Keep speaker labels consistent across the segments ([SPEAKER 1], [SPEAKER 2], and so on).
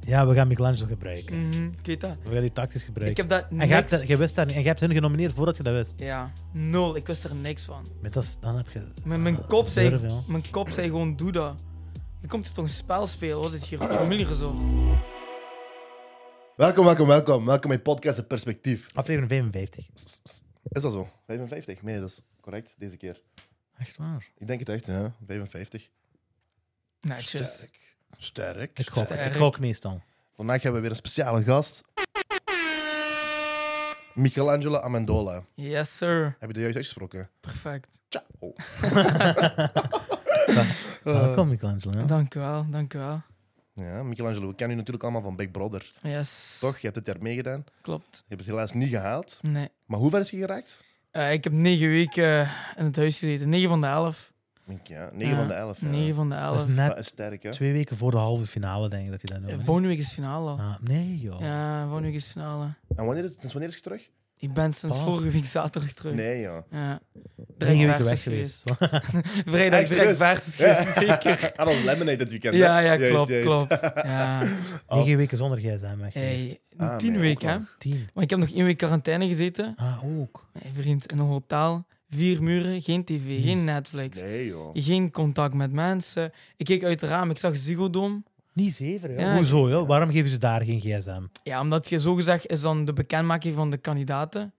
[SPEAKER 1] Ja, we gaan Michelangelo gebruiken.
[SPEAKER 2] Mhm, ik weet dat.
[SPEAKER 1] We gaan die tactisch
[SPEAKER 2] Ik
[SPEAKER 1] gebruiken.
[SPEAKER 2] heb dat
[SPEAKER 1] En jij hebt,
[SPEAKER 2] niks...
[SPEAKER 1] dat- jij wist dat niet. En jij hebt hun genomineerd voordat je dat wist.
[SPEAKER 2] Ja, nul. Ik wist er niks van.
[SPEAKER 1] Maar dat is- dan heb je...
[SPEAKER 2] Mijn,
[SPEAKER 1] Ah,
[SPEAKER 2] mijn, kop zei,
[SPEAKER 1] Durf, ja.
[SPEAKER 2] mijn kop zei gewoon, doe dat. Je komt hier toch een spel spelen? Wat is het hier, een familieresort?
[SPEAKER 3] Welkom, welkom, welkom. Welkom bij Podcast Het Perspectief.
[SPEAKER 1] Aflevering 55.
[SPEAKER 3] S- s- Is dat zo? 55? Nee, dat is correct deze keer.
[SPEAKER 1] Echt waar?
[SPEAKER 3] Ik denk het echt, ja. 55.
[SPEAKER 2] Netjes.
[SPEAKER 3] Sterk.
[SPEAKER 1] Ik gok, ik
[SPEAKER 2] Sterk.
[SPEAKER 1] gok meestal.
[SPEAKER 3] Vandaag hebben we weer een speciale gast. Michelangelo Amendola.
[SPEAKER 2] Yes, sir.
[SPEAKER 3] Heb je dat juist uitgesproken?
[SPEAKER 2] Perfect.
[SPEAKER 3] Ciao. Oh.
[SPEAKER 2] Eh.
[SPEAKER 1] Welkom, Michelangelo. ja.
[SPEAKER 2] Dank u wel, dank u wel.
[SPEAKER 3] Ja, Michelangelo, we kennen u natuurlijk allemaal van Big Brother.
[SPEAKER 2] Yes.
[SPEAKER 3] Toch? Je hebt dit jaar meegedaan.
[SPEAKER 2] Klopt.
[SPEAKER 3] Je hebt het helaas niet gehaald.
[SPEAKER 2] Nee.
[SPEAKER 3] Maar hoe ver is je geraakt?
[SPEAKER 2] Eh, ik heb negen weken eh, in het huis gezeten. Negen van de elf.
[SPEAKER 3] Ik denk, Ja, 9
[SPEAKER 2] Ja,
[SPEAKER 3] van de 11. Ja.
[SPEAKER 2] Negen van de elf.
[SPEAKER 1] Dat is
[SPEAKER 3] Dat
[SPEAKER 1] net
[SPEAKER 3] is sterk, hè?
[SPEAKER 1] twee weken voor de halve finale, denk ik, dat hij dat
[SPEAKER 2] Eh,
[SPEAKER 1] noemt.
[SPEAKER 2] volgende week is finale al.
[SPEAKER 1] Ah, nee, joh.
[SPEAKER 2] Ja, volgende week is finale.
[SPEAKER 3] En wanneer is, sinds wanneer is je terug?
[SPEAKER 2] Ik ben sinds
[SPEAKER 1] Pas.
[SPEAKER 2] vorige week zaterdag terug.
[SPEAKER 3] Nee, ja.
[SPEAKER 2] Ja.
[SPEAKER 1] Drie
[SPEAKER 2] Direct
[SPEAKER 1] weken
[SPEAKER 2] vers
[SPEAKER 1] weg
[SPEAKER 2] is
[SPEAKER 1] geweest.
[SPEAKER 2] geweest. Vrijdag
[SPEAKER 3] Echt,
[SPEAKER 2] direct
[SPEAKER 3] serieus?
[SPEAKER 2] versus geweest, zeker.
[SPEAKER 3] Had al Lemonade dit weekend, hè?
[SPEAKER 2] Ja, ja,
[SPEAKER 3] Juist,
[SPEAKER 2] klopt,
[SPEAKER 3] juist.
[SPEAKER 2] klopt. Ja.
[SPEAKER 1] Negen weken zonder gsm weg geweest.
[SPEAKER 2] Oh. Hey,
[SPEAKER 3] Ah,
[SPEAKER 2] tien
[SPEAKER 3] mij
[SPEAKER 2] weken,
[SPEAKER 3] ook
[SPEAKER 2] hè?
[SPEAKER 3] nog.
[SPEAKER 1] Tien.
[SPEAKER 2] Maar ik heb nog één week quarantaine gezeten.
[SPEAKER 1] Ah, ook.
[SPEAKER 2] Mijn vriend, in een hotel. Vier muren, geen tv, geen Netflix.
[SPEAKER 3] Nee, joh.
[SPEAKER 2] Geen contact met mensen. Ik keek uit het raam, ik zag Ziggo Dome.
[SPEAKER 1] Niet zeven, joh.
[SPEAKER 2] Ja,
[SPEAKER 1] Hoezo, joh? Waarom geven ze daar geen gsm?
[SPEAKER 2] Ja, omdat je zogezegd is dan de bekendmaking van de kandidaten.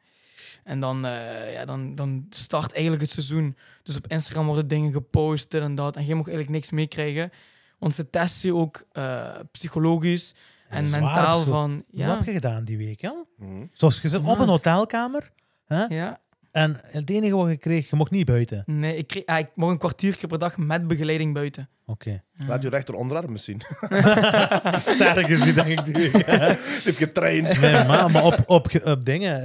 [SPEAKER 2] En dan, eh, ja, dan, dan start eigenlijk het seizoen. Dus op Instagram worden dingen gepost, dit en dat. En je mag eigenlijk niks meekrijgen. Want ze testen je ook eh, psychologisch en,
[SPEAKER 1] Zwaar,
[SPEAKER 2] mentaal
[SPEAKER 1] zo.
[SPEAKER 2] van...
[SPEAKER 1] Wat
[SPEAKER 2] Ja,
[SPEAKER 1] heb je gedaan die week, joh?
[SPEAKER 3] Mhm.
[SPEAKER 1] Zoals je zit op een
[SPEAKER 2] Maat.
[SPEAKER 1] hotelkamer. Hè?
[SPEAKER 2] ja.
[SPEAKER 1] En het enige wat je kreeg, je mocht niet buiten.
[SPEAKER 2] Nee, ik, kreeg, ah, ik mag een kwartiertje per dag met begeleiding buiten.
[SPEAKER 1] Oké.
[SPEAKER 3] Laat je rechter onderarm misschien. Die
[SPEAKER 1] Sterk is die, denk ik. die week.
[SPEAKER 3] heeft getraind.
[SPEAKER 1] Nee, maar, maar op, op, ge- op dingen,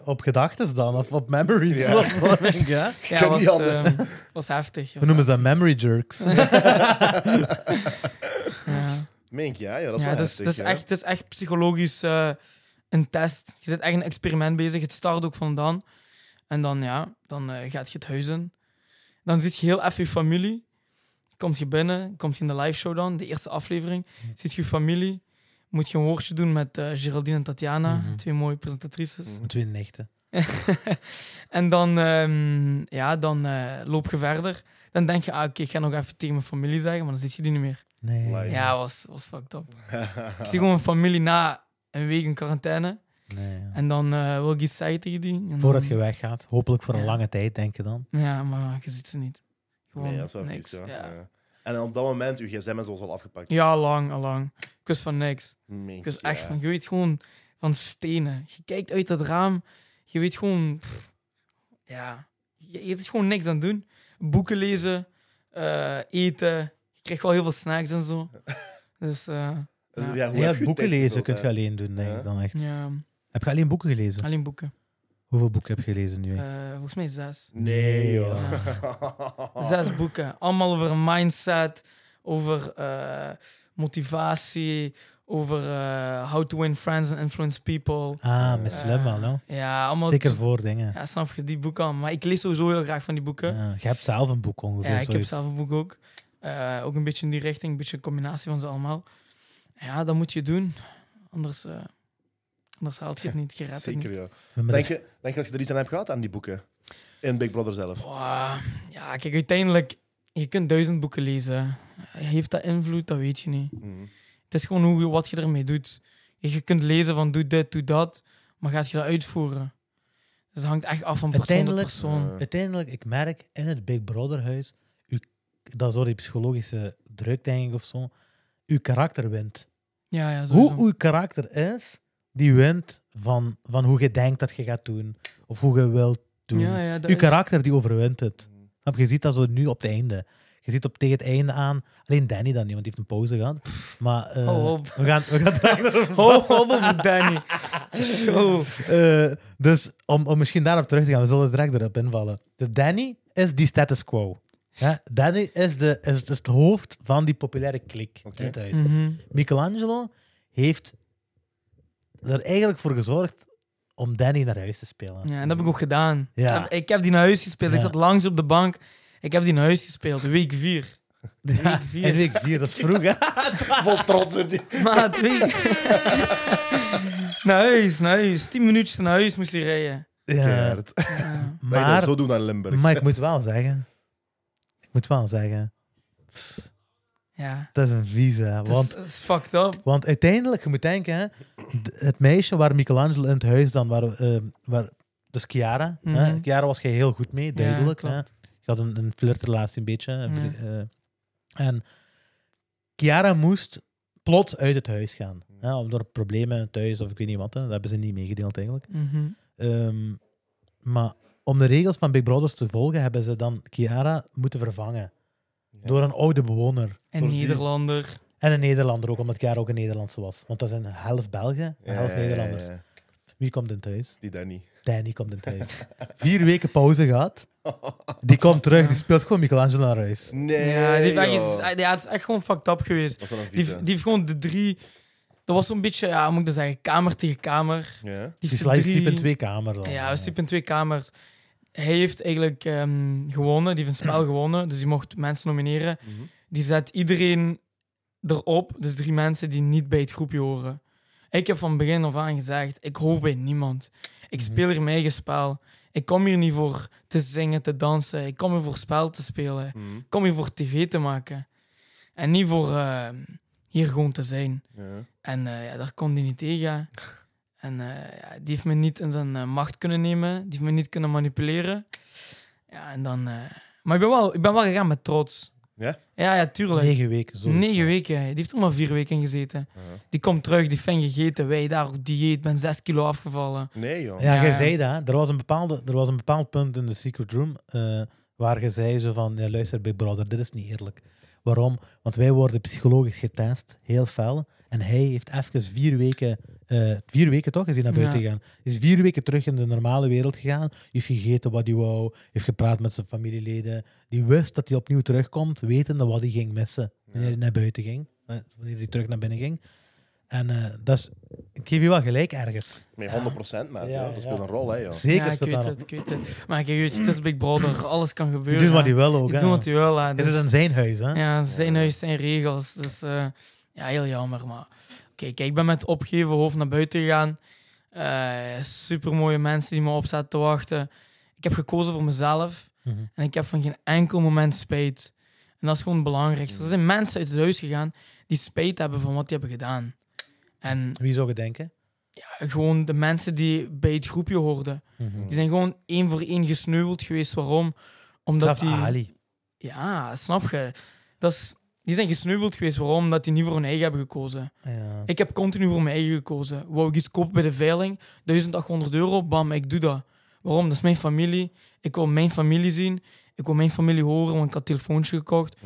[SPEAKER 1] eh, op gedachten dan, of op memories.
[SPEAKER 3] Ja.
[SPEAKER 1] of wat denk ik, hè?
[SPEAKER 2] Ja,
[SPEAKER 3] kan
[SPEAKER 2] was,
[SPEAKER 3] niet anders.
[SPEAKER 2] eh, was heftig.
[SPEAKER 1] We noemen ze dat memory jerks.
[SPEAKER 2] Ja.
[SPEAKER 3] Mink, ja, ja, dat is
[SPEAKER 2] ja,
[SPEAKER 3] wel
[SPEAKER 2] dat is, dat is
[SPEAKER 3] heftig, hè.
[SPEAKER 2] echt, dat is echt psychologisch eh, een test. Je zit echt een experiment bezig. Het start ook vandaan. En dan, ja, dan eh, gaat je het huis in. Dan zit je heel even je familie. Komt je binnen, komt je in de live show dan, de eerste aflevering. Ziet je je familie. Moet je een woordje doen met eh Geraldine en Tatjana,
[SPEAKER 1] Mhm.
[SPEAKER 2] twee mooie presentatrices.
[SPEAKER 3] Mhm.
[SPEAKER 1] Mijn Twee nichten.
[SPEAKER 2] En dan, ehm, ja, dan eh, loop je verder. Dan denk je, ah, oké, ik ga nog even tegen mijn familie zeggen, maar dan zit je die niet meer.
[SPEAKER 1] Nee.
[SPEAKER 3] Live.
[SPEAKER 2] Ja, was, was fucked up. Ik zie gewoon mijn familie na een week in quarantaine.
[SPEAKER 1] nee ja.
[SPEAKER 2] En dan eh, wil ik iets zeggen tegen die. en dan-
[SPEAKER 1] Voordat je weggaat, hopelijk voor een
[SPEAKER 2] Ja.
[SPEAKER 1] lange tijd, denk je dan.
[SPEAKER 2] Ja, maar je ziet ze niet. Gewoon
[SPEAKER 3] Nee, dat is wel
[SPEAKER 2] niks.
[SPEAKER 3] vies, ja.
[SPEAKER 2] ja.
[SPEAKER 3] Ja. En op dat moment, uw gsm is ons al afgepakt.
[SPEAKER 2] Ja, lang, al lang. Ik was van niks.
[SPEAKER 3] Mink,
[SPEAKER 2] Ik was
[SPEAKER 3] ja.
[SPEAKER 2] echt van, je weet gewoon van stenen. Je kijkt uit dat raam, je weet gewoon, pff, ja, je, je is gewoon niks aan het doen. Boeken lezen, eh, eten. Je krijgt wel heel veel snacks en zo. Dus eh,
[SPEAKER 3] Ja,
[SPEAKER 2] ja.
[SPEAKER 3] hoe
[SPEAKER 1] Ja,
[SPEAKER 3] heb je
[SPEAKER 1] boeken
[SPEAKER 3] tijd
[SPEAKER 1] lezen
[SPEAKER 3] gevuld,
[SPEAKER 1] kun je
[SPEAKER 3] hè?
[SPEAKER 1] alleen doen, denk
[SPEAKER 3] Ja.
[SPEAKER 1] ik dan echt.
[SPEAKER 2] ja,
[SPEAKER 1] Heb je alleen boeken gelezen?
[SPEAKER 2] alleen boeken.
[SPEAKER 1] Hoeveel boeken heb je gelezen nu?
[SPEAKER 2] Eh, volgens mij zes.
[SPEAKER 3] Nee, joh. Oh.
[SPEAKER 2] Zes boeken. Allemaal over mindset, over eh, motivatie, over eh, how to win friends and influence people.
[SPEAKER 1] Ah, met slim wel,
[SPEAKER 2] Eh,
[SPEAKER 1] no?
[SPEAKER 2] Ja, allemaal...
[SPEAKER 1] Zeker voor dingen.
[SPEAKER 2] Ja, snap je, die boeken al. Maar ik lees sowieso heel graag van die boeken.
[SPEAKER 1] Ja, Je hebt zelf een boek
[SPEAKER 2] Ja,
[SPEAKER 1] ongeveer.
[SPEAKER 2] ik heb
[SPEAKER 1] zoiets.
[SPEAKER 2] zelf een boek ook. Eh, ook een beetje in die richting, een beetje een combinatie van ze allemaal. Ja, dat moet je doen. Anders, eh, anders haalt je het niet, je redt het
[SPEAKER 3] Zeker,
[SPEAKER 2] niet.
[SPEAKER 3] joh.
[SPEAKER 1] Maar dat
[SPEAKER 3] Denk
[SPEAKER 1] is-
[SPEAKER 3] je, denk je dat je er iets aan hebt gehad aan die boeken? In Big Brother zelf.
[SPEAKER 2] Boah, ja, kijk, uiteindelijk, je kunt duizend boeken lezen. Heeft dat invloed? Dat weet je niet.
[SPEAKER 3] Mhm.
[SPEAKER 2] Het is gewoon hoe, wat je ermee doet. Je je kunt lezen van doe dit, doe dat, maar gaat je dat uitvoeren? Dus dat hangt echt af van persoon tot
[SPEAKER 1] Uiteindelijk-
[SPEAKER 2] persoon.
[SPEAKER 1] Uiteindelijk, ik merk in het Big Brother huis, uw- dat is door die psychologische druk, denk ik, of zo, uw karakter wint.
[SPEAKER 2] Ja, ja, sowieso.
[SPEAKER 1] Hoe uw karakter is, die wint van, van hoe je denkt dat je gaat doen, of hoe je wilt doen.
[SPEAKER 2] Ja, ja, dat
[SPEAKER 1] uw
[SPEAKER 2] is- Mm.
[SPEAKER 1] karakter, die overwint het. Snap je? Je ziet dat zo nu op het einde. Je ziet op tegen het einde aan, alleen Danny dan niet, want die heeft een pauze gehad. Maar eh,
[SPEAKER 2] hou op.
[SPEAKER 1] we gaan, we gaan direct erop
[SPEAKER 2] Oh, hobbel, Danny. Oh.
[SPEAKER 1] Eh, dus om, om misschien daarop terug te gaan, we zullen er direct erop invallen. Dus Danny is die status quo. Hè? Danny is, de, is, is het hoofd van die populaire klik
[SPEAKER 3] Oké.
[SPEAKER 1] in het huis.
[SPEAKER 2] Mhm.
[SPEAKER 1] Michelangelo heeft er eigenlijk voor gezorgd om Danny naar huis te spelen.
[SPEAKER 2] Ja, en dat heb ik ook gedaan.
[SPEAKER 1] Ja.
[SPEAKER 2] Dat- Ik heb die naar huis gespeeld. Ik
[SPEAKER 1] Ja.
[SPEAKER 2] zat langs op de bank. Ik heb die naar huis gespeeld, week 4. Week vier.
[SPEAKER 1] In week 4, dat is vroeg, hè?
[SPEAKER 3] Vol trots in
[SPEAKER 1] Eh,
[SPEAKER 3] die.
[SPEAKER 2] Maar twee. naar huis, naar huis. Tien minuutjes naar huis moest hij rijden.
[SPEAKER 1] Ja,
[SPEAKER 3] Keihard.
[SPEAKER 2] Ja.
[SPEAKER 3] Wij dat
[SPEAKER 1] maar,
[SPEAKER 3] zo doen naar Limburg.
[SPEAKER 1] maar ik moet wel zeggen... Ik moet wel zeggen...
[SPEAKER 2] ja.
[SPEAKER 1] Dat is een vieze, hè,
[SPEAKER 2] Dat is,
[SPEAKER 1] want...
[SPEAKER 2] dat is fucked up.
[SPEAKER 1] Want uiteindelijk, je moet denken, hè, d- het meisje waar Michelangelo in het huis dan, waar, eh, waar, dus Chiara. Hè,
[SPEAKER 2] Mhm.
[SPEAKER 1] Chiara was je heel goed mee, duidelijk. hè.
[SPEAKER 2] klopt.
[SPEAKER 1] Je had een, een flirtrelatie een beetje. een
[SPEAKER 2] Ja.
[SPEAKER 1] vri- eh, en Chiara moest plots uit het huis gaan. Hè, om door problemen thuis of ik weet niet wat. Hè. Dat hebben ze niet meegedeeld eigenlijk.
[SPEAKER 2] Mhm.
[SPEAKER 1] Ehm, maar om de regels van Big Brothers te volgen, hebben ze dan Chiara moeten vervangen.
[SPEAKER 3] Ja.
[SPEAKER 1] Door een oude bewoner.
[SPEAKER 2] En
[SPEAKER 3] Door die-
[SPEAKER 2] Nederlander.
[SPEAKER 1] En een Nederlander ook, omdat Chiara ook een Nederlandse was. Want dat zijn half Belgen en half Nederlanders.
[SPEAKER 3] Ja, ja, ja.
[SPEAKER 1] Wie komt in thuis?
[SPEAKER 3] Die daar niet.
[SPEAKER 1] Danny komt in thuis. Vier weken pauze gehad. Die komt terug, die speelt gewoon Michelangelo naar huis.
[SPEAKER 3] Nee.
[SPEAKER 2] ja, die heeft echt
[SPEAKER 3] joh.
[SPEAKER 2] iets- ja, het is echt gewoon fucked up geweest.
[SPEAKER 3] Dat was wel een
[SPEAKER 2] Die,
[SPEAKER 3] vieze.
[SPEAKER 2] die heeft gewoon de drie... Dat was zo'n beetje, ja, hoe moet ik dat zeggen, kamer tegen kamer.
[SPEAKER 3] Ja.
[SPEAKER 1] Die
[SPEAKER 2] heeft
[SPEAKER 1] is
[SPEAKER 2] de
[SPEAKER 1] live
[SPEAKER 2] drie-
[SPEAKER 1] in twee kamer dan.
[SPEAKER 2] Ja, we sliepen in twee kamers. Hij heeft eigenlijk ehm, gewonnen, die heeft een spel gewonnen, dus die mocht mensen nomineren.
[SPEAKER 3] Mhm.
[SPEAKER 2] Die zet iedereen erop, dus drie mensen die niet bij het groepje horen. Ik heb van begin af aan gezegd, ik hoor bij niemand. Ik
[SPEAKER 3] Mhm.
[SPEAKER 2] speel hier mijn eigen spel. Ik kom hier niet voor te zingen, te dansen. Ik kom hier voor spel te spelen.
[SPEAKER 3] Mhm.
[SPEAKER 2] Ik kom hier voor tv te maken. En niet voor ehm, hier gewoon te zijn.
[SPEAKER 3] Ja.
[SPEAKER 2] En eh, ja, daar kon hij niet tegen. En eh, ja, die heeft me niet in zijn eh, macht kunnen nemen. Die heeft me niet kunnen manipuleren. Ja, en dan... eh, Maar ik ben, wel, ik ben wel gegaan met trots.
[SPEAKER 3] Ja?
[SPEAKER 2] Ja, ja, tuurlijk.
[SPEAKER 1] Negen weken zo.
[SPEAKER 2] Negen weken. Die heeft er maar vier weken in gezeten.
[SPEAKER 3] Aha.
[SPEAKER 2] Die komt terug, die fijn gegeten. Wij daar op dieet, ben zes kilo afgevallen.
[SPEAKER 3] Nee, joh.
[SPEAKER 1] Ja,
[SPEAKER 2] Ja.
[SPEAKER 1] jij zei dat. hè. Er was, een bepaalde, er was een bepaald punt in de Secret Room eh, waar je zei zo van, ja, luister Big Brother, dit is niet eerlijk. Waarom? Want wij worden psychologisch getest, heel fel. En hij heeft even vier weken, eh, vier weken toch, is hij naar buiten
[SPEAKER 2] Ja.
[SPEAKER 1] gegaan. Hij is vier weken terug in de normale wereld gegaan. Hij heeft gegeten wat hij wou, heeft gepraat met zijn familieleden. Die wist dat hij opnieuw terugkomt, wetende wat hij ging missen. Wanneer hij naar buiten ging, eh, wanneer hij terug naar binnen ging. En eh, dat is, ik geef je wel gelijk ergens.
[SPEAKER 3] Nee, 100% maat.
[SPEAKER 1] Ja,
[SPEAKER 3] Ja, dat
[SPEAKER 1] ja.
[SPEAKER 3] speelt een rol, hè, joh.
[SPEAKER 1] Zeker
[SPEAKER 2] ja, ik
[SPEAKER 1] speelt
[SPEAKER 2] weet
[SPEAKER 1] dat
[SPEAKER 2] het, ik weet het. Maar kijk, weet je, het is Big Brother. Alles kan
[SPEAKER 1] Die
[SPEAKER 2] gebeuren.
[SPEAKER 1] doen wat
[SPEAKER 2] hè.
[SPEAKER 1] hij wil ook.
[SPEAKER 2] Die
[SPEAKER 1] hè.
[SPEAKER 2] doen wat hij wil. hè.
[SPEAKER 1] Is
[SPEAKER 2] Dus-
[SPEAKER 1] het in zijn huis, hè?
[SPEAKER 2] Ja, zijn huis, zijn regels. Dus eh, ja, heel jammer. Maar oké, kijk, ik ben met opgeven hoofd naar buiten gegaan. Super mooie mensen die me op zaten te wachten. Ik heb gekozen voor mezelf
[SPEAKER 1] Mhm.
[SPEAKER 2] en ik heb van geen enkel moment spijt. En dat is gewoon het belangrijkste. Er zijn mensen uit het huis gegaan die spijt hebben van wat die hebben gedaan. En eh,
[SPEAKER 1] Wie zou je denken?
[SPEAKER 2] gewoon de mensen die bij het groepje hoorden,
[SPEAKER 1] Mhm.
[SPEAKER 2] die zijn gewoon één voor één gesneuveld geweest. Waarom? Omdat
[SPEAKER 1] Zelfs
[SPEAKER 2] die...
[SPEAKER 1] Ali.
[SPEAKER 2] Ja, snap je. Dat is, die zijn gesneuveld geweest. Waarom? Dat die niet voor hun eigen hebben gekozen.
[SPEAKER 1] Ja.
[SPEAKER 2] Ik heb continu voor mijn eigen gekozen. Wou ik iets kopen bij de veiling? 1800 euro, bam, ik doe dat. Waarom? Dat is mijn familie. Ik wil mijn familie zien. Ik wil mijn familie horen, want ik had een telefoontje gekocht.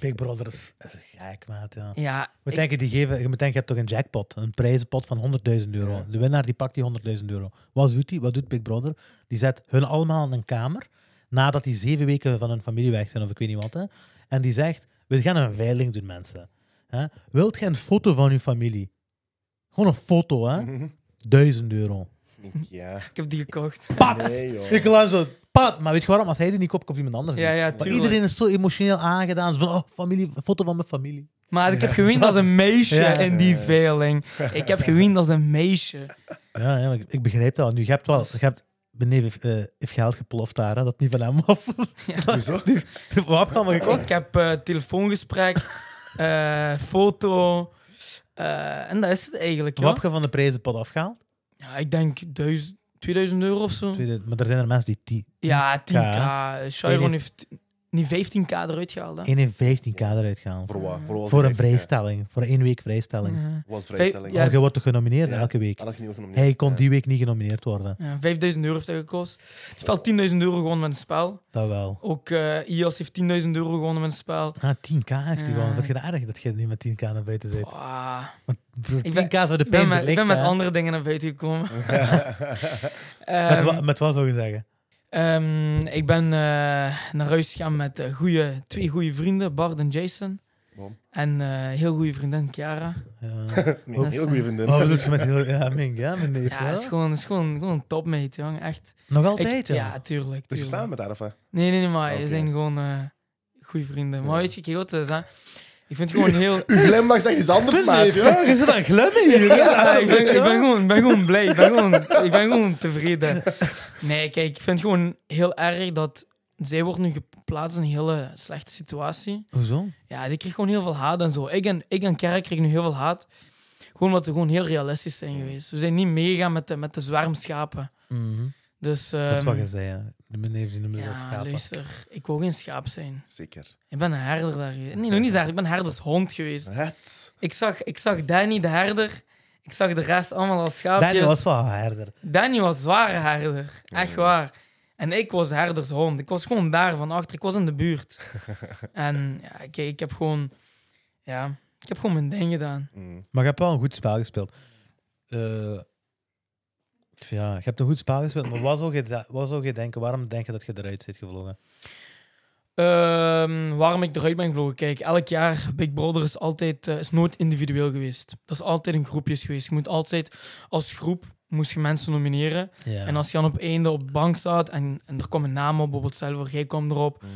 [SPEAKER 1] Big Brother is, is gek, maat. Ja. Je,
[SPEAKER 2] Ja,
[SPEAKER 1] moet
[SPEAKER 2] ik-
[SPEAKER 1] denken, die geven, je moet denken, je hebt toch een jackpot, een prijzenpot van 100.000 euro.
[SPEAKER 3] Ja.
[SPEAKER 1] De winnaar die pakt die 100.000 euro. Wat doet hij? Wat doet Big Brother? Die zet hun allemaal in een kamer, nadat die zeven weken van hun familie weg zijn of ik weet niet wat. Hè. En die zegt, we gaan een veiling doen, mensen. Hè? Wilt je een foto van uw familie? Gewoon een foto, hè?
[SPEAKER 3] Mhm.
[SPEAKER 1] 1000 euro.
[SPEAKER 3] Ik denk, Ja.
[SPEAKER 2] ik heb die gekocht.
[SPEAKER 1] Pat!
[SPEAKER 3] Nee, joh.
[SPEAKER 1] Michelangelo, pat! Maar weet je waarom? Als hij die niet koopt, komt iemand anders.
[SPEAKER 2] Ja,
[SPEAKER 1] die.
[SPEAKER 2] ja,
[SPEAKER 1] Maar
[SPEAKER 2] tuurlijk.
[SPEAKER 1] iedereen is zo emotioneel aangedaan. Zo Van, oh, familie, een foto van mijn familie.
[SPEAKER 2] Maar ik heb gewend als een meisje
[SPEAKER 1] Ja.
[SPEAKER 2] in die veiling. Ik heb gewend als een meisje.
[SPEAKER 1] Ja, ja maar ik, ik begrijp dat. Nu, je hebt wel... Je hebt, beneden eh heeft geld geploft daar, hè, dat het niet van hem was.
[SPEAKER 3] Hoezo?
[SPEAKER 1] Wat heb je allemaal gekocht?
[SPEAKER 2] Ik heb eh, telefoongesprek, eh, foto. eh, en dat is het eigenlijk.
[SPEAKER 1] Wat
[SPEAKER 2] Ja.
[SPEAKER 1] heb je van de prijzenpot afgehaald?
[SPEAKER 2] Ja, ik denk 1000, 2000 euro of zo.
[SPEAKER 1] Tweede- Maar er zijn er mensen die 10,
[SPEAKER 2] Ja, 10k.
[SPEAKER 1] Eén
[SPEAKER 2] Chiron heeft niet 15k eruit gehaald. Hè?
[SPEAKER 1] 1 in 15k eruit gehaald.
[SPEAKER 3] Voor wat? Voor, wat
[SPEAKER 1] Voor een
[SPEAKER 3] was die vrijstelling?
[SPEAKER 1] vrijstelling. Voor één week vrijstelling.
[SPEAKER 2] Ja.
[SPEAKER 3] Was vrijstelling.
[SPEAKER 2] Ja.
[SPEAKER 1] Want je wordt toch genomineerd
[SPEAKER 3] Ja.
[SPEAKER 1] elke week?
[SPEAKER 3] Ah, dat is niet ook nog
[SPEAKER 1] Hij kon
[SPEAKER 3] Ja.
[SPEAKER 1] die week niet genomineerd worden.
[SPEAKER 2] Ja, 5000 euro heeft hij gekost. Hij heeft al 10.000 euro gewonnen met een spel.
[SPEAKER 1] Dat wel.
[SPEAKER 2] Ook eh IAS heeft 10.000 euro gewonnen met een spel.
[SPEAKER 1] Ah, 10k heeft hij
[SPEAKER 2] Ja.
[SPEAKER 1] gewoon. Wat je erg dat je niet met 10k naar buiten zit.
[SPEAKER 2] Ah,
[SPEAKER 1] Broer,
[SPEAKER 2] Ik
[SPEAKER 1] 10k
[SPEAKER 2] ben-
[SPEAKER 1] zou de
[SPEAKER 2] ik
[SPEAKER 1] pijn
[SPEAKER 2] ben met, ik ben
[SPEAKER 1] verlichten,
[SPEAKER 2] met
[SPEAKER 1] hè.
[SPEAKER 2] andere dingen naar buiten gekomen.
[SPEAKER 1] Met,
[SPEAKER 2] Ehm,
[SPEAKER 1] wa- met wat zou je zeggen?
[SPEAKER 2] ehm, ik ben eh, naar huis gegaan met eh, goeie, twee goede vrienden, Bart en Jason.
[SPEAKER 3] Bom.
[SPEAKER 2] En eh heel goede vriendin Chiara.
[SPEAKER 1] Ja.
[SPEAKER 3] Nee, een heel goede vriendin.
[SPEAKER 1] Wat bedoel je met heel... Ja, Mink, ja, mijn neef.
[SPEAKER 2] Ja,
[SPEAKER 1] ja?
[SPEAKER 2] is gewoon, is gewoon, gewoon een topmate, jong. Echt.
[SPEAKER 1] Nog
[SPEAKER 2] Ik-
[SPEAKER 1] altijd, ja.
[SPEAKER 2] tuurlijk.
[SPEAKER 3] Dus je
[SPEAKER 2] tuurlijk.
[SPEAKER 3] samen met haar, of wat?
[SPEAKER 1] Ah,
[SPEAKER 2] Nee, nee, nee, maar we
[SPEAKER 3] Oké.
[SPEAKER 2] zijn gewoon eh, goede vrienden.
[SPEAKER 3] Ja.
[SPEAKER 2] Maar weet je, kijk wat het is, hè. Ik vind het gewoon heel...
[SPEAKER 3] Uw glimlach zegt iets anders, maat. joh.
[SPEAKER 1] je zit aan glimmen hier.
[SPEAKER 2] Ja, ik, ben, ik ben gewoon, ik ben gewoon blij. Ik ben gewoon, ik ben gewoon tevreden. Nee, kijk, ik vind het gewoon heel erg dat zij wordt nu geplaatst in een hele slechte situatie.
[SPEAKER 1] Hoezo?
[SPEAKER 2] Ja, die kreeg gewoon heel veel haat en zo. Ik en, ik en Kerk kregen nu heel veel haat. Gewoon omdat we gewoon heel realistisch zijn geweest. We zijn niet meegegaan met de, met de zwermschapen.
[SPEAKER 1] Mhm.
[SPEAKER 2] Dus,
[SPEAKER 1] Dat is
[SPEAKER 2] ehm,
[SPEAKER 1] wat je zei, ja. De meneer die noemde dat
[SPEAKER 2] ja, dus
[SPEAKER 1] schapen.
[SPEAKER 2] luister. Ik wou geen schaap zijn.
[SPEAKER 3] Zeker.
[SPEAKER 2] Ik ben een herder daar geweest. Nee, nog niet herder. Ik ben herdershond geweest.
[SPEAKER 3] Het.
[SPEAKER 2] Ik zag, ik zag Danny de herder. Ik zag de rest allemaal als schaapjes.
[SPEAKER 1] Daniel was wel harder.
[SPEAKER 2] Danny was zware herder. Echt waar. En ik was herdershond. Ik was gewoon daar van achter. Ik was in de buurt. en ja, kijk, ik heb gewoon... Ja, ik heb gewoon mijn ding gedaan.
[SPEAKER 3] Mm.
[SPEAKER 1] Maar je hebt wel een goed spel gespeeld. Eh, ja, je hebt een goed spel gespeeld, maar wat zou, je, da- wat zou je denken? Waarom denk je dat je eruit zit gevlogen?
[SPEAKER 2] Ehm, waarom ik eruit ben gevlogen? Kijk, elk jaar Big Brother is altijd eh, is nooit individueel geweest. Dat is altijd in groepjes geweest. Je moet altijd als groep moest je mensen nomineren.
[SPEAKER 1] Ja.
[SPEAKER 2] En als je dan op einde op de bank staat en, en er komt een naam op, bijvoorbeeld stel voor jij komt erop.
[SPEAKER 3] Mhm.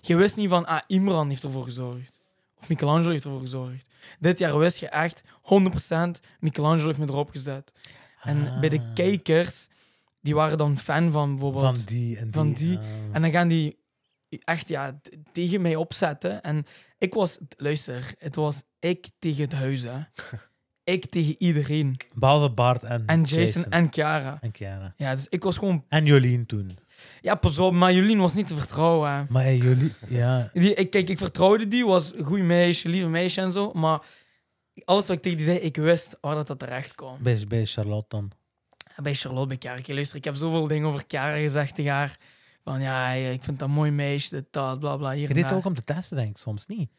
[SPEAKER 2] Je wist niet van, ah, Imran heeft ervoor gezorgd. Of Michelangelo heeft ervoor gezorgd. Dit jaar wist je echt 100% Michelangelo heeft me erop gezet. En bij de
[SPEAKER 1] Ah.
[SPEAKER 2] kijkers, die waren dan fan van bijvoorbeeld.
[SPEAKER 1] Van die en die.
[SPEAKER 2] Van die.
[SPEAKER 1] ah.
[SPEAKER 2] En dan gaan die echt ja, t- tegen mij opzetten. En ik was, luister, het was ik tegen het huis. Hè. ik tegen iedereen.
[SPEAKER 1] Behalve Bart en,
[SPEAKER 2] En Jason, en Chiara.
[SPEAKER 1] en Kiara.
[SPEAKER 2] Ja, dus ik was gewoon.
[SPEAKER 1] En Jolien toen.
[SPEAKER 2] Ja, pas op, maar Jolien was niet te vertrouwen. hè.
[SPEAKER 1] Maar hey, Jolien... Ja.
[SPEAKER 2] Die, ik, kijk, ik vertrouwde die, was een goed meisje, lieve meisje en zo. Maar alles wat ik tegen die zei, ik wist waar dat, dat terecht kwam.
[SPEAKER 1] Bij, bij Charlotte dan.
[SPEAKER 2] Bij Charlotte, bij Kara. Kijk, Luister, ik heb zoveel dingen over Kara gezegd tegen haar. Van ja, ik vind dat een mooi meisje, dit, dat, bla bla. Hier
[SPEAKER 1] Je
[SPEAKER 2] en
[SPEAKER 1] deed
[SPEAKER 2] daar.
[SPEAKER 1] het ook om te testen, denk ik. Soms niet.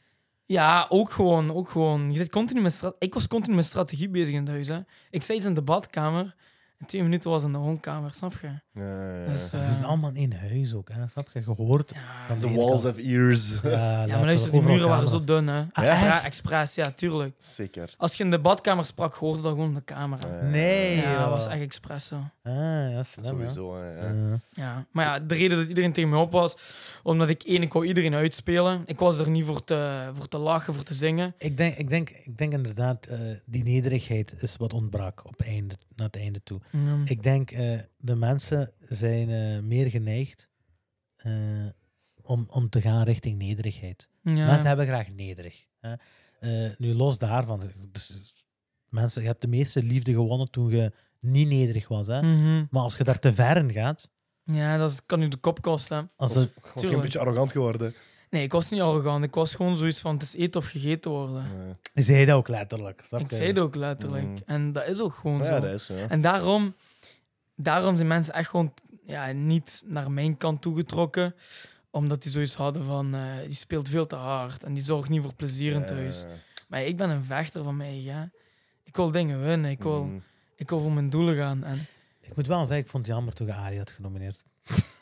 [SPEAKER 2] Ja, ook gewoon, ook gewoon. Je zit continu met stra- ik was continu met strategie bezig in het huis. Hè. Ik zei iets in de badkamer. En twee minuten was in de woonkamer, snap je?
[SPEAKER 3] Ja, ja,
[SPEAKER 2] Dus,
[SPEAKER 3] ja.
[SPEAKER 1] We
[SPEAKER 2] eh,
[SPEAKER 1] zitten allemaal in één huis ook, hè. Snap je? Gehoord.
[SPEAKER 2] ja.
[SPEAKER 1] Van
[SPEAKER 3] The
[SPEAKER 1] ene
[SPEAKER 3] walls
[SPEAKER 1] kant.
[SPEAKER 3] of ears.
[SPEAKER 1] Ja,
[SPEAKER 2] ja,
[SPEAKER 1] laten
[SPEAKER 2] maar
[SPEAKER 1] we
[SPEAKER 2] luister, die
[SPEAKER 1] overal
[SPEAKER 2] muren waren zo
[SPEAKER 1] camera's.
[SPEAKER 2] dun, hè?
[SPEAKER 1] echt?
[SPEAKER 2] Expres, expres, ja, tuurlijk.
[SPEAKER 3] Zeker.
[SPEAKER 2] Als je in de badkamer sprak, hoorde dat gewoon in de camera.
[SPEAKER 3] Eh,
[SPEAKER 1] Nee,
[SPEAKER 2] Ja,
[SPEAKER 1] joh.
[SPEAKER 2] dat was echt expres zo.
[SPEAKER 1] Ah, ja, slim, hè.
[SPEAKER 3] Sowieso. eh, ja.
[SPEAKER 1] Ja.
[SPEAKER 2] Ja. Maar ja, de reden dat iedereen tegen me op was, omdat ik één, ik wou iedereen uitspelen. Ik was er niet voor te, voor te lachen, voor te zingen.
[SPEAKER 1] Ik denk, ik, denk, ik denk inderdaad, eh, die nederigheid is wat ontbrak op einde, naar het einde toe.
[SPEAKER 2] Ja.
[SPEAKER 1] Ik denk, eh, de mensen zijn eh, meer geneigd eh, om, om te gaan richting nederigheid.
[SPEAKER 2] Ja.
[SPEAKER 1] Mensen hebben graag nederig. Hè? Eh, nu, los daarvan, dus, mensen, je hebt de meeste liefde gewonnen toen je niet nederig was. Hè?
[SPEAKER 2] Mhm.
[SPEAKER 1] Maar als je daar te ver in gaat,
[SPEAKER 2] ja, dat is- kan nu de kop kosten.
[SPEAKER 1] als
[SPEAKER 3] Was,
[SPEAKER 1] het-
[SPEAKER 3] was je een
[SPEAKER 2] Tuurlijk.
[SPEAKER 3] beetje arrogant geworden.
[SPEAKER 2] Nee, ik was niet arrogant. Ik was gewoon zoiets van: het is eten of gegeten worden.
[SPEAKER 3] Eh,
[SPEAKER 1] zei je dat ook letterlijk. snap
[SPEAKER 2] Ik
[SPEAKER 1] je?
[SPEAKER 2] zei het ook letterlijk.
[SPEAKER 1] Mm.
[SPEAKER 3] Mhm.
[SPEAKER 2] En dat is ook gewoon
[SPEAKER 3] maar
[SPEAKER 2] zo.
[SPEAKER 3] ja, dat is. Ja.
[SPEAKER 2] En daarom, daarom zijn mensen echt gewoon ja, niet naar mijn kant toegetrokken. Omdat die zoiets hadden van, eh, die speelt veel te hard. En die zorgt niet voor plezier in thuis.
[SPEAKER 3] Eh,
[SPEAKER 2] Maar ik ben een vechter van mij, ja. Ik wil dingen winnen. Ik wil,
[SPEAKER 3] mm.
[SPEAKER 2] ik wil voor mijn doelen gaan. En
[SPEAKER 1] Ik moet wel zeggen, ik vond het jammer toen je Arie had genomineerd.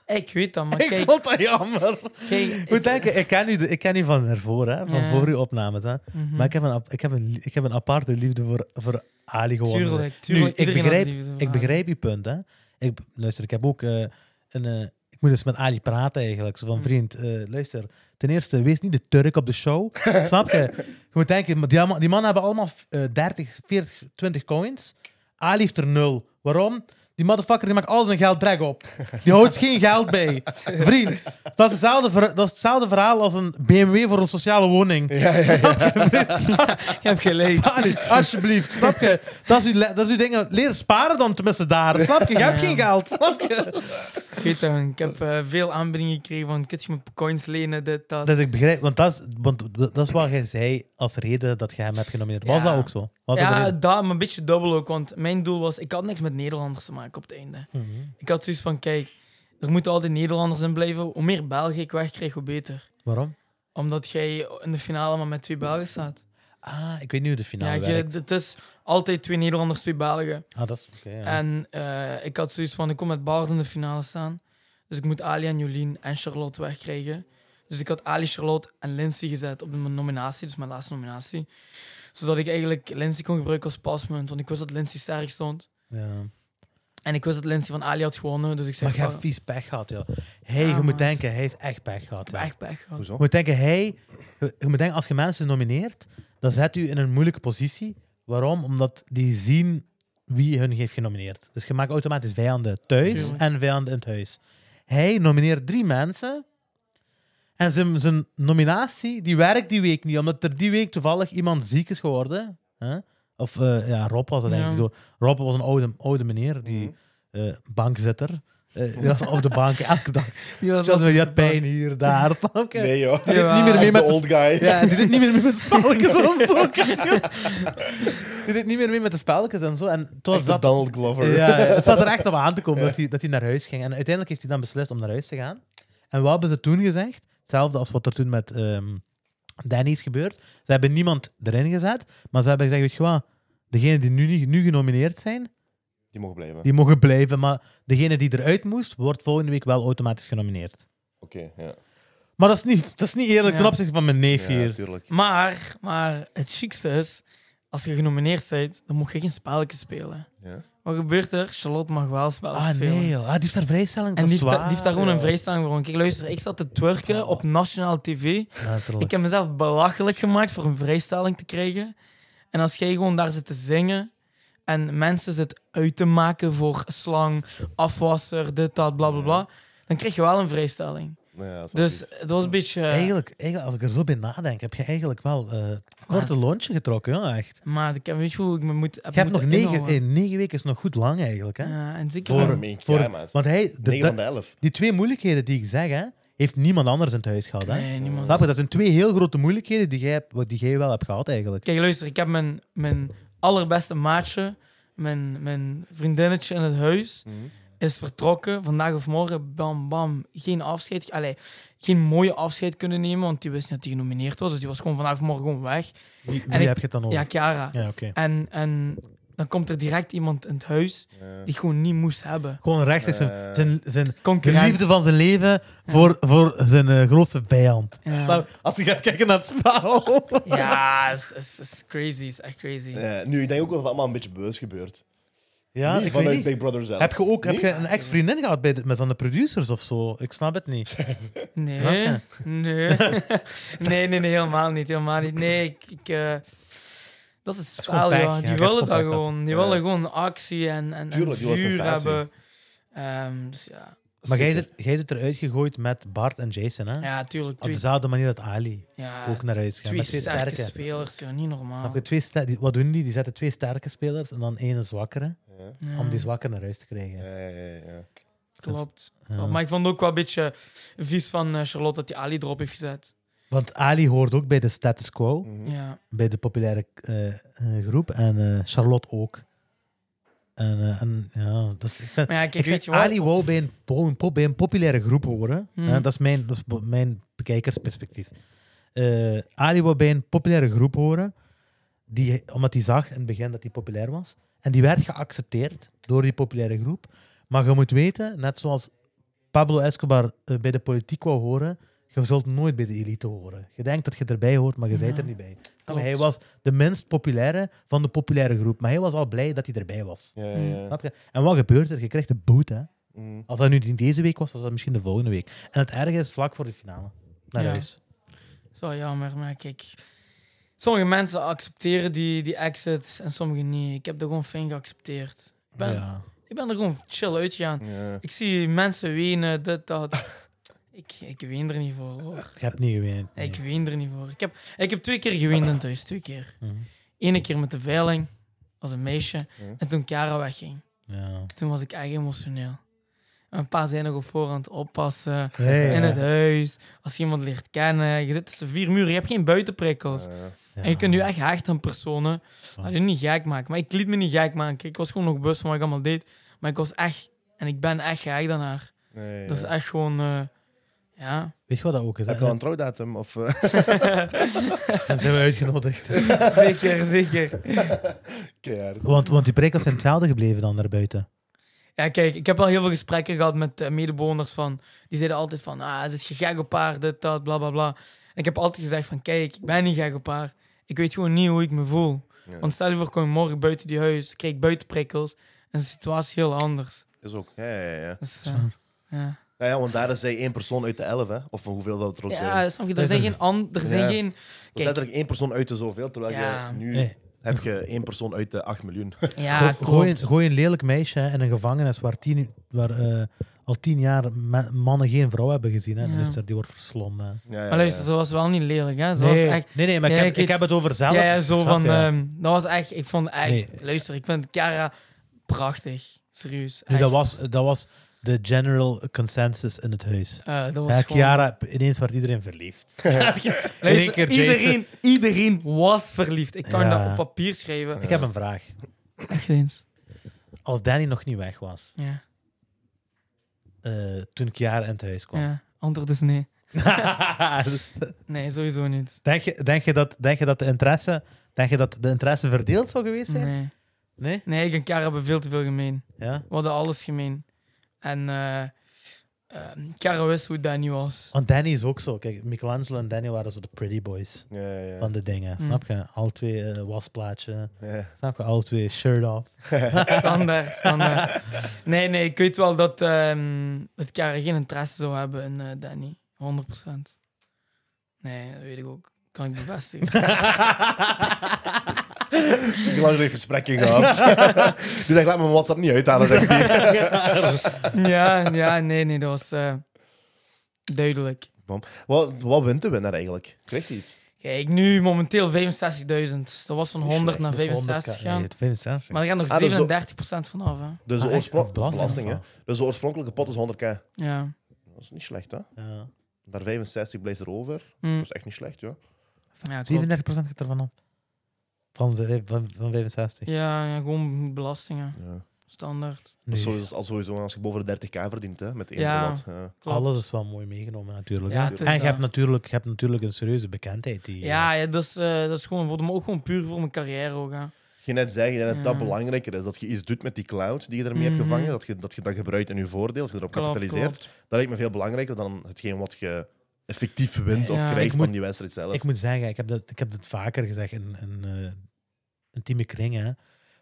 [SPEAKER 2] ik weet dat, maar kijk...
[SPEAKER 1] vond dat jammer.
[SPEAKER 2] kijk
[SPEAKER 1] Ik moet denken, ik ken u, de- ik ken u van ervoor, hè? van
[SPEAKER 2] Ja.
[SPEAKER 1] voor uw opnames. Hè?
[SPEAKER 2] Mhm.
[SPEAKER 1] Maar ik heb, een, ap- ik, heb een, li- ik heb een aparte liefde voor, voor Ali gewoon. eh,
[SPEAKER 2] Tuurlijk,
[SPEAKER 1] Nu,
[SPEAKER 2] tuurlijk.
[SPEAKER 1] ik
[SPEAKER 2] iedereen had
[SPEAKER 1] begrijp,
[SPEAKER 2] liefde voor
[SPEAKER 1] ik
[SPEAKER 2] haar.
[SPEAKER 1] begrijp je punt. Hè? Ik, luister, ik heb ook eh, een. eh, ik moet eens met Ali praten eigenlijk. Zo van
[SPEAKER 2] Hmm.
[SPEAKER 1] vriend, eh, luister. Ten eerste, wees niet de Turk op de show. Snap je? Je moet denken, maar die, allemaal- die mannen hebben allemaal eh, 30, 40, 20 coins. Ali heeft er nul. Waarom? Die motherfucker die maakt al zijn geld drag op. Die houdt geen geld bij. Vriend, dat is, hetzelfde ver- dat is hetzelfde verhaal als een BMW voor een sociale woning.
[SPEAKER 2] Je hebt gelijk.
[SPEAKER 1] Ali, Ah, alsjeblieft, snap je? Dat is uw, le- dat is uw dingen. Leer sparen dan tenminste daar, snap je? Je hebt
[SPEAKER 2] Ja.
[SPEAKER 1] geen geld, snap je?
[SPEAKER 2] Ik weet dat, man. ik heb eh, veel aanbiedingen gekregen van, kun je me coins lenen, dit, dat.
[SPEAKER 1] Dus ik begrijp, want dat is, want dat is wat jij zei als reden dat jij hem hebt genomineerd. Was
[SPEAKER 2] Ja.
[SPEAKER 1] dat ook zo? Was dat de
[SPEAKER 2] ja,
[SPEAKER 1] reden?
[SPEAKER 2] dat, maar een beetje dubbel ook. Want mijn doel was, ik had niks met Nederlanders te maken op het einde. Ik had zoiets van, kijk, er moeten altijd Nederlanders in blijven. Hoe meer Belgen ik wegkrijg, hoe beter.
[SPEAKER 1] Waarom?
[SPEAKER 2] Omdat jij in de finale maar met twee Belgen staat.
[SPEAKER 1] Ah, ik weet nu hoe de
[SPEAKER 2] Ja,
[SPEAKER 1] finale
[SPEAKER 2] je-
[SPEAKER 1] werkt.
[SPEAKER 2] het is altijd twee Nederlanders, twee Belgen.
[SPEAKER 1] Ah, dat is oké, ja.
[SPEAKER 2] En eh, ik had zoiets van, ik kom met Bard in de finale staan. Dus ik moet Ali en Jolien en Charlotte wegkrijgen. Dus ik had Ali, Charlotte en Lindsay gezet op mijn nominatie, dus mijn laatste nominatie. Zodat ik eigenlijk Lindsay kon gebruiken als pasmunt, want ik wist dat Lindsay sterk stond.
[SPEAKER 1] Ja.
[SPEAKER 2] En ik wist dat Lindsay van Ali had gewonnen, dus ik zei...
[SPEAKER 1] Maar je hebt
[SPEAKER 2] van,
[SPEAKER 1] vies pech gehad, joh. Hey,
[SPEAKER 2] Ja,
[SPEAKER 1] je
[SPEAKER 2] man.
[SPEAKER 1] moet denken, hij heeft echt pech gehad.
[SPEAKER 2] ik
[SPEAKER 1] man.
[SPEAKER 2] heb echt pech gehad.
[SPEAKER 3] Hoezo?
[SPEAKER 1] Je moet denken, hij... Je je moet denken, als je mensen nomineert, dan zet u in een moeilijke positie. Waarom? Omdat die zien wie hun heeft genomineerd. Dus je maakt automatisch vijanden thuis
[SPEAKER 2] Tuurlijk.
[SPEAKER 1] en vijanden in het huis. Hij nomineert drie mensen. En zijn, zijn nominatie, die werkt die week niet. Omdat er die week toevallig iemand ziek is geworden. Hè? Of eh, ja, Rob was dat
[SPEAKER 2] Ja.
[SPEAKER 1] eigenlijk. Door. Rob was een oude, oude meneer, die eh, bankzitter. Eh, die was op de bank elke dag.
[SPEAKER 2] Die was
[SPEAKER 1] Zelfs
[SPEAKER 2] altijd
[SPEAKER 1] je
[SPEAKER 2] op
[SPEAKER 1] had
[SPEAKER 2] de bank.
[SPEAKER 1] pijn hier, daar. Snap je?
[SPEAKER 3] Nee, joh.
[SPEAKER 1] Die deed
[SPEAKER 2] Jawel.
[SPEAKER 1] niet meer mee
[SPEAKER 3] Echt
[SPEAKER 1] met
[SPEAKER 3] de
[SPEAKER 1] de
[SPEAKER 3] old guy.
[SPEAKER 1] ja, die deed niet meer mee met de spelletjes en zo. die deed niet meer mee met de spelletjes en zo. En toen
[SPEAKER 3] Echt de
[SPEAKER 1] was dat.
[SPEAKER 3] Donald Glover.
[SPEAKER 1] Ja, ja, het zat er echt op aan te komen dat hij, dat hij naar huis ging. En uiteindelijk heeft hij dan beslist om naar huis te gaan. En wat hebben ze toen gezegd? Hetzelfde als wat er toen met ehm, Danny is gebeurd. Ze hebben niemand erin gezet, maar ze hebben gezegd, weet je wat, degenen die nu, niet- nu genomineerd zijn,
[SPEAKER 3] Die mogen blijven.
[SPEAKER 1] die mogen blijven, maar degene die eruit moest, wordt volgende week wel automatisch genomineerd.
[SPEAKER 3] Oké, ja.
[SPEAKER 1] Maar dat is niet, dat is niet eerlijk
[SPEAKER 2] Ja.
[SPEAKER 1] ten opzichte van mijn neef
[SPEAKER 3] Ja,
[SPEAKER 1] hier.
[SPEAKER 3] tuurlijk.
[SPEAKER 2] Maar, maar het chicste is, als je genomineerd bent, dan moet je geen spelletjes spelen.
[SPEAKER 3] Ja.
[SPEAKER 2] Wat gebeurt er? Charlotte mag wel spelletjes
[SPEAKER 1] Ah
[SPEAKER 2] spelen.
[SPEAKER 1] nee, joh. Ah, die heeft daar vrijstelling.
[SPEAKER 2] En
[SPEAKER 1] dat
[SPEAKER 2] die
[SPEAKER 1] is
[SPEAKER 2] heeft, da- die
[SPEAKER 1] waar,
[SPEAKER 2] heeft daar gewoon een
[SPEAKER 1] joh.
[SPEAKER 2] vrijstelling voor. Kijk, luister, ik zat te twerken op nationaal tv.
[SPEAKER 1] Natuurlijk.
[SPEAKER 2] Ik heb mezelf belachelijk gemaakt voor een vrijstelling te krijgen. En als jij gewoon daar zit te zingen en mensen zit uit te maken voor slang, afwasser, dit, dat, bla bla bla, dan krijg je wel een vrijstelling.
[SPEAKER 3] Nou ja, dat is wel
[SPEAKER 2] Dus
[SPEAKER 3] vies.
[SPEAKER 2] het was een beetje. eh,
[SPEAKER 1] Eigenlijk, eigenlijk, als ik er zo bij nadenk, heb je eigenlijk wel eh korte
[SPEAKER 2] Maat.
[SPEAKER 1] lontje getrokken, ja, echt.
[SPEAKER 2] Maar ik heb, weet je hoe ik me moet. heb
[SPEAKER 1] Je hebt nog
[SPEAKER 2] moeten
[SPEAKER 1] negen,
[SPEAKER 2] inhouden. Eh,
[SPEAKER 1] eh, negen weken is nog goed lang eigenlijk. Hè?
[SPEAKER 2] Ja, en zeker
[SPEAKER 1] Voor,
[SPEAKER 3] een beetje,
[SPEAKER 1] voor,
[SPEAKER 3] ja, maat.
[SPEAKER 1] want hij, de-
[SPEAKER 3] Negen van de
[SPEAKER 1] dat-
[SPEAKER 3] elf.
[SPEAKER 1] die twee moeilijkheden die ik zeg, hè, heeft niemand anders in het huis gehad. Hè?
[SPEAKER 2] Nee, niemand.
[SPEAKER 1] Snap je? Dat zijn twee heel grote moeilijkheden die jij, hebt- wat die jij wel hebt gehad eigenlijk.
[SPEAKER 2] Kijk, luister, ik heb mijn, mijn allerbeste maatje, mijn, mijn vriendinnetje in het huis, is vertrokken. Vandaag of morgen, bam, bam, geen afscheid. Allee, geen mooie afscheid kunnen nemen, want die wist niet dat hij genomineerd was. Dus die was gewoon vandaag of morgen gewoon weg.
[SPEAKER 1] Wie, wie
[SPEAKER 2] En ik-
[SPEAKER 1] heb je het dan over?
[SPEAKER 2] Ja, Chiara.
[SPEAKER 1] Oh. Ja, oké.
[SPEAKER 2] En, en dan komt er direct iemand in het huis
[SPEAKER 3] Ja.
[SPEAKER 2] die gewoon niet moest hebben.
[SPEAKER 1] Gewoon rechtstreeks zijn,
[SPEAKER 3] Eh.
[SPEAKER 1] zijn, zijn de
[SPEAKER 2] Concurrent.
[SPEAKER 1] liefde van zijn leven voor, voor zijn eh, grootste vijand.
[SPEAKER 2] Ja.
[SPEAKER 1] Nou, als je gaat kijken naar het spel.
[SPEAKER 2] Ja, is, is, is crazy, is echt crazy.
[SPEAKER 3] Ja, nu, ik denk ook dat het allemaal een beetje bewust gebeurt.
[SPEAKER 1] Ja, ik weet
[SPEAKER 3] Vanuit
[SPEAKER 1] niet.
[SPEAKER 3] Big Brother zelf.
[SPEAKER 1] Heb je ook heb
[SPEAKER 3] Nee?
[SPEAKER 1] je een ex-vriendin gehad bij de- met van de producers of zo? Ik snap het niet. Snap
[SPEAKER 2] Nee,
[SPEAKER 1] je?
[SPEAKER 2] nee. nee, nee, nee, helemaal niet. Helemaal niet. Nee, ik. ik eh, dat is het
[SPEAKER 1] gewoon
[SPEAKER 2] spel,
[SPEAKER 1] pech, ja,
[SPEAKER 2] ja. Die
[SPEAKER 1] ik heb
[SPEAKER 2] willen
[SPEAKER 1] gewoon
[SPEAKER 2] dat
[SPEAKER 1] pech gehad.
[SPEAKER 2] gewoon. Die
[SPEAKER 3] Ja.
[SPEAKER 2] willen gewoon actie en, en,
[SPEAKER 3] Tuurlijk, die
[SPEAKER 2] en
[SPEAKER 3] willen
[SPEAKER 2] vuur
[SPEAKER 3] sensatie.
[SPEAKER 2] hebben. Ehm, dus ja.
[SPEAKER 1] Maar jij
[SPEAKER 3] Zeker.
[SPEAKER 1] zit, jij zit eruit gegooid met Bart en Jason, hè?
[SPEAKER 2] ja, tuurlijk.
[SPEAKER 1] Op
[SPEAKER 2] Twee,
[SPEAKER 1] dezelfde manier dat Ali
[SPEAKER 2] ja,
[SPEAKER 1] ook naar huis gaat.
[SPEAKER 2] twee
[SPEAKER 1] met twee
[SPEAKER 2] sterke
[SPEAKER 1] sterke.
[SPEAKER 2] spelers, ja, niet normaal.
[SPEAKER 1] Snap je? Twee ster- die- wat doen die? Die zetten twee sterke spelers en dan één zwakkere.
[SPEAKER 3] Ja.
[SPEAKER 2] Ja,
[SPEAKER 1] Om die zwakke naar huis te krijgen.
[SPEAKER 3] Ja, ja, ja, ja.
[SPEAKER 2] klopt.
[SPEAKER 1] Ja.
[SPEAKER 2] Maar ik vond het ook wel een beetje vies van eh, Charlotte dat die Ali erop heeft gezet.
[SPEAKER 1] Want Ali hoort ook bij de status quo,
[SPEAKER 3] Mhm.
[SPEAKER 2] Ja.
[SPEAKER 1] bij de populaire eh, eh, groep. En eh, Charlotte ook. En, eh, en ja, dat is, ik vind-
[SPEAKER 2] Maar ja, kijk,
[SPEAKER 1] Ik
[SPEAKER 2] weet
[SPEAKER 1] zeg,
[SPEAKER 2] je wat?
[SPEAKER 1] Ali wou bij een, po- een po- bij een populaire groep horen.
[SPEAKER 2] Hmm.
[SPEAKER 1] Hè, dat is mijn, dat is bo- mijn bekijkersperspectief. Eh, Ali wou bij een populaire groep horen, die, omdat hij zag in het begin dat hij populair was. En die werd geaccepteerd door die populaire groep. Maar je moet weten, net zoals Pablo Escobar eh, bij de politiek wou horen, je zult nooit bij de elite horen. Je denkt dat je erbij hoort, maar je bent
[SPEAKER 2] Ja.
[SPEAKER 1] er niet bij.
[SPEAKER 2] Klopt.
[SPEAKER 1] Hij was de minst populaire van de populaire groep. Maar hij was al blij dat hij erbij was.
[SPEAKER 3] Ja, ja, ja.
[SPEAKER 1] Snap je? En Mm. wat gebeurt er? Je krijgt de boete. hè.
[SPEAKER 3] Mhm.
[SPEAKER 1] Als dat nu niet deze week was, was dat misschien de volgende week. En het erge is vlak voor de finale. Naar
[SPEAKER 2] Ja.
[SPEAKER 1] huis.
[SPEAKER 2] Zo jammer, maar kijk. Sommige mensen accepteren die, die exit en sommige niet. Ik heb er gewoon fijn geaccepteerd. Ik ben,
[SPEAKER 1] Ja.
[SPEAKER 2] ik ben er gewoon chill uitgegaan.
[SPEAKER 3] Ja.
[SPEAKER 2] Ik zie mensen wenen, dit, dat. ik, ik ween er niet voor, hoor.
[SPEAKER 1] Je hebt niet gewonnen. Nee.
[SPEAKER 2] Ik ween er niet voor. Ik heb, ik heb twee keer geweend in thuis, twee keer.
[SPEAKER 1] Mhm.
[SPEAKER 2] Eén keer met de veiling, als een meisje.
[SPEAKER 3] Ja.
[SPEAKER 2] En toen Kara wegging,
[SPEAKER 1] Ja.
[SPEAKER 2] toen was ik echt emotioneel. En een paar zijn nog op voorhand oppassen.
[SPEAKER 1] Hey,
[SPEAKER 2] In
[SPEAKER 1] ja.
[SPEAKER 2] het huis, als je iemand leert kennen. Je zit tussen vier muren, je hebt geen buitenprikkels.
[SPEAKER 3] Ja.
[SPEAKER 1] Ja.
[SPEAKER 2] En je kunt nu echt hecht aan personen.
[SPEAKER 1] Ja.
[SPEAKER 2] Dat je niet gek maken. Maar ik liet me niet gek maken. Ik was gewoon nog bewust van wat ik allemaal deed. Maar ik was echt... En ik ben echt gek dan haar.
[SPEAKER 3] Nee, ja.
[SPEAKER 1] Dus
[SPEAKER 2] Dat is echt gewoon... eh, ja.
[SPEAKER 1] Weet je wat dat ook is? hè?
[SPEAKER 3] Heb je al een trouwdatum? Of, eh,
[SPEAKER 1] En zijn we uitgenodigd.
[SPEAKER 2] zeker, zeker.
[SPEAKER 3] keihard.
[SPEAKER 1] want, want die prikkels zijn hetzelfde gebleven dan daarbuiten.
[SPEAKER 2] Ja, kijk. Ik heb al heel veel gesprekken gehad met eh, medebewoners van... Die zeiden altijd van... Ah, ze is gek op haar, dit, dat, bla, bla, bla. En ik heb altijd gezegd van... Kijk, ik ben niet gek op haar. Ik weet gewoon niet hoe ik me voel.
[SPEAKER 3] Ja.
[SPEAKER 2] Want stel je voor, kom je morgen buiten die huis. Krijg ik buitenprikkels. is de situatie heel anders.
[SPEAKER 3] Is ook. Ja, ja, ja.
[SPEAKER 2] Dus, eh,
[SPEAKER 1] Zwaar.
[SPEAKER 2] ja.
[SPEAKER 3] Ja, ja, want daar is zij één persoon uit de elf, hè? Of hoeveel dat er ook zijn.
[SPEAKER 2] ja, snap je? Er zijn geen... an- Er zijn
[SPEAKER 3] Ja.
[SPEAKER 2] geen
[SPEAKER 3] Dat is
[SPEAKER 2] kijk.
[SPEAKER 3] letterlijk één persoon uit de zoveel, terwijl
[SPEAKER 2] Ja.
[SPEAKER 3] je nu
[SPEAKER 1] Nee.
[SPEAKER 3] heb je één persoon uit de 8 miljoen.
[SPEAKER 2] ja,
[SPEAKER 1] Go- gooi, een,
[SPEAKER 2] klopt.
[SPEAKER 1] gooi een lelijk meisje hè, in een gevangenis waar, tien, waar eh, al tien jaar me- mannen geen vrouw hebben gezien. Hè. Dan
[SPEAKER 2] Ja.
[SPEAKER 1] is er- die wordt verslonden. hè.
[SPEAKER 3] Ja, ja,
[SPEAKER 2] Maar luister,
[SPEAKER 3] ja.
[SPEAKER 2] dat was wel niet lelijk, hè. Ze
[SPEAKER 1] Nee,
[SPEAKER 2] was echt...
[SPEAKER 1] nee, nee, maar ik,
[SPEAKER 2] Ja,
[SPEAKER 1] heb,
[SPEAKER 2] ik
[SPEAKER 1] ik
[SPEAKER 2] weet-
[SPEAKER 1] heb het over zelf.
[SPEAKER 2] Ja, ja, zo
[SPEAKER 1] snap
[SPEAKER 2] van...
[SPEAKER 1] je?
[SPEAKER 2] ehm, dat was echt... Ik vond echt...
[SPEAKER 1] Nee.
[SPEAKER 2] Luister, ik vind Cara prachtig. Serieus.
[SPEAKER 1] Nee, dat,
[SPEAKER 2] echt.
[SPEAKER 1] was, dat was de general consensus in het huis.
[SPEAKER 2] Eh, dat was
[SPEAKER 1] Ja,
[SPEAKER 2] gewoon-
[SPEAKER 1] Chiara, ineens werd iedereen verliefd. In één
[SPEAKER 2] Luister,
[SPEAKER 1] keer Jason.
[SPEAKER 2] iedereen, iedereen was verliefd. Ik kan
[SPEAKER 1] Ja.
[SPEAKER 2] dat op papier schrijven.
[SPEAKER 1] Ik heb een vraag.
[SPEAKER 2] Echt eens.
[SPEAKER 1] Als Danny nog niet weg was,
[SPEAKER 2] Ja,
[SPEAKER 1] eh, toen Chiara in het huis kwam,
[SPEAKER 2] ja. Antwoord is nee. Nee, sowieso niet.
[SPEAKER 1] denk, je, denk, je dat, denk je dat de interesse... Denk je dat de interesse verdeeld zou geweest zijn?
[SPEAKER 2] Nee.
[SPEAKER 1] Nee?
[SPEAKER 2] Nee, ik en Kara hebben veel te veel gemeen.
[SPEAKER 1] Ja?
[SPEAKER 2] We hadden alles gemeen. En eh Kara wist hoe Danny was.
[SPEAKER 1] Want Danny is ook zo. Kijk, Michelangelo en Danny waren zo de pretty boys
[SPEAKER 3] Ja, ja, ja.
[SPEAKER 1] van de dingen.
[SPEAKER 2] Hm.
[SPEAKER 1] Snap je? Al twee eh, wasplaatje.
[SPEAKER 3] Ja.
[SPEAKER 1] Snap je? Al twee shirt off.
[SPEAKER 2] Standaard, standaard. Nee, nee, ik weet wel dat, ehm dat Kara geen interesse zou hebben in eh, Danny. 100%. Nee, dat weet ik ook. Kan ik bevestigen.
[SPEAKER 3] Een belangrijk gesprekje gehad. Die zegt, laat mijn WhatsApp niet uithalen, zegt hij.
[SPEAKER 2] ja, ja, nee, nee, dat was eh, duidelijk.
[SPEAKER 3] Wat, wat wint de winnaar eigenlijk? Krijgt hij iets?
[SPEAKER 2] Kijk, nu momenteel 65.000. Dat was van
[SPEAKER 3] Niet
[SPEAKER 2] 100 naar
[SPEAKER 1] Dat is
[SPEAKER 2] 65
[SPEAKER 1] 100k.
[SPEAKER 2] gaan.
[SPEAKER 1] Nee, 65.
[SPEAKER 2] Maar er gaat nog
[SPEAKER 3] Ah, dat is ook-
[SPEAKER 2] 37% vanaf, hè.
[SPEAKER 3] Dus
[SPEAKER 1] Ah,
[SPEAKER 3] de,
[SPEAKER 1] echt?
[SPEAKER 3] oorspron-
[SPEAKER 1] Of belasting,
[SPEAKER 3] belasting, hè?
[SPEAKER 1] of
[SPEAKER 3] dus de oorspronkelijke pot is 100k.
[SPEAKER 2] Ja.
[SPEAKER 3] Dat is niet slecht, hè?
[SPEAKER 1] Ja.
[SPEAKER 3] Daar 65 blijft er over.
[SPEAKER 2] Hm.
[SPEAKER 3] Dat is echt niet slecht, ja.
[SPEAKER 2] Ja, klopt.
[SPEAKER 1] 37% gaat ervan op. Van, ze- eh, van, van 65.
[SPEAKER 2] ja, ja, gewoon belastingen.
[SPEAKER 3] ja.
[SPEAKER 2] Standaard.
[SPEAKER 3] Dat
[SPEAKER 1] Nee.
[SPEAKER 3] is sowieso, al sowieso als je boven de 30k verdient, hè? Met één
[SPEAKER 2] Ja.
[SPEAKER 3] wat. Ja.
[SPEAKER 2] Klopt.
[SPEAKER 1] Alles is wel mooi meegenomen natuurlijk.
[SPEAKER 2] Ja,
[SPEAKER 1] hè.
[SPEAKER 2] het is eh,
[SPEAKER 1] en je
[SPEAKER 2] dat.
[SPEAKER 1] hebt, natuurlijk, je hebt natuurlijk een serieuze bekendheid. Die,
[SPEAKER 2] Ja, ja dat, is, eh, dat is gewoon voor de, maar ook gewoon puur voor mijn carrière ook, hè.
[SPEAKER 3] Je net zei dat het dat
[SPEAKER 2] Ja.
[SPEAKER 3] belangrijker is. Dat je iets doet met die cloud die je ermee hebt
[SPEAKER 2] Mhm.
[SPEAKER 3] gevangen. Dat je, dat je dat gebruikt in je voordeel. Dat je erop
[SPEAKER 2] Klopt,
[SPEAKER 3] kapitaliseert.
[SPEAKER 2] klopt.
[SPEAKER 3] Dat lijkt me veel belangrijker dan hetgeen wat je effectief wint of
[SPEAKER 2] Ja.
[SPEAKER 3] krijgt
[SPEAKER 1] Ik
[SPEAKER 3] van
[SPEAKER 1] moet-
[SPEAKER 3] die wedstrijd zelf.
[SPEAKER 1] eh, Ik moet zeggen, ik heb dat, ik heb dat vaker gezegd in, in eh, intieme kringen. hè.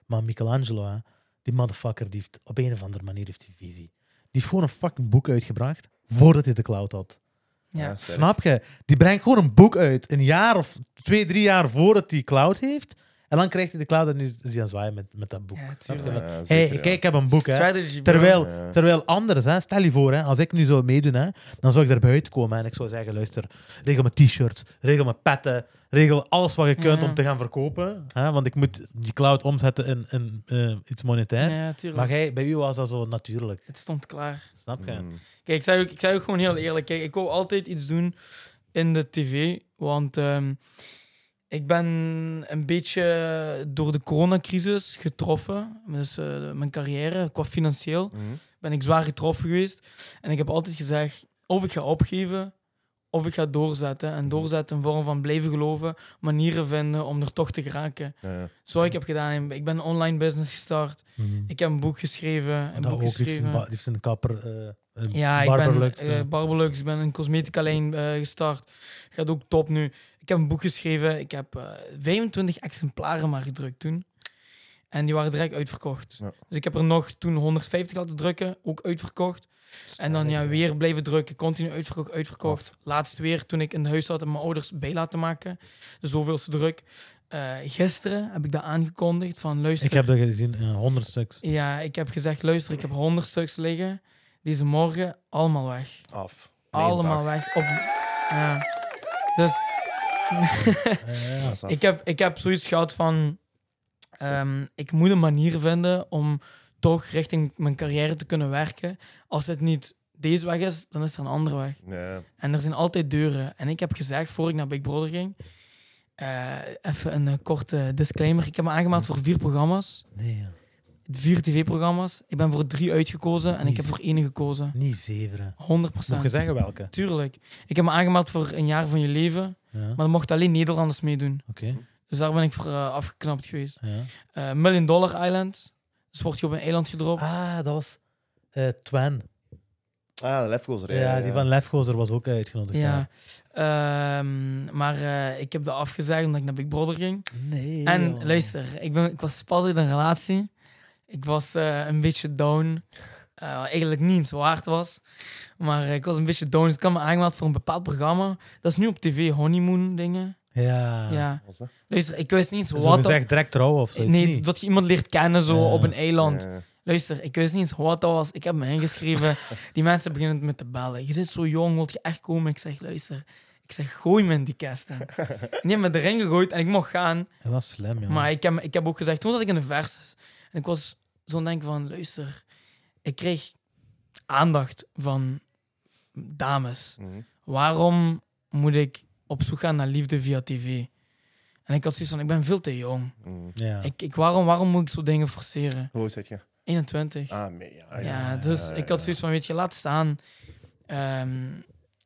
[SPEAKER 1] Maar Michelangelo, hè, die motherfucker, die heeft, op een of andere manier heeft die visie. Die heeft gewoon een fucking boek uitgebracht voordat hij de cloud had.
[SPEAKER 2] Ja.
[SPEAKER 3] sterk.
[SPEAKER 1] Snap je? Die brengt gewoon een boek uit, een jaar of twee, drie jaar voordat hij cloud heeft. En dan krijgt hij de cloud en nu is hij aan het zwaaien met, met dat boek.
[SPEAKER 2] Ja,
[SPEAKER 1] Snap je?
[SPEAKER 2] tuurlijk.
[SPEAKER 1] Van,
[SPEAKER 3] Ja,
[SPEAKER 1] hey,
[SPEAKER 3] zeker, ja.
[SPEAKER 1] kijk, ik heb een boek, hè.
[SPEAKER 2] Strategy, bro.
[SPEAKER 1] Terwijl,
[SPEAKER 3] Ja.
[SPEAKER 1] terwijl anders, hè, stel je voor, hè, als ik nu zou meedoen, hè, dan zou ik er buiten komen en ik zou zeggen: luister, regel mijn t-shirts, regel mijn petten, regel alles wat je kunt
[SPEAKER 2] Ja.
[SPEAKER 1] om te gaan verkopen. Hè, want ik moet die cloud omzetten in, in eh, iets monetair.
[SPEAKER 2] Ja, tuurlijk.
[SPEAKER 1] Maar jij, bij u was dat zo natuurlijk,
[SPEAKER 2] Het stond klaar.
[SPEAKER 1] snap
[SPEAKER 2] Mhm.
[SPEAKER 1] je?
[SPEAKER 3] Mm.
[SPEAKER 2] Kijk, ik zei ook, ik zei ook gewoon heel eerlijk. Kijk, ik wou altijd iets doen in de tv. Want ehm, ik ben een beetje door de coronacrisis getroffen. Dus eh, mijn carrière, qua financieel,
[SPEAKER 3] Mhm.
[SPEAKER 2] ben ik zwaar getroffen geweest. En ik heb altijd gezegd, of ik ga opgeven, of ik ga doorzetten. En doorzetten in vorm van blijven geloven, manieren vinden om er toch te geraken.
[SPEAKER 3] Ja, ja.
[SPEAKER 2] Zo ik heb gedaan. Ik ben een online business gestart.
[SPEAKER 1] Mhm.
[SPEAKER 2] Ik heb een boek geschreven. Een
[SPEAKER 1] dat ook,
[SPEAKER 2] boek
[SPEAKER 1] die heeft
[SPEAKER 2] geschreven.
[SPEAKER 1] een, ba- die heeft een kapper, eh een
[SPEAKER 2] Ja, ik ben
[SPEAKER 1] barberlux,
[SPEAKER 2] eh
[SPEAKER 1] eh.
[SPEAKER 2] Barberlux, ik ben een cosmetica lijn eh, gestart. Gaat ook top nu. Ik heb een boek geschreven. Ik heb eh, 25 exemplaren maar gedrukt toen. En die waren direct uitverkocht.
[SPEAKER 3] Ja.
[SPEAKER 2] Dus ik heb er nog toen 150 laten drukken, ook uitverkocht. En dan ja,
[SPEAKER 1] ja.
[SPEAKER 2] weer blijven drukken, continu uitverkocht, uitverkocht. Laatst weer, toen ik in huis zat en mijn ouders bij laten maken. De zoveelste druk. Eh, gisteren heb ik dat aangekondigd van luister...
[SPEAKER 1] Ik heb dat gezien, eh, 100 stuks.
[SPEAKER 2] Ja, ik heb gezegd, luister, ik heb 100 stuks liggen. Deze morgen allemaal weg.
[SPEAKER 3] Af. Nee,
[SPEAKER 2] Allemaal
[SPEAKER 3] dag.
[SPEAKER 2] weg. Op... Ja. Dus
[SPEAKER 1] Eh, ja.
[SPEAKER 3] Ja, snap.
[SPEAKER 2] ik heb, ik heb zoiets gehad van... ehm, ik moet een manier vinden om toch richting mijn carrière te kunnen werken. Als het niet deze weg is, dan is er een andere weg.
[SPEAKER 3] Ja.
[SPEAKER 2] En er zijn altijd deuren. En ik heb gezegd, voor ik naar Big Brother ging... eh, even een eh, korte disclaimer. Ik heb me aangemeld voor vier programma's.
[SPEAKER 1] Nee, ja.
[SPEAKER 2] Vier tv-programma's. Ik ben voor drie uitgekozen en ik heb voor één gekozen.
[SPEAKER 1] niet zeveren.
[SPEAKER 2] 100
[SPEAKER 1] Moet je zeggen welke?
[SPEAKER 2] Tuurlijk. Ik heb me aangemeld voor een jaar van je leven.
[SPEAKER 1] Ja, oké.
[SPEAKER 2] Maar er mochten alleen Nederlanders meedoen. Dus daar ben ik voor eh, afgeknapt geweest.
[SPEAKER 1] Ja.
[SPEAKER 2] Eh, Million Dollar Island. Dus word je op een eiland gedropt.
[SPEAKER 1] Ah, dat was eh Twan.
[SPEAKER 3] Ah, de Lefkoos er.
[SPEAKER 1] Ja, die van Lefgozer was ook uitgenodigd.
[SPEAKER 2] ja. Ehm, maar eh, ik heb dat afgezegd omdat ik naar Big Brother ging.
[SPEAKER 1] Nee.
[SPEAKER 2] en luister, ik, ben, ik was pas in een relatie. Ik was eh, een beetje down. Eh, wat eigenlijk niet eens waard was. Maar ik was een beetje down. Dus ik had me aangemeld voor een bepaald programma. Dat is nu op tv, honeymoon dingen.
[SPEAKER 1] Ja.
[SPEAKER 2] Ja.
[SPEAKER 3] Was dat?
[SPEAKER 2] Luister, ik wist niet eens
[SPEAKER 1] Zo
[SPEAKER 2] wat... dat-
[SPEAKER 1] gezegd direct trouwen of zo.
[SPEAKER 2] nee,
[SPEAKER 1] niet.
[SPEAKER 2] dat je iemand leert kennen zo
[SPEAKER 1] Ja.
[SPEAKER 2] op een eiland.
[SPEAKER 3] Ja.
[SPEAKER 2] Luister, ik wist niet eens wat dat was. Ik heb me ingeschreven. Die mensen beginnen me te bellen. Je zit zo jong, wilt je echt komen? Ik zeg, luister. Ik zeg, gooi me in die kast. in. Die hebben me erin gegooid en ik mocht gaan.
[SPEAKER 1] Dat was slim, ja.
[SPEAKER 2] Maar ik heb, ik heb ook gezegd, toen zat ik in de versus. En ik was zo'n denk van, luister, ik kreeg aandacht van dames.
[SPEAKER 3] Mhm.
[SPEAKER 2] Waarom moet ik op zoek gaan naar liefde via tv? En ik had zoiets van, ik ben veel te jong.
[SPEAKER 3] Mhm.
[SPEAKER 1] ja.
[SPEAKER 2] Ik, ik, waarom, waarom moet ik zo dingen forceren?
[SPEAKER 3] Hoe oud zit je?
[SPEAKER 2] 21.
[SPEAKER 3] Ah, nee. Ja,
[SPEAKER 2] Ja, dus
[SPEAKER 3] ja,
[SPEAKER 2] ik had
[SPEAKER 3] ja.
[SPEAKER 2] zoiets van, weet je, laat staan. Ehm,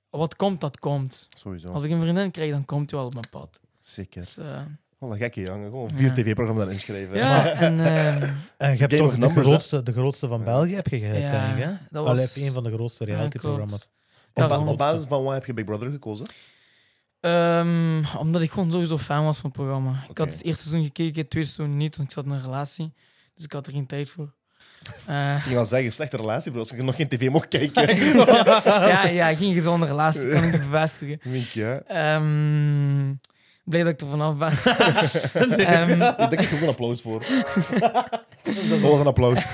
[SPEAKER 2] wat komt, dat komt.
[SPEAKER 3] Sowieso.
[SPEAKER 2] Als ik een vriendin krijg, dan komt hij wel op mijn pad.
[SPEAKER 3] Zeker.
[SPEAKER 2] Dus, eh,
[SPEAKER 3] Wat een gekke jongen. Gewoon vier
[SPEAKER 2] Ja.
[SPEAKER 3] tv-programma's dan inschrijven.
[SPEAKER 2] ja, en ehm,
[SPEAKER 1] En je hebt
[SPEAKER 3] Game
[SPEAKER 1] toch
[SPEAKER 3] of
[SPEAKER 1] de,
[SPEAKER 3] Numbers, hè?
[SPEAKER 1] grootste, de grootste van België heb je gehad,
[SPEAKER 2] Ja,
[SPEAKER 1] denk ik, hè?
[SPEAKER 2] dat
[SPEAKER 1] Allee,
[SPEAKER 2] was...
[SPEAKER 1] heb je een van de grootste reality-programma's.
[SPEAKER 3] Op, ba-
[SPEAKER 2] daarom.
[SPEAKER 3] op basis van wat heb je Big Brother gekozen?
[SPEAKER 2] Ehm, omdat ik gewoon sowieso fan was van het programma. Ik
[SPEAKER 3] Oké.
[SPEAKER 2] had het eerste seizoen gekeken, het tweede seizoen niet, want ik zat in een relatie. Dus ik had er geen tijd voor. Eh,
[SPEAKER 3] Ik ging al zeggen, slechte relatie, bro. Als ik nog geen tv mocht kijken.
[SPEAKER 2] ja, ja, geen gezonde relatie, kan ik niet bevestigen.
[SPEAKER 3] Mink, ja.
[SPEAKER 2] Ehm, blij dat ik er vanaf ben. Ehm,
[SPEAKER 3] Ik denk ik ook een applaus voor. Dat was een applaus.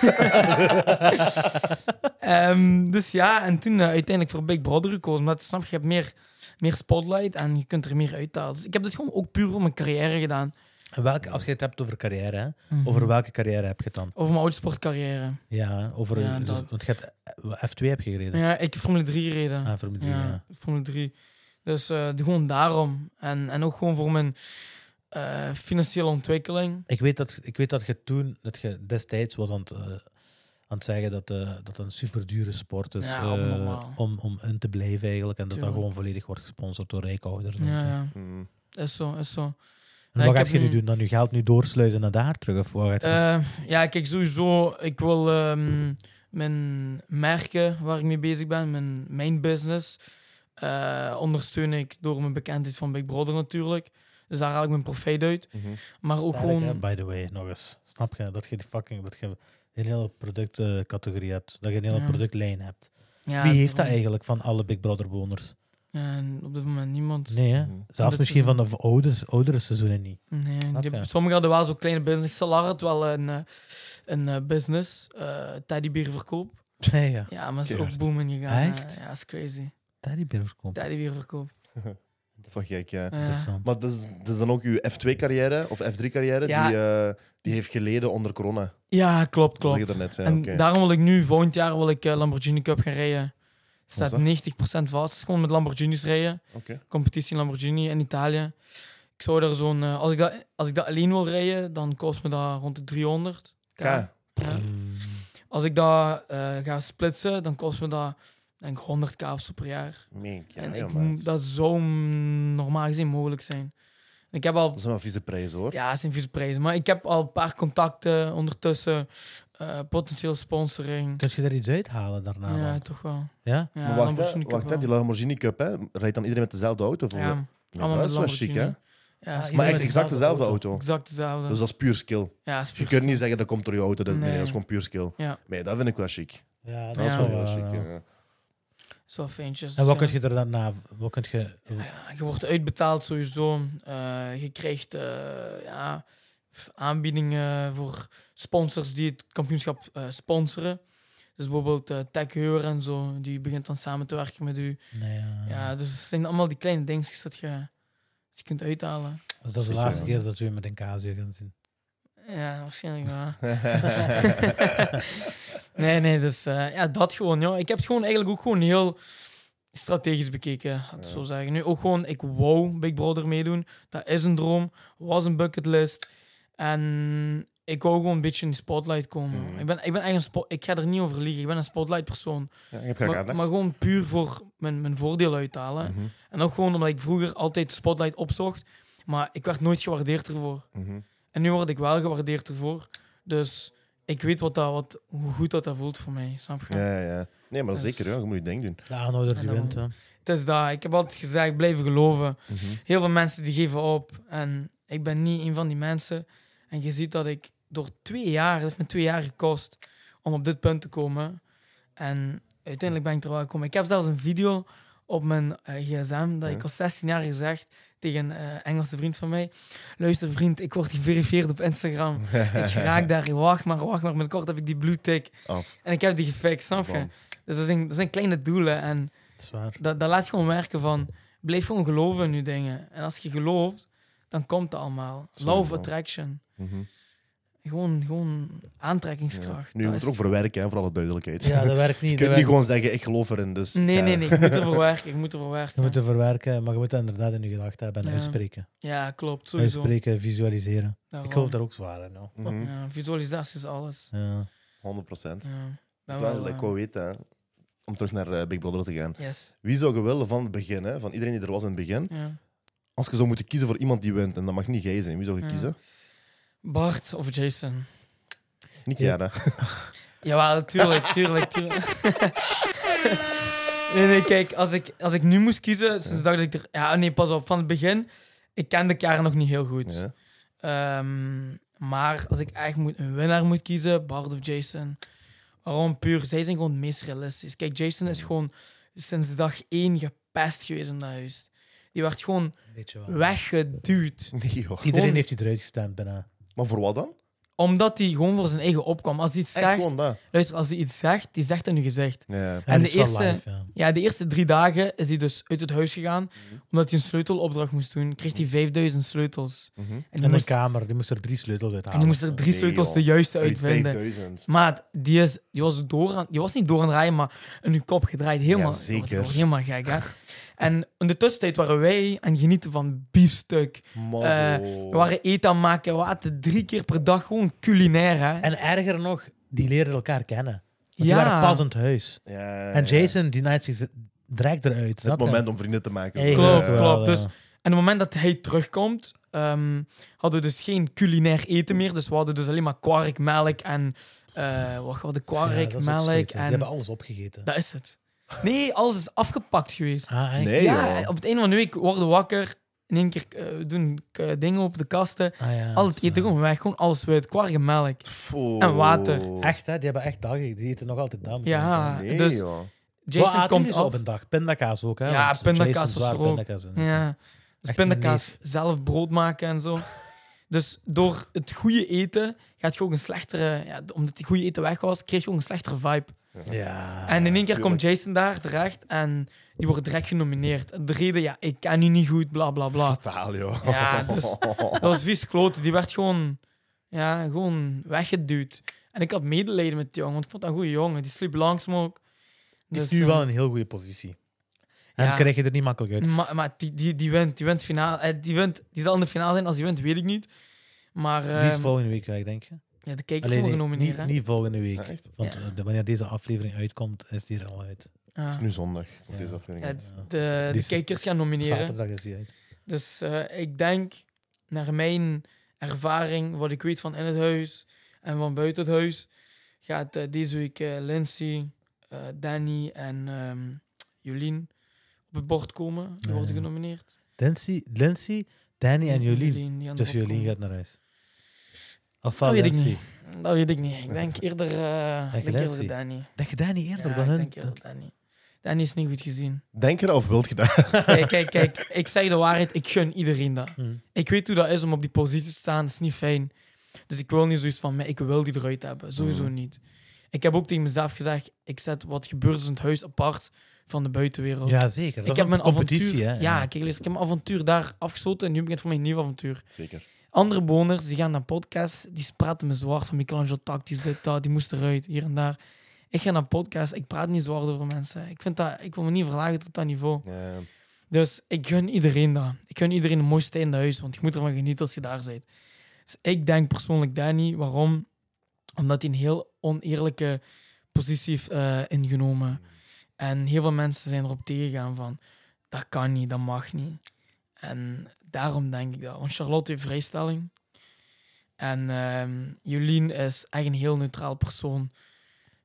[SPEAKER 2] Ehm, dus ja, en toen eh, uiteindelijk voor Big Brother gekozen. Omdat snap je, je hebt meer, meer spotlight en je kunt er meer uithalen. Dus ik heb dit gewoon ook puur om mijn carrière gedaan.
[SPEAKER 1] En welke, als je het hebt over carrière, hè? Over welke carrière heb je het dan?
[SPEAKER 2] Over mijn autosportcarrière.
[SPEAKER 1] Ja, hè, over...
[SPEAKER 2] Ja,
[SPEAKER 1] dus-
[SPEAKER 2] dat-
[SPEAKER 1] Want je hebt F2 heb je gereden.
[SPEAKER 2] Ja, ik heb Formule 3 reden.
[SPEAKER 1] Ah, Formule 3,
[SPEAKER 2] ja,
[SPEAKER 1] ja.
[SPEAKER 2] Formule 3. Dus eh, gewoon daarom. En, en ook gewoon voor mijn eh, financiële ontwikkeling.
[SPEAKER 1] Ik weet, dat, ik weet dat je toen, dat je destijds was aan het, eh, aan het zeggen dat eh dat een super dure sport is
[SPEAKER 2] Ja,
[SPEAKER 1] eh,
[SPEAKER 2] abnormaal.
[SPEAKER 1] om, om in te blijven eigenlijk. En dat dat
[SPEAKER 2] Tuurlijk.
[SPEAKER 1] gewoon volledig wordt gesponsord door rijkouders. en
[SPEAKER 2] Ja,
[SPEAKER 1] zo.
[SPEAKER 2] ja.
[SPEAKER 3] Mm.
[SPEAKER 2] Is zo, is zo.
[SPEAKER 1] En
[SPEAKER 2] Ja,
[SPEAKER 1] wat
[SPEAKER 2] ik
[SPEAKER 1] gaat je
[SPEAKER 2] heb
[SPEAKER 1] nu
[SPEAKER 2] nu-
[SPEAKER 1] doen? Dan je geld nu doorsluizen naar daar terug? Of wat gaat je-
[SPEAKER 2] Eh, ja, kijk, sowieso. Ik wil ehm, mijn merken waar ik mee bezig ben, mijn, mijn business, eh, ondersteun ik door mijn bekendheid van Big Brother natuurlijk. Dus daar haal ik mijn profijt uit.
[SPEAKER 3] Mhm.
[SPEAKER 2] Maar ook
[SPEAKER 1] Sterk, hè,
[SPEAKER 2] gewoon.
[SPEAKER 1] by the way, nog eens. Snap je? Dat je die fucking, dat je een hele productcategorie hebt. Dat je een hele
[SPEAKER 2] Ja.
[SPEAKER 1] productlijn hebt.
[SPEAKER 2] Ja,
[SPEAKER 1] Wie heeft dat
[SPEAKER 2] daarom.
[SPEAKER 1] eigenlijk van alle Big Brother bewoners?
[SPEAKER 2] En op dit moment niemand.
[SPEAKER 1] Nee, hè?
[SPEAKER 3] Mhm.
[SPEAKER 1] Zelfs
[SPEAKER 2] Dit
[SPEAKER 1] misschien van de ouders, oudere seizoenen niet.
[SPEAKER 2] Nee, die
[SPEAKER 1] Snap je?
[SPEAKER 2] hebben- sommigen hadden wel zo'n kleine business. Salar had wel een, eh, een eh, business, eh teddybeerverkoop.
[SPEAKER 1] Nee, ja.
[SPEAKER 2] Ja, maar ze is ook
[SPEAKER 3] Keihard.
[SPEAKER 2] booming gegaan.
[SPEAKER 1] Echt?
[SPEAKER 2] eh, Ja, is crazy.
[SPEAKER 1] Teddybeer verkopen.
[SPEAKER 2] Teddybeerverkoop.
[SPEAKER 3] Dat is wel gek, ja.
[SPEAKER 2] Ja.
[SPEAKER 1] Interessant.
[SPEAKER 3] Maar dat is, dat is dan ook uw F2-carrière of F3-carrière
[SPEAKER 2] Ja.
[SPEAKER 3] die, eh, die heeft geleden onder corona.
[SPEAKER 2] Ja, klopt,
[SPEAKER 3] Klopt.
[SPEAKER 2] klopt.
[SPEAKER 3] Dat je daarnet zei.
[SPEAKER 2] En
[SPEAKER 3] oké.
[SPEAKER 2] daarom wil ik nu, volgend jaar, wil ik eh, Lamborghini Cup gaan rijden. Staat
[SPEAKER 3] dat?
[SPEAKER 2] 90% vast. Dus Gewoon met Lamborghinis rijden.
[SPEAKER 3] Oké.
[SPEAKER 2] Competitie Lamborghini in Italië. Ik zou daar zo'n... eh, als, ik dat, als ik dat alleen wil rijden, dan kost me dat rond de 300. K.
[SPEAKER 3] Ka.
[SPEAKER 2] Ja.
[SPEAKER 1] Mm.
[SPEAKER 2] Als ik dat eh, ga splitsen, dan kost me dat denk ik 100k of zo per jaar.
[SPEAKER 3] Mink, ja,
[SPEAKER 2] en
[SPEAKER 3] ja,
[SPEAKER 2] ik,
[SPEAKER 3] maar.
[SPEAKER 2] moet- dat zou mm, normaal gezien mogelijk zijn. En Ik heb al
[SPEAKER 3] Dat zijn wel vieze prijzen, hoor.
[SPEAKER 2] Ja, het zijn vieze prijzen. Maar ik heb al een paar contacten ondertussen. eh potentieel sponsoring.
[SPEAKER 1] Kun je daar iets uithalen daarna?
[SPEAKER 2] ja,
[SPEAKER 1] dan?
[SPEAKER 2] toch wel.
[SPEAKER 1] ja?
[SPEAKER 2] Ja,
[SPEAKER 3] maar wacht,
[SPEAKER 2] Lamborghini
[SPEAKER 3] hè,
[SPEAKER 2] Cup
[SPEAKER 3] wacht hè,
[SPEAKER 2] wel.
[SPEAKER 3] die Lamborghini Cup, hè, rijdt dan iedereen met dezelfde auto? Voor
[SPEAKER 2] Ja, allemaal
[SPEAKER 3] dat
[SPEAKER 2] met
[SPEAKER 3] is wel chic, hè?
[SPEAKER 2] Lamborghini. Ja,
[SPEAKER 1] Ah,
[SPEAKER 2] is
[SPEAKER 3] Maar
[SPEAKER 1] Iedereen
[SPEAKER 3] echt
[SPEAKER 1] met
[SPEAKER 3] exact
[SPEAKER 1] dezelfde
[SPEAKER 3] dezelfde
[SPEAKER 1] auto.
[SPEAKER 3] auto.
[SPEAKER 2] exact dezelfde.
[SPEAKER 3] Dus dat is puur skill.
[SPEAKER 2] ja,
[SPEAKER 3] Je
[SPEAKER 2] super.
[SPEAKER 3] kunt niet zeggen dat komt door je auto. Dat, nee.
[SPEAKER 2] Nee.
[SPEAKER 3] dat is gewoon puur skill.
[SPEAKER 2] Ja.
[SPEAKER 3] Nee, dat vind ik wel chic.
[SPEAKER 1] Ja, dat
[SPEAKER 3] Dat
[SPEAKER 1] is
[SPEAKER 3] is
[SPEAKER 1] wel
[SPEAKER 3] wel heel
[SPEAKER 1] waar,
[SPEAKER 3] chic.
[SPEAKER 1] ja.
[SPEAKER 3] ja, ja.
[SPEAKER 2] Zo feintjes.
[SPEAKER 1] En wat
[SPEAKER 2] ja.
[SPEAKER 1] kun je er daarna... Wat kun je...
[SPEAKER 2] Ja, je wordt uitbetaald sowieso. Eh, je krijgt eh, ja, aanbiedingen voor sponsors die het kampioenschap eh, sponsoren. Dus bijvoorbeeld eh Tech Heur en zo, die begint dan samen te werken met u.
[SPEAKER 1] Nee, ja.
[SPEAKER 2] Ja, dus het zijn allemaal die kleine dingetjes dat je, dat je kunt uithalen.
[SPEAKER 1] Dus dat is de
[SPEAKER 3] Zeker,
[SPEAKER 1] laatste
[SPEAKER 3] ja.
[SPEAKER 1] keer dat we je met een casio gaan zien.
[SPEAKER 2] Ja, waarschijnlijk wel. nee, nee, dus eh, ja, dat gewoon. Ja. Ik heb het gewoon eigenlijk ook gewoon heel strategisch bekeken, laat ik
[SPEAKER 3] Ja.
[SPEAKER 2] zo zeggen. Nu ook gewoon, ik wou Big Brother meedoen. Dat is een droom, was een bucketlist. En ik wou gewoon een beetje in de spotlight komen.
[SPEAKER 3] Mhm.
[SPEAKER 2] Ik, ben, ik ben echt een spo- ik ga er niet over liegen, ik ben een spotlight persoon.
[SPEAKER 3] Ja, ik heb
[SPEAKER 2] Maar,
[SPEAKER 3] graag
[SPEAKER 2] maar gewoon puur voor mijn, mijn voordeel uithalen.
[SPEAKER 3] Mhm,
[SPEAKER 2] En ook gewoon omdat ik vroeger altijd de spotlight opzocht, maar ik werd nooit gewaardeerd ervoor.
[SPEAKER 3] mhm.
[SPEAKER 2] En nu word ik wel gewaardeerd ervoor. Dus ik weet wat dat, wat, hoe goed dat, dat voelt voor mij. Snap je?
[SPEAKER 3] Ja, ja. Nee, maar
[SPEAKER 2] Dus-
[SPEAKER 3] zeker, ja. je moet je ding doen.
[SPEAKER 1] De aanhouder die
[SPEAKER 2] En dan-
[SPEAKER 1] wint, hè.
[SPEAKER 2] Het is dat. Ik heb altijd gezegd, blijven geloven.
[SPEAKER 3] Mhm.
[SPEAKER 2] Heel veel mensen die geven op. En ik ben niet een van die mensen. En je ziet dat ik door twee jaar, dat heeft me twee jaar gekost om op dit punt te komen. En uiteindelijk ben ik er wel gekomen. Ik heb zelfs een video op mijn eh, gsm dat ik
[SPEAKER 3] Ja.
[SPEAKER 2] als 16 jaar gezegd tegen een eh, Engelse vriend van mij. Luister vriend, ik word geverifieerd op Instagram. Ik raak daar, wacht maar, wacht maar. Binnenkort heb ik die blue tick.
[SPEAKER 3] Af.
[SPEAKER 2] En ik heb die gefixt, snap je?
[SPEAKER 3] Van.
[SPEAKER 2] Dus dat zijn, dat zijn kleine doelen. En
[SPEAKER 1] Dat is waar.
[SPEAKER 2] dat, dat laat gewoon werken van, blijf gewoon geloven in je dingen. En als je gelooft, dan komt het allemaal.
[SPEAKER 3] Sowieso.
[SPEAKER 2] Law of attraction.
[SPEAKER 3] Mhm.
[SPEAKER 2] Gewoon, gewoon
[SPEAKER 3] Ja.
[SPEAKER 2] aantrekkingskracht.
[SPEAKER 3] Nu, je
[SPEAKER 2] Dat
[SPEAKER 3] moet
[SPEAKER 2] is
[SPEAKER 3] er ook voor werken, hè, voor alle duidelijkheid.
[SPEAKER 1] Ja, dat werkt niet. dat
[SPEAKER 3] je kunt niet
[SPEAKER 1] werkt
[SPEAKER 3] gewoon zeggen, ik geloof erin, dus...
[SPEAKER 2] Nee,
[SPEAKER 3] ja.
[SPEAKER 2] nee, nee. Ik moet ervoor werken. Ik moet ervoor
[SPEAKER 1] Je
[SPEAKER 2] werken.
[SPEAKER 1] moet het verwerken, maar je moet het inderdaad in je gedachten hebben en
[SPEAKER 2] Ja.
[SPEAKER 1] uitspreken.
[SPEAKER 2] Ja, klopt. Sowieso.
[SPEAKER 1] Uitspreken, visualiseren.
[SPEAKER 2] Daarom.
[SPEAKER 1] Ik geloof daar ook zwaar in. hoor.
[SPEAKER 3] Mhm.
[SPEAKER 2] Ja, visualisatie is alles.
[SPEAKER 1] Ja.
[SPEAKER 3] 100 procent.
[SPEAKER 2] Ja. Ik Ben wel,
[SPEAKER 3] Wel, ik
[SPEAKER 2] eh,
[SPEAKER 3] wou weten, hè, om terug naar eh, Big Brother te gaan.
[SPEAKER 2] Yes.
[SPEAKER 3] Wie zou je willen van het begin, hè, van iedereen die er was in het begin,
[SPEAKER 2] Ja.
[SPEAKER 3] als je zou moeten kiezen voor iemand die wint, en dat mag niet jij zijn, wie zou je
[SPEAKER 2] Ja.
[SPEAKER 3] kiezen?
[SPEAKER 2] Bart of Jason?
[SPEAKER 3] Niet
[SPEAKER 1] Ja.
[SPEAKER 3] Jara.
[SPEAKER 2] Jawel, tuurlijk, tuurlijk, tuurlijk. nee, nee, kijk, als ik, als ik nu moest kiezen, sinds dacht ik er... Ja, nee, pas op, van het begin, ik kende Karen nog niet heel goed.
[SPEAKER 3] Ja.
[SPEAKER 2] Ehm, maar als ik echt moet, een winnaar moet kiezen, Bart of Jason. Waarom puur? Zij zijn gewoon het meest realistisch. Kijk, Jason is gewoon sinds dag één gepest geweest in dat huis. Die werd gewoon
[SPEAKER 1] Beetje wel.
[SPEAKER 2] weggeduwd.
[SPEAKER 3] Nee, joh.
[SPEAKER 2] Gewoon-
[SPEAKER 1] Iedereen heeft die eruit gestemd bijna.
[SPEAKER 3] Maar voor wat dan?
[SPEAKER 2] Omdat hij gewoon voor zijn eigen opkwam. Als hij iets
[SPEAKER 3] Echt
[SPEAKER 2] zegt,
[SPEAKER 3] gewoon dat.
[SPEAKER 2] luister, als hij iets zegt, die zegt het in je gezicht.
[SPEAKER 3] Ja.
[SPEAKER 1] En,
[SPEAKER 2] de
[SPEAKER 1] dat is wel
[SPEAKER 2] eerste-
[SPEAKER 1] live, ja.
[SPEAKER 2] Ja, de eerste drie dagen is hij dus uit het huis gegaan. Omdat hij een sleutelopdracht moest doen. Kreeg hij 5000 sleutels.
[SPEAKER 3] Mhm.
[SPEAKER 2] En die,
[SPEAKER 1] En een
[SPEAKER 2] moest,
[SPEAKER 1] kamer, die moest er drie sleutels uit
[SPEAKER 2] en
[SPEAKER 1] halen.
[SPEAKER 2] die moest er drie
[SPEAKER 3] Nee,
[SPEAKER 2] sleutels
[SPEAKER 3] joh.
[SPEAKER 2] de juiste
[SPEAKER 3] Uit
[SPEAKER 2] uitvinden.
[SPEAKER 3] 5000.
[SPEAKER 2] Maat, die, is, die, was door aan, die was niet door aan het draaien, maar in hun kop gedraaid. Helemaal,
[SPEAKER 3] Ja, zeker.
[SPEAKER 2] dat was helemaal gek, hè? en in de tussentijd waren wij aan het genieten van biefstuk.
[SPEAKER 3] Man,
[SPEAKER 2] Eh,
[SPEAKER 3] joh.
[SPEAKER 2] We waren eten aan het maken. We aten drie keer per dag gewoon culinair, hè?
[SPEAKER 1] En erger nog, die leerden elkaar kennen. Want
[SPEAKER 2] Ja.
[SPEAKER 1] die waren pas in het huis.
[SPEAKER 3] Ja, ja,
[SPEAKER 1] En
[SPEAKER 3] ja.
[SPEAKER 1] Jason, die night zich direct eruit.
[SPEAKER 3] Het
[SPEAKER 1] snap je?
[SPEAKER 3] moment om vrienden te maken.
[SPEAKER 1] Eigenlijk
[SPEAKER 2] Klopt,
[SPEAKER 1] wel,
[SPEAKER 3] Ja.
[SPEAKER 2] klopt.
[SPEAKER 1] ja.
[SPEAKER 2] Dus- En op het moment dat hij terugkomt, ehm, hadden we dus geen culinair eten meer. Dus we hadden dus alleen maar kwark, melk en... eh wat hadden we?
[SPEAKER 1] Ja, dat
[SPEAKER 2] Kwark,
[SPEAKER 1] is ook
[SPEAKER 2] melk
[SPEAKER 1] zoiets, hè. Die
[SPEAKER 2] en...
[SPEAKER 1] hebben alles opgegeten.
[SPEAKER 2] Dat is het. Nee, alles is afgepakt geweest.
[SPEAKER 1] Ah, echt?
[SPEAKER 3] Nee,
[SPEAKER 2] ja, eh,
[SPEAKER 3] joh.
[SPEAKER 2] op het einde van de week worden we wakker. In één keer eh, we doen eh, dingen op de kasten.
[SPEAKER 1] Ah, ja,
[SPEAKER 2] Al
[SPEAKER 1] dat
[SPEAKER 2] het
[SPEAKER 1] is
[SPEAKER 2] eten
[SPEAKER 1] waar.
[SPEAKER 2] gewoon weg. Gewoon alles uit. Kwarg en melk.
[SPEAKER 3] Pfoh.
[SPEAKER 2] En water.
[SPEAKER 1] Echt, hè? Die hebben echt dag. Die eten nog altijd dam.
[SPEAKER 2] Ja,
[SPEAKER 3] Nee,
[SPEAKER 2] dus
[SPEAKER 3] joh.
[SPEAKER 1] Jason
[SPEAKER 2] Jason komt af.
[SPEAKER 1] op een dag. Pindakaas ook, hè?
[SPEAKER 2] Ja,
[SPEAKER 1] want
[SPEAKER 2] pindakaas
[SPEAKER 1] Jason
[SPEAKER 2] was
[SPEAKER 1] zwaar
[SPEAKER 2] er ook.
[SPEAKER 1] pindakaas in.
[SPEAKER 2] Ja. Dus
[SPEAKER 1] Echt
[SPEAKER 2] pindakaas, zelf brood maken en zo. Dus door het goede eten gaat je ook een slechtere... Ja, omdat die goede eten weg was, kreeg je ook een slechtere vibe.
[SPEAKER 1] Ja.
[SPEAKER 2] En in één keer komt
[SPEAKER 3] tuurlijk.
[SPEAKER 2] Jason daar terecht en die wordt direct genomineerd. De reden, ja, ik ken u niet goed, bla bla bla.
[SPEAKER 3] Fataal, joh.
[SPEAKER 2] Ja, dus- Dat was vies kloten. Die werd gewoon, ja, gewoon weggeduwd. En ik had medelijden met die jongen, want ik vond dat een goede jongen. Die sliep langzaam ook.
[SPEAKER 1] Die
[SPEAKER 2] Dus,
[SPEAKER 1] heeft nu
[SPEAKER 2] eh,
[SPEAKER 1] wel een heel goede positie. En
[SPEAKER 2] Ja.
[SPEAKER 1] krijg je er niet makkelijk uit.
[SPEAKER 2] Maar, maar die, die, die wint, die wint finale. Eh, Die, wint, die zal in de finale zijn. Als die wint, weet ik niet. Maar
[SPEAKER 1] Die is
[SPEAKER 2] eh,
[SPEAKER 1] volgende week weg, denk je?
[SPEAKER 2] ja, de kijkers
[SPEAKER 1] Alleen
[SPEAKER 2] mogen
[SPEAKER 1] nee, niet,
[SPEAKER 2] nomineren.
[SPEAKER 1] niet volgende week.
[SPEAKER 3] Ja, Ah, echt?
[SPEAKER 1] Want
[SPEAKER 2] Ja.
[SPEAKER 1] eh, de- wanneer deze aflevering uitkomt, is die er al uit.
[SPEAKER 2] Ja.
[SPEAKER 3] Het is nu zondag, op
[SPEAKER 1] Ja.
[SPEAKER 3] deze aflevering.
[SPEAKER 2] Ja,
[SPEAKER 3] uit.
[SPEAKER 1] Ja.
[SPEAKER 2] Ah. de,
[SPEAKER 1] Die
[SPEAKER 2] de
[SPEAKER 1] is-
[SPEAKER 2] kijkers gaan
[SPEAKER 1] Op
[SPEAKER 2] nomineren.
[SPEAKER 1] zaterdag is die uit.
[SPEAKER 2] Dus eh, ik denk, naar mijn ervaring, wat ik weet van in het huis en van buiten het huis, gaat eh, deze week eh, Lindsay, eh, Danny en ehm, Jolien op het bord komen. Die
[SPEAKER 1] Ja,
[SPEAKER 2] worden
[SPEAKER 1] ja.
[SPEAKER 2] genomineerd.
[SPEAKER 1] Lindsay, Lindsay Danny en Jolien.
[SPEAKER 2] die aan het
[SPEAKER 1] Dus
[SPEAKER 2] bord
[SPEAKER 1] Jolien
[SPEAKER 2] komen.
[SPEAKER 1] gaat naar huis. Of oh,
[SPEAKER 2] weet ik
[SPEAKER 1] Lindsay.
[SPEAKER 2] niet. Dat weet ik niet. Ik denk eerder, eh, ik denk
[SPEAKER 1] Lindsay?
[SPEAKER 2] eerder Danny.
[SPEAKER 1] Denk je Danny eerder
[SPEAKER 2] Ja,
[SPEAKER 1] dan
[SPEAKER 2] ik
[SPEAKER 1] hun?
[SPEAKER 2] denk eerder Danny. Danny is niet goed gezien.
[SPEAKER 3] Denk je dat of wilt je dat?
[SPEAKER 2] Kijk, kijk, kijk. Ik zeg de waarheid. Ik gun iedereen dat.
[SPEAKER 1] Hmm.
[SPEAKER 2] Ik weet hoe dat is om op die positie te staan. Dat is niet fijn. Dus ik wil niet zoiets van mij. Ik wil die eruit hebben. Sowieso
[SPEAKER 1] Hmm.
[SPEAKER 3] Mhm.
[SPEAKER 2] niet. Ik heb ook tegen mezelf gezegd: ik zet wat gebeurt is in het huis apart van de buitenwereld.
[SPEAKER 1] Ja, zeker. Dat
[SPEAKER 2] ik
[SPEAKER 1] is
[SPEAKER 2] heb
[SPEAKER 1] een
[SPEAKER 2] mijn
[SPEAKER 1] competitie,
[SPEAKER 2] avontuur.
[SPEAKER 1] hè?
[SPEAKER 2] Ja, kijk, dus ik heb mijn avontuur daar afgesloten en nu begint voor mij een nieuw avontuur.
[SPEAKER 3] Zeker.
[SPEAKER 2] Andere bewoners die gaan naar podcasts, die praten me zwaar van Michelangelo tactisch, dit, dat, die moest eruit, hier en daar. Ik ga naar podcasts, ik praat niet zwaar over mensen. Ik, vind dat, ik wil me niet verlagen tot dat niveau.
[SPEAKER 3] Ja.
[SPEAKER 2] Dus ik gun iedereen dat. Ik gun iedereen een mooi steen in huis, want je moet ervan genieten als je daar bent. Dus ik denk persoonlijk Danny. Waarom? Omdat hij een heel oneerlijke positie heeft eh, ingenomen. En heel veel mensen zijn erop tegengegaan van... Dat kan niet, dat mag niet. En daarom denk ik dat. Want Charlotte heeft vrijstelling. En ehm, Jolien is echt een heel neutraal persoon.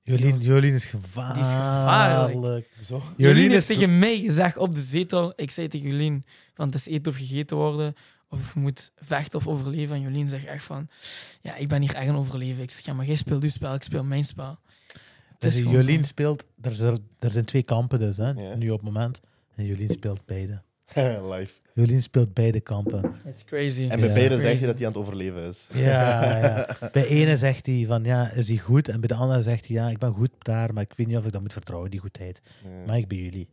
[SPEAKER 1] Jolien, Jolien is gevaarlijk.
[SPEAKER 2] Die is gevaarlijk.
[SPEAKER 3] Zo.
[SPEAKER 2] Jolien,
[SPEAKER 1] Jolien
[SPEAKER 2] heeft
[SPEAKER 1] is...
[SPEAKER 2] tegen mij gezegd op de zetel... Ik zei tegen Jolien, want het is eten of gegeten worden. Of of je moet vechten of overleven. En Jolien zegt echt van, ja, ik ben hier echt een overleven. Ik zeg, ja, maar jij speelt uw spel, ik speel mijn spel. Het
[SPEAKER 1] Dus
[SPEAKER 2] gewoon
[SPEAKER 1] Jolien
[SPEAKER 2] zo.
[SPEAKER 1] speelt, er, zijn- er zijn twee kampen dus, hè,
[SPEAKER 3] Ja.
[SPEAKER 1] nu op het moment. En Jolien speelt beide.
[SPEAKER 3] Live.
[SPEAKER 1] Jolien speelt beide kampen.
[SPEAKER 2] It's crazy.
[SPEAKER 3] En
[SPEAKER 1] bij
[SPEAKER 3] bij
[SPEAKER 1] Ja.
[SPEAKER 3] beide
[SPEAKER 2] Crazy.
[SPEAKER 3] zegt hij dat hij aan het overleven is.
[SPEAKER 1] Ja, ja. Bij ene zegt hij van ja, is hij goed? En bij de andere zegt hij ja, ik ben goed daar, maar ik weet niet of ik dat moet vertrouwen, die goedheid. Maar ik ben jullie.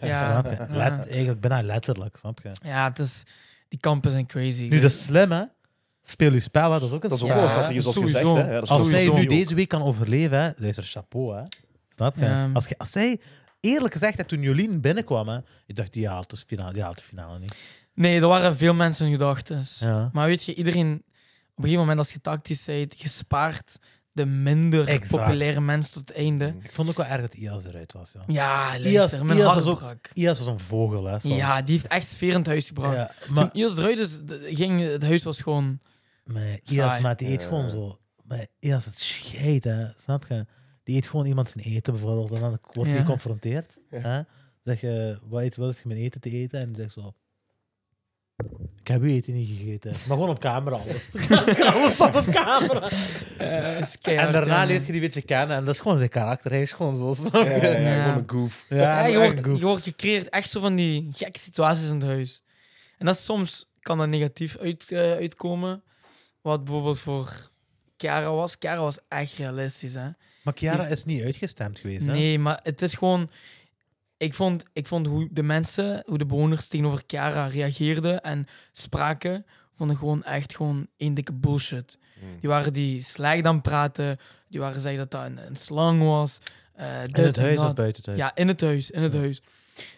[SPEAKER 2] Ja,
[SPEAKER 1] Snap je? Let,
[SPEAKER 2] ja.
[SPEAKER 1] eigenlijk bijna letterlijk, snap je?
[SPEAKER 2] ja het is, die kampen zijn crazy.
[SPEAKER 1] Nu, dat is slim, hè? Speel je spel, hè? dat is ook een
[SPEAKER 3] Dat is ook
[SPEAKER 1] spel,
[SPEAKER 3] wel
[SPEAKER 1] hè?
[SPEAKER 3] een strategie, zoals
[SPEAKER 2] sowieso.
[SPEAKER 3] gezegd. Hè? Ja, dat is
[SPEAKER 1] Als zij
[SPEAKER 3] sowieso-
[SPEAKER 1] nu deze week kan overleven, hè, luister, chapeau, hè? Snap je?
[SPEAKER 2] Ja.
[SPEAKER 1] Als, je- als zij, eerlijk gezegd, hè, toen Jolien binnenkwam, hè, ik dacht, die haalt, de finale, die haalt de finale niet.
[SPEAKER 2] Nee, er waren veel mensen hun gedachten.
[SPEAKER 1] Ja.
[SPEAKER 2] Maar weet je, iedereen, op een gegeven moment als je tactisch zijt, je spaart de minder
[SPEAKER 1] Exact.
[SPEAKER 2] populaire mensen tot het einde.
[SPEAKER 1] Ik vond ook wel erg dat Ias eruit was, ja.
[SPEAKER 2] Ja,
[SPEAKER 1] Ias-
[SPEAKER 2] luister, mijn
[SPEAKER 1] Ias
[SPEAKER 2] hart
[SPEAKER 1] was ook-
[SPEAKER 2] brak.
[SPEAKER 1] Ias was een vogel, hè? soms.
[SPEAKER 2] Ja, die heeft echt sfeer in het huis gebracht.
[SPEAKER 1] Ja,
[SPEAKER 2] Toen
[SPEAKER 1] maar,
[SPEAKER 2] Ios eruit is, dus d- ging, het huis was gewoon...
[SPEAKER 1] maar Ias,
[SPEAKER 2] Saai.
[SPEAKER 1] maar die eet
[SPEAKER 3] Ja.
[SPEAKER 1] gewoon zo. Maar Ias, het scheidt, hè? Snap je? Die eet gewoon iemand zijn eten bijvoorbeeld, en dan wordt hij
[SPEAKER 2] Ja.
[SPEAKER 1] geconfronteerd. Hè? Zeg je, wat eet- wat is je mijn eten te eten? En die zegt zo. Ik heb uw eten niet gegeten. Maar gewoon op camera alles. Alles staat op camera.
[SPEAKER 2] eh, is
[SPEAKER 1] En
[SPEAKER 2] keihard,
[SPEAKER 1] daarna
[SPEAKER 2] eh.
[SPEAKER 1] leert je die beetje kennen. En dat is gewoon zijn karakter. Hij is gewoon zo. snap
[SPEAKER 3] Ja,
[SPEAKER 1] je?
[SPEAKER 3] ja, ja,
[SPEAKER 2] Ja.
[SPEAKER 3] gewoon een goof.
[SPEAKER 2] Ja,
[SPEAKER 1] maar
[SPEAKER 2] je,
[SPEAKER 1] echt
[SPEAKER 2] wordt,
[SPEAKER 1] goed.
[SPEAKER 2] je wordt gecreëerd echt zo van die gekke situaties in het huis. En dat is soms kan dat negatief uit, eh, uitkomen. Wat bijvoorbeeld voor Kara was. Kara was echt realistisch, hè.
[SPEAKER 1] Maar Chiara is niet uitgestemd geweest. Hè?
[SPEAKER 2] Nee, maar het is gewoon... Ik vond, ik vond hoe de mensen, hoe de bewoners tegenover Kara reageerden en spraken, vonden gewoon echt gewoon één dikke bullshit.
[SPEAKER 1] Hmm.
[SPEAKER 2] Die waren die slecht aan het praten, die waren zeggen dat dat een, een slang was. eh, dit
[SPEAKER 1] In het
[SPEAKER 2] en
[SPEAKER 1] huis
[SPEAKER 2] dat.
[SPEAKER 1] of buiten het huis?
[SPEAKER 2] Ja, in het huis, in het huis.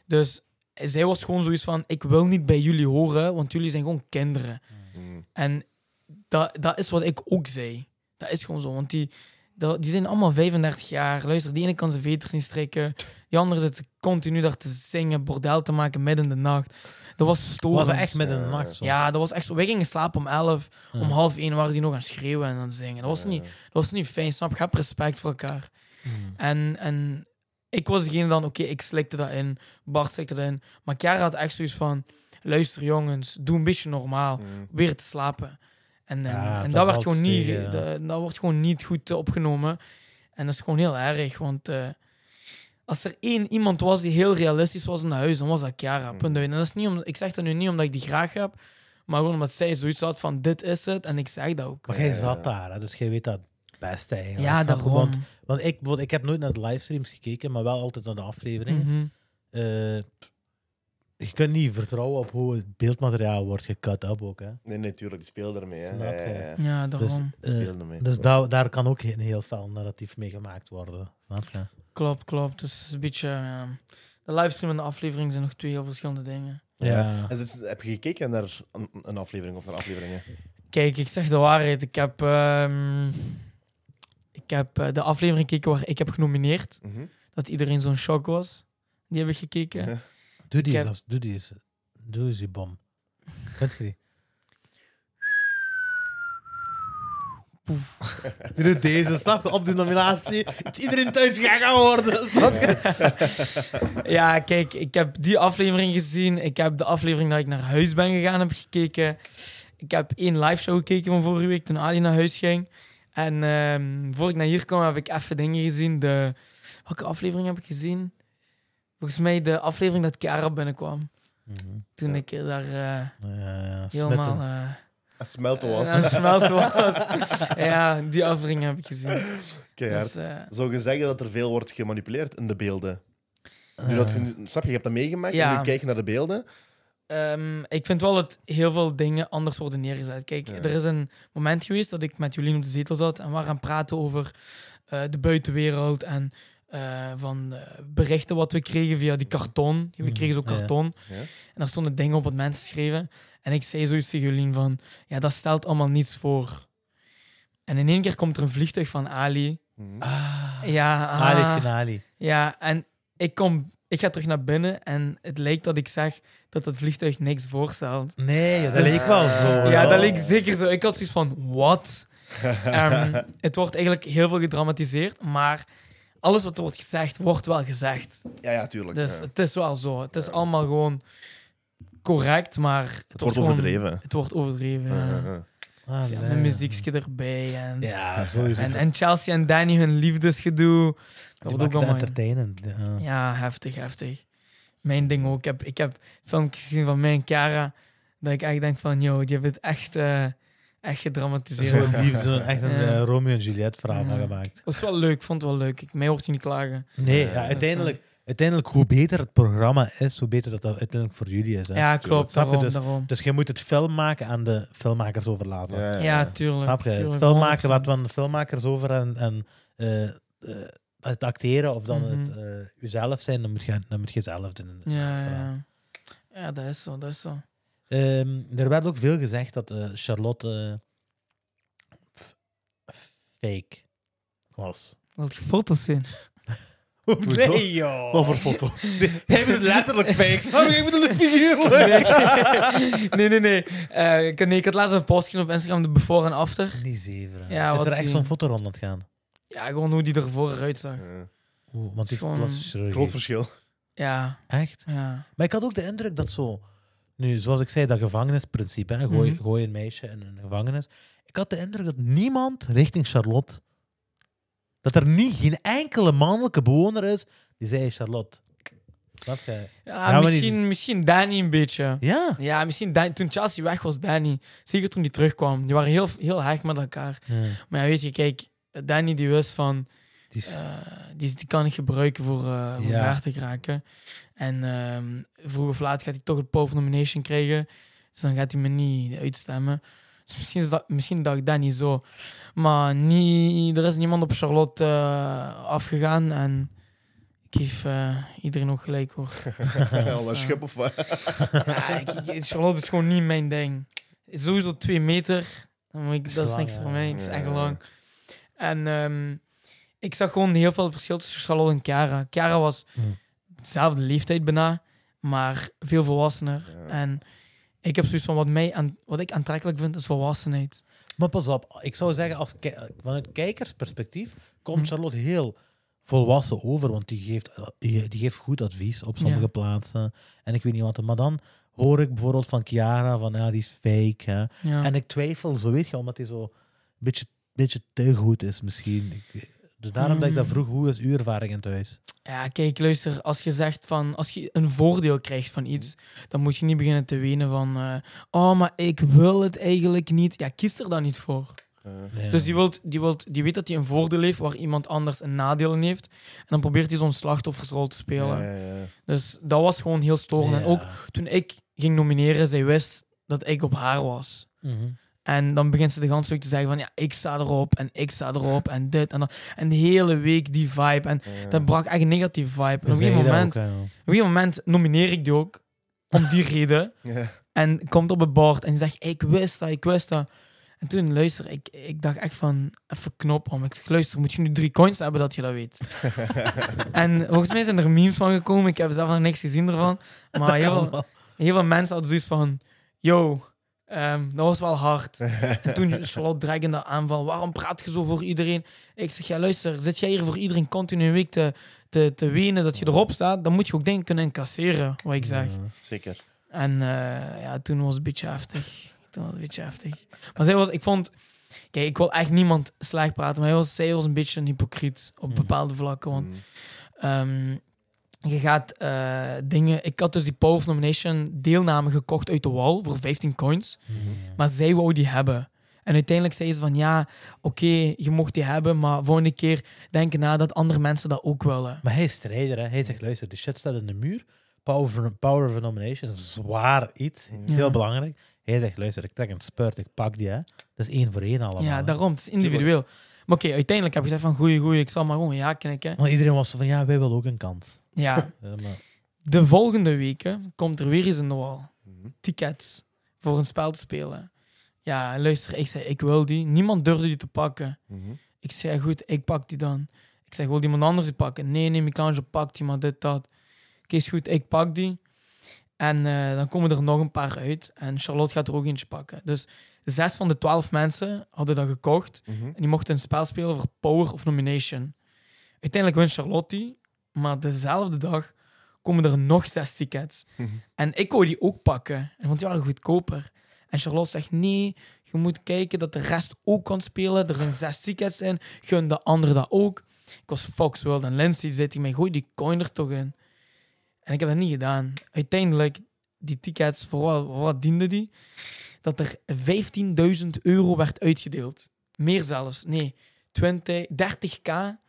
[SPEAKER 2] Dus zij was gewoon zoiets van, ik wil niet bij jullie horen, want jullie zijn gewoon kinderen. En dat, dat is wat ik ook zei. Dat is gewoon zo, want die, dat, die zijn allemaal 35 jaar. Luister, die ene kan zijn veters niet strikken, die andere zit continu daar te zingen, bordel te maken midden in de nacht. Dat was storend.
[SPEAKER 1] Was hij echt midden in de nacht? Zo? Ah.
[SPEAKER 2] Ja, dat was echt zo. Wij gingen slapen om 11,
[SPEAKER 1] Ja.
[SPEAKER 2] om half 1 waren die nog aan het schreeuwen en aan het zingen. Dat was
[SPEAKER 1] Ah.
[SPEAKER 2] niet, dat was niet fijn, snap? je? Je hebt respect voor elkaar.
[SPEAKER 1] Mm.
[SPEAKER 2] En, en ik was degene dan, oké, ik slikte dat in. Bart slikte dat in. Maar Chiara had echt zoiets van: luister jongens, doe een beetje normaal. Probeer te slapen. En, en,
[SPEAKER 1] Ja,
[SPEAKER 2] en
[SPEAKER 1] Ah, dat
[SPEAKER 2] dat, werd
[SPEAKER 1] valt
[SPEAKER 2] gewoon niet,
[SPEAKER 1] tegen, ja.
[SPEAKER 2] dat, dat wordt gewoon niet goed eh, opgenomen. En dat is gewoon heel erg, want eh, als er één iemand was die heel realistisch was in huis, dan was dat Chiara.
[SPEAKER 1] Mhm.
[SPEAKER 2] Punt uit. En dat is niet om, ik zeg dat nu niet omdat ik die graag heb, maar gewoon omdat zij zoiets had van: dit is het. En ik zeg dat ook.
[SPEAKER 1] Maar jij zat daar, hè? dus jij weet dat het beste eigenlijk.
[SPEAKER 2] ja,
[SPEAKER 1] Snap je?
[SPEAKER 2] daarom.
[SPEAKER 1] Want, want ik, bijvoorbeeld, ik heb nooit naar de livestreams gekeken, maar wel altijd naar de aflevering.
[SPEAKER 2] Mhm.
[SPEAKER 1] Eh, je kunt niet vertrouwen op hoe het beeldmateriaal wordt gecut up ook. Hè?
[SPEAKER 3] Nee, natuurlijk, die speelde ermee. Hè.
[SPEAKER 1] Snap
[SPEAKER 3] Ja,
[SPEAKER 1] je.
[SPEAKER 3] ja, ja.
[SPEAKER 2] Ja, daarom.
[SPEAKER 1] Dus,
[SPEAKER 3] Die
[SPEAKER 1] eh,
[SPEAKER 3] speelde ermee.
[SPEAKER 1] dus da- daar kan ook een heel fel narratief mee gemaakt worden. Snap je?
[SPEAKER 2] Klopt, klopt. Dus het is een beetje. ehm, de livestream en de aflevering zijn nog twee heel verschillende dingen.
[SPEAKER 1] Ja.
[SPEAKER 3] En zit- heb je gekeken naar een, een aflevering of naar afleveringen?
[SPEAKER 2] Kijk, ik zeg de waarheid. Ik heb, ehm, ik heb eh, de aflevering gekeken waar ik heb genomineerd.
[SPEAKER 3] Mhm.
[SPEAKER 2] Dat iedereen zo'n shock was. Die heb ik gekeken.
[SPEAKER 3] Ja.
[SPEAKER 1] Doe die
[SPEAKER 2] Ik
[SPEAKER 1] eens,
[SPEAKER 2] heb-
[SPEAKER 1] als- doe die eens. Doe eens die bom. Kunt je die? Die doet deze, snap je? Op die nominatie. Is iedereen thuis gaan worden. Snap je?
[SPEAKER 2] Ja, kijk, ik heb die aflevering gezien. Ik heb de aflevering dat ik naar huis ben gegaan heb gekeken. Ik heb één live show gekeken van vorige week toen Ali naar huis ging. En ehm voor ik naar hier kwam heb ik even dingen gezien. De... Welke aflevering heb ik gezien? Volgens mij de aflevering dat Kara binnenkwam.
[SPEAKER 1] Mhm.
[SPEAKER 2] Toen
[SPEAKER 3] Ja.
[SPEAKER 2] ik daar eh,
[SPEAKER 1] Ja, ja,
[SPEAKER 2] helemaal
[SPEAKER 1] smitten.
[SPEAKER 2] eh,
[SPEAKER 3] Het smelten was.
[SPEAKER 1] Eh,
[SPEAKER 2] aan het smelten was. ja, die aflevering heb ik gezien.
[SPEAKER 3] Keihard.
[SPEAKER 2] Dus, eh,
[SPEAKER 3] Zou je zeggen dat er veel wordt gemanipuleerd in de beelden? Nu dat je, snap je, je hebt dat meegemaakt
[SPEAKER 2] Eh. Ja.
[SPEAKER 3] en nu kijk je naar de beelden.
[SPEAKER 2] Ehm, ik vind wel dat heel veel dingen anders worden neergezet. Kijk,
[SPEAKER 3] Ja.
[SPEAKER 2] er is een moment geweest dat ik met Jolien op de zetel zat en we waren aan het praten over eh, de buitenwereld en eh, van eh, berichten wat we kregen via die karton. We
[SPEAKER 1] Mhm.
[SPEAKER 2] kregen zo
[SPEAKER 1] Ja, ja.
[SPEAKER 2] karton.
[SPEAKER 3] Ja.
[SPEAKER 2] En daar stonden dingen op wat mensen schreven. En ik zei zoiets tegen Jolien van, ja, dat stelt allemaal niets voor. En in één keer komt er een vliegtuig van Ali.
[SPEAKER 3] Mhm.
[SPEAKER 1] Ah,
[SPEAKER 2] Ja, ah.
[SPEAKER 1] Ali finale.
[SPEAKER 2] Ja, en ik kom... Ik ga terug naar binnen en het lijkt dat ik zeg dat het vliegtuig niks voorstelt.
[SPEAKER 1] Nee, dat
[SPEAKER 2] Dus-
[SPEAKER 1] leek wel
[SPEAKER 3] Oh.
[SPEAKER 1] zo.
[SPEAKER 2] Ja,
[SPEAKER 1] hoor.
[SPEAKER 2] dat leek zeker zo. Ik had zoiets van, wat? Ehm, het wordt eigenlijk heel veel gedramatiseerd, maar alles wat er wordt gezegd, wordt wel gezegd.
[SPEAKER 3] Ja, ja, tuurlijk.
[SPEAKER 2] Dus
[SPEAKER 3] ja.
[SPEAKER 2] het is wel zo. Het is allemaal gewoon correct, maar het,
[SPEAKER 3] Het wordt
[SPEAKER 2] gewoon-
[SPEAKER 3] overdreven.
[SPEAKER 2] Het wordt overdreven, ja.
[SPEAKER 3] Eh, eh, eh.
[SPEAKER 1] Ah,
[SPEAKER 2] Dus ja,
[SPEAKER 1] nee.
[SPEAKER 2] mijn muziekje erbij. En,
[SPEAKER 1] Ja,
[SPEAKER 3] Dus
[SPEAKER 1] sowieso.
[SPEAKER 2] en, en Chelsea en Danny hun liefdesgedoe. Dat
[SPEAKER 1] Die
[SPEAKER 2] wordt ook
[SPEAKER 1] maakt het
[SPEAKER 2] allemaal...
[SPEAKER 1] entertainend. Ja.
[SPEAKER 2] Ja, heftig, heftig. Mijn ding ook. Ik heb, ik heb filmpjes gezien van mijn Cara. Dat ik echt denk van, yo, je bent echt, eh, echt
[SPEAKER 1] Het is gewoon
[SPEAKER 2] gedramatiseerd.
[SPEAKER 1] lief, zo'n- echt een
[SPEAKER 2] Ja.
[SPEAKER 1] eh, Romeo en Juliet verhaal van
[SPEAKER 2] Ja.
[SPEAKER 1] gemaakt.
[SPEAKER 2] was wel leuk, ik vond het wel leuk. Ik, mij hoort je niet klagen.
[SPEAKER 1] Nee,
[SPEAKER 3] Ja. eh,
[SPEAKER 1] ja, uiteindelijk, uiteindelijk hoe beter het programma is, hoe beter dat, dat uiteindelijk voor jullie is. Hè?
[SPEAKER 2] Ja, klopt,
[SPEAKER 1] tuurlijk. Snap je,
[SPEAKER 2] daarom,
[SPEAKER 1] dus-
[SPEAKER 2] daarom.
[SPEAKER 1] Dus je moet het film maken aan de filmmakers overlaten.
[SPEAKER 3] Ja, ja,
[SPEAKER 2] Ja,
[SPEAKER 3] ja.
[SPEAKER 2] tuurlijk.
[SPEAKER 1] Snap je?
[SPEAKER 2] tuurlijk,
[SPEAKER 1] Het film maken
[SPEAKER 2] 100%.
[SPEAKER 1] wat van de filmmakers over en, en eh, eh, het acteren of dan het
[SPEAKER 2] Mhm.
[SPEAKER 1] eh, jezelf zijn, dan moet je, dan moet je zelf doen.
[SPEAKER 2] Ja, ja,
[SPEAKER 1] Voilà.
[SPEAKER 2] ja. Ja, dat is zo, dat is zo.
[SPEAKER 1] Ehm, er werd ook veel gezegd dat eh, Charlotte eh, f- fake was.
[SPEAKER 2] Wilt je foto's zien?
[SPEAKER 3] Hoezo?
[SPEAKER 1] Nee, joh.
[SPEAKER 3] Wat voor foto's?
[SPEAKER 1] Hij bedoelt letterlijk fake. Sorry, ik bedoel het figuurlijk.
[SPEAKER 2] Nee, nee, nee. nee. Eh, ik, nee, ik had laatst een post gezien op Instagram, de before en after.
[SPEAKER 1] Die zeven.
[SPEAKER 2] Ja,
[SPEAKER 1] is
[SPEAKER 2] wat
[SPEAKER 1] er echt
[SPEAKER 2] die-
[SPEAKER 1] zo'n foto rond aan het gaan?
[SPEAKER 2] Ja, gewoon hoe die ervoor eruit zag.
[SPEAKER 3] Eh,
[SPEAKER 1] Oeh, want die
[SPEAKER 2] Is gewoon
[SPEAKER 1] plastische chirurgie.
[SPEAKER 3] groot verschil.
[SPEAKER 2] Ja,
[SPEAKER 1] Echt?
[SPEAKER 2] ja.
[SPEAKER 1] Maar ik had ook de indruk dat zo... Nu, zoals ik zei, dat gevangenisprincipe. Hè? Gooi,
[SPEAKER 2] Mhm.
[SPEAKER 1] gooi een meisje in een gevangenis. Ik had de indruk dat niemand richting Charlotte... Dat er niet, geen enkele mannelijke bewoner is die zei Charlotte. Snap jij?
[SPEAKER 2] Ja,
[SPEAKER 1] maar die-
[SPEAKER 2] misschien, misschien Danny een beetje.
[SPEAKER 1] Ja.
[SPEAKER 2] Ja, misschien Dan- toen Chelsea weg was, Danny. Zeker toen die terugkwam. Die waren heel, heel hecht met elkaar. Maar ja, weet je, kijk, Danny die wist van...
[SPEAKER 1] Die is-
[SPEAKER 2] eh, die, die kan ik gebruiken voor, eh voor
[SPEAKER 1] Ja.
[SPEAKER 2] ver te geraken. En ehm vroeg of laat gaat hij toch het Power Nomination krijgen. Dus dan gaat hij me niet uitstemmen. Dus misschien, is dat, misschien dacht Danny zo. Maar niet, er is niemand op Charlotte eh, afgegaan. En ik geef eh, iedereen ook gelijk hoor.
[SPEAKER 3] Al een schip of wat?
[SPEAKER 2] Ja, ik- ik- Charlotte is gewoon niet mijn ding. Sowieso twee meter. Dan moet ik,
[SPEAKER 1] Is
[SPEAKER 2] dat is
[SPEAKER 1] lang,
[SPEAKER 2] niks
[SPEAKER 1] ja.
[SPEAKER 2] voor mij. Het is echt
[SPEAKER 3] Ja.
[SPEAKER 2] lang. En ehm, ik zag gewoon heel veel verschil tussen Charlotte en Chiara. Chiara was
[SPEAKER 1] Hmm.
[SPEAKER 2] dezelfde leeftijd bijna, maar veel volwassener.
[SPEAKER 3] Ja.
[SPEAKER 2] En ik heb zoiets van wat, mij aan, wat ik aantrekkelijk vind, is volwassenheid.
[SPEAKER 1] Maar pas op, ik zou zeggen, als ki- vanuit kijkersperspectief
[SPEAKER 2] Hm.
[SPEAKER 1] komt Charlotte heel volwassen over, want die geeft, eh, die die geeft goed advies op sommige
[SPEAKER 2] Ja.
[SPEAKER 1] plaatsen. En ik weet niet wat. Maar dan hoor ik bijvoorbeeld van Chiara van, ja, die is fake. Hè.
[SPEAKER 2] Ja.
[SPEAKER 1] En ik twijfel, zo weet je, omdat hij zo een beetje, beetje te goed is misschien. Ik, dus daarom dat ik dat
[SPEAKER 2] Mm.
[SPEAKER 1] vroeg, hoe is uw ervaring in thuis?
[SPEAKER 2] Ja, kijk, luister, als je zegt van, als je een voordeel krijgt van iets, dan moet je niet beginnen te wenen van, eh, oh, maar ik wil het eigenlijk niet. Ja, kies er dan niet voor.
[SPEAKER 3] Eh,
[SPEAKER 2] Dus die, wilt, die, wilt, die weet dat hij een voordeel heeft waar iemand anders een nadeel in heeft. En dan probeert hij zo'n slachtoffersrol te spelen.
[SPEAKER 3] ja, ja, ja.
[SPEAKER 2] Dus dat was gewoon heel storend. En ook toen ik ging nomineren, zij wist dat ik op haar was.
[SPEAKER 1] Mhm.
[SPEAKER 2] En dan begint ze de hele week te zeggen van, ja, ik sta erop en ik sta erop en dit en dat. En de hele week die vibe. En
[SPEAKER 3] Eh,
[SPEAKER 2] dat brak echt een negatieve vibe. En op een gegeven moment op een gegeven moment nomineer ik die ook. Om die reden.
[SPEAKER 3] ja.
[SPEAKER 2] En komt op het bord en zegt: Ik wist dat, ik wist dat. En toen luister ik, ik dacht echt van: Even knop om. Ik zeg: Luister, moet je nu drie coins hebben dat je dat weet? en volgens mij zijn er memes van gekomen. Ik heb zelf nog niks gezien ervan. Maar heel, veel- heel veel mensen hadden zoiets van: Yo, ehm, dat was wel hard. en toen Charlotte Drake in de aanval: Waarom praat je zo voor iedereen? Ik zeg: Ja, luister, zit jij hier voor iedereen continu een week te, te, te wenen dat je erop staat? Dan moet je ook dingen kunnen incasseren, wat ik zeg.
[SPEAKER 3] Zeker.
[SPEAKER 2] En eh, ja, toen was het een beetje heftig. Toen was het een beetje heftig. Maar zij was, ik vond... Kijk, ik wil echt niemand slecht praten, maar hij was, zij was een beetje een hypocriet op
[SPEAKER 1] Mm.
[SPEAKER 2] bepaalde vlakken. Want
[SPEAKER 3] Mm.
[SPEAKER 2] ehm, je gaat eh, dingen... Ik had dus die Power of Nomination deelname gekocht uit de wall voor 15 coins.
[SPEAKER 1] Mhm.
[SPEAKER 2] Maar zij wou die hebben. En uiteindelijk zei ze van ja, oké, je mocht die hebben, maar volgende keer denk na dat andere mensen dat ook willen.
[SPEAKER 1] Maar hij is strijder, hè. Hij zegt, luister, de shit staat in de muur. Power of, power of nomination is een zwaar iets.
[SPEAKER 3] Ja.
[SPEAKER 1] Heel belangrijk. Hij zegt, luister, ik trek een spurt, ik pak die, hè. Dat is één voor één allemaal.
[SPEAKER 2] Ja,
[SPEAKER 1] hè.
[SPEAKER 2] daarom. Het is individueel. Maar oké, uiteindelijk heb ik gezegd van goeie, goeie, ik zal maar gewoon ja knikken.
[SPEAKER 1] Want iedereen was zo van, ja, wij willen ook een kans.
[SPEAKER 2] Ja,
[SPEAKER 1] Ja, maar-
[SPEAKER 2] de volgende weken komt er weer eens een wal.
[SPEAKER 3] Mhm.
[SPEAKER 2] Tickets voor een spel te spelen. Ja, luister, ik zei, ik wil die. Niemand durfde die te pakken.
[SPEAKER 3] Mhm.
[SPEAKER 2] Ik zei, ja, goed, ik pak die dan. Ik zei, wil iemand anders die pakken? Nee, nee, Michelangelo pakt die, maar dit, dat. Oké, is goed, ik pak die. En eh, dan komen er nog een paar uit. En Charlotte gaat er ook eentje pakken. Dus zes van de twaalf mensen hadden dat gekocht.
[SPEAKER 3] Mhm.
[SPEAKER 2] En die mochten een spel spelen voor Power of Nomination. Uiteindelijk wint Charlotte die, maar dezelfde dag komen er nog zes tickets.
[SPEAKER 3] Mhm.
[SPEAKER 2] En ik wou die ook pakken, en want die waren goedkoper. En Charlotte zegt, nee, je moet kijken dat de rest ook kan spelen. Er zijn zes tickets in, gun de anderen dat ook. Ik was Foxworld en Lindsay die zei tegen mij, gooi die coin er toch in. En ik heb dat niet gedaan. Uiteindelijk, die tickets, voor wat, voor wat dienden die? Dat er 15.000 euro werd uitgedeeld. Meer zelfs, nee. 20, 30k
[SPEAKER 1] Ja.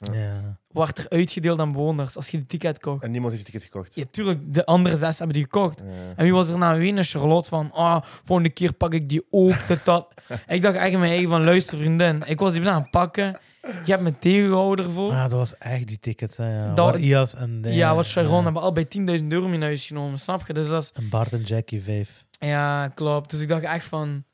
[SPEAKER 2] werd er uitgedeeld aan bewoners als je die ticket kocht.
[SPEAKER 3] En niemand heeft het ticket gekocht.
[SPEAKER 2] Ja, tuurlijk, de andere zes hebben die gekocht.
[SPEAKER 3] Eh,
[SPEAKER 2] En wie was er na Wenen? Charlotte van, ah, volgende keer pak ik die ook, dit, dat. ik dacht echt in mijn eigen van, luister vriendin, ik was die bijna aan het pakken. Je hebt me tegengehouden ervoor.
[SPEAKER 1] Ah, dat was echt die tickets. Hè, ja.
[SPEAKER 2] Dat-
[SPEAKER 1] Waar Ias en... de-
[SPEAKER 2] ja, wat Sharon
[SPEAKER 1] ja.
[SPEAKER 2] hebben al bij 10.000 euro mee naar huis genomen, snap je? Dus dat is,
[SPEAKER 1] En Bart en Jackie 5.
[SPEAKER 2] ja, klopt. Dus ik dacht echt van,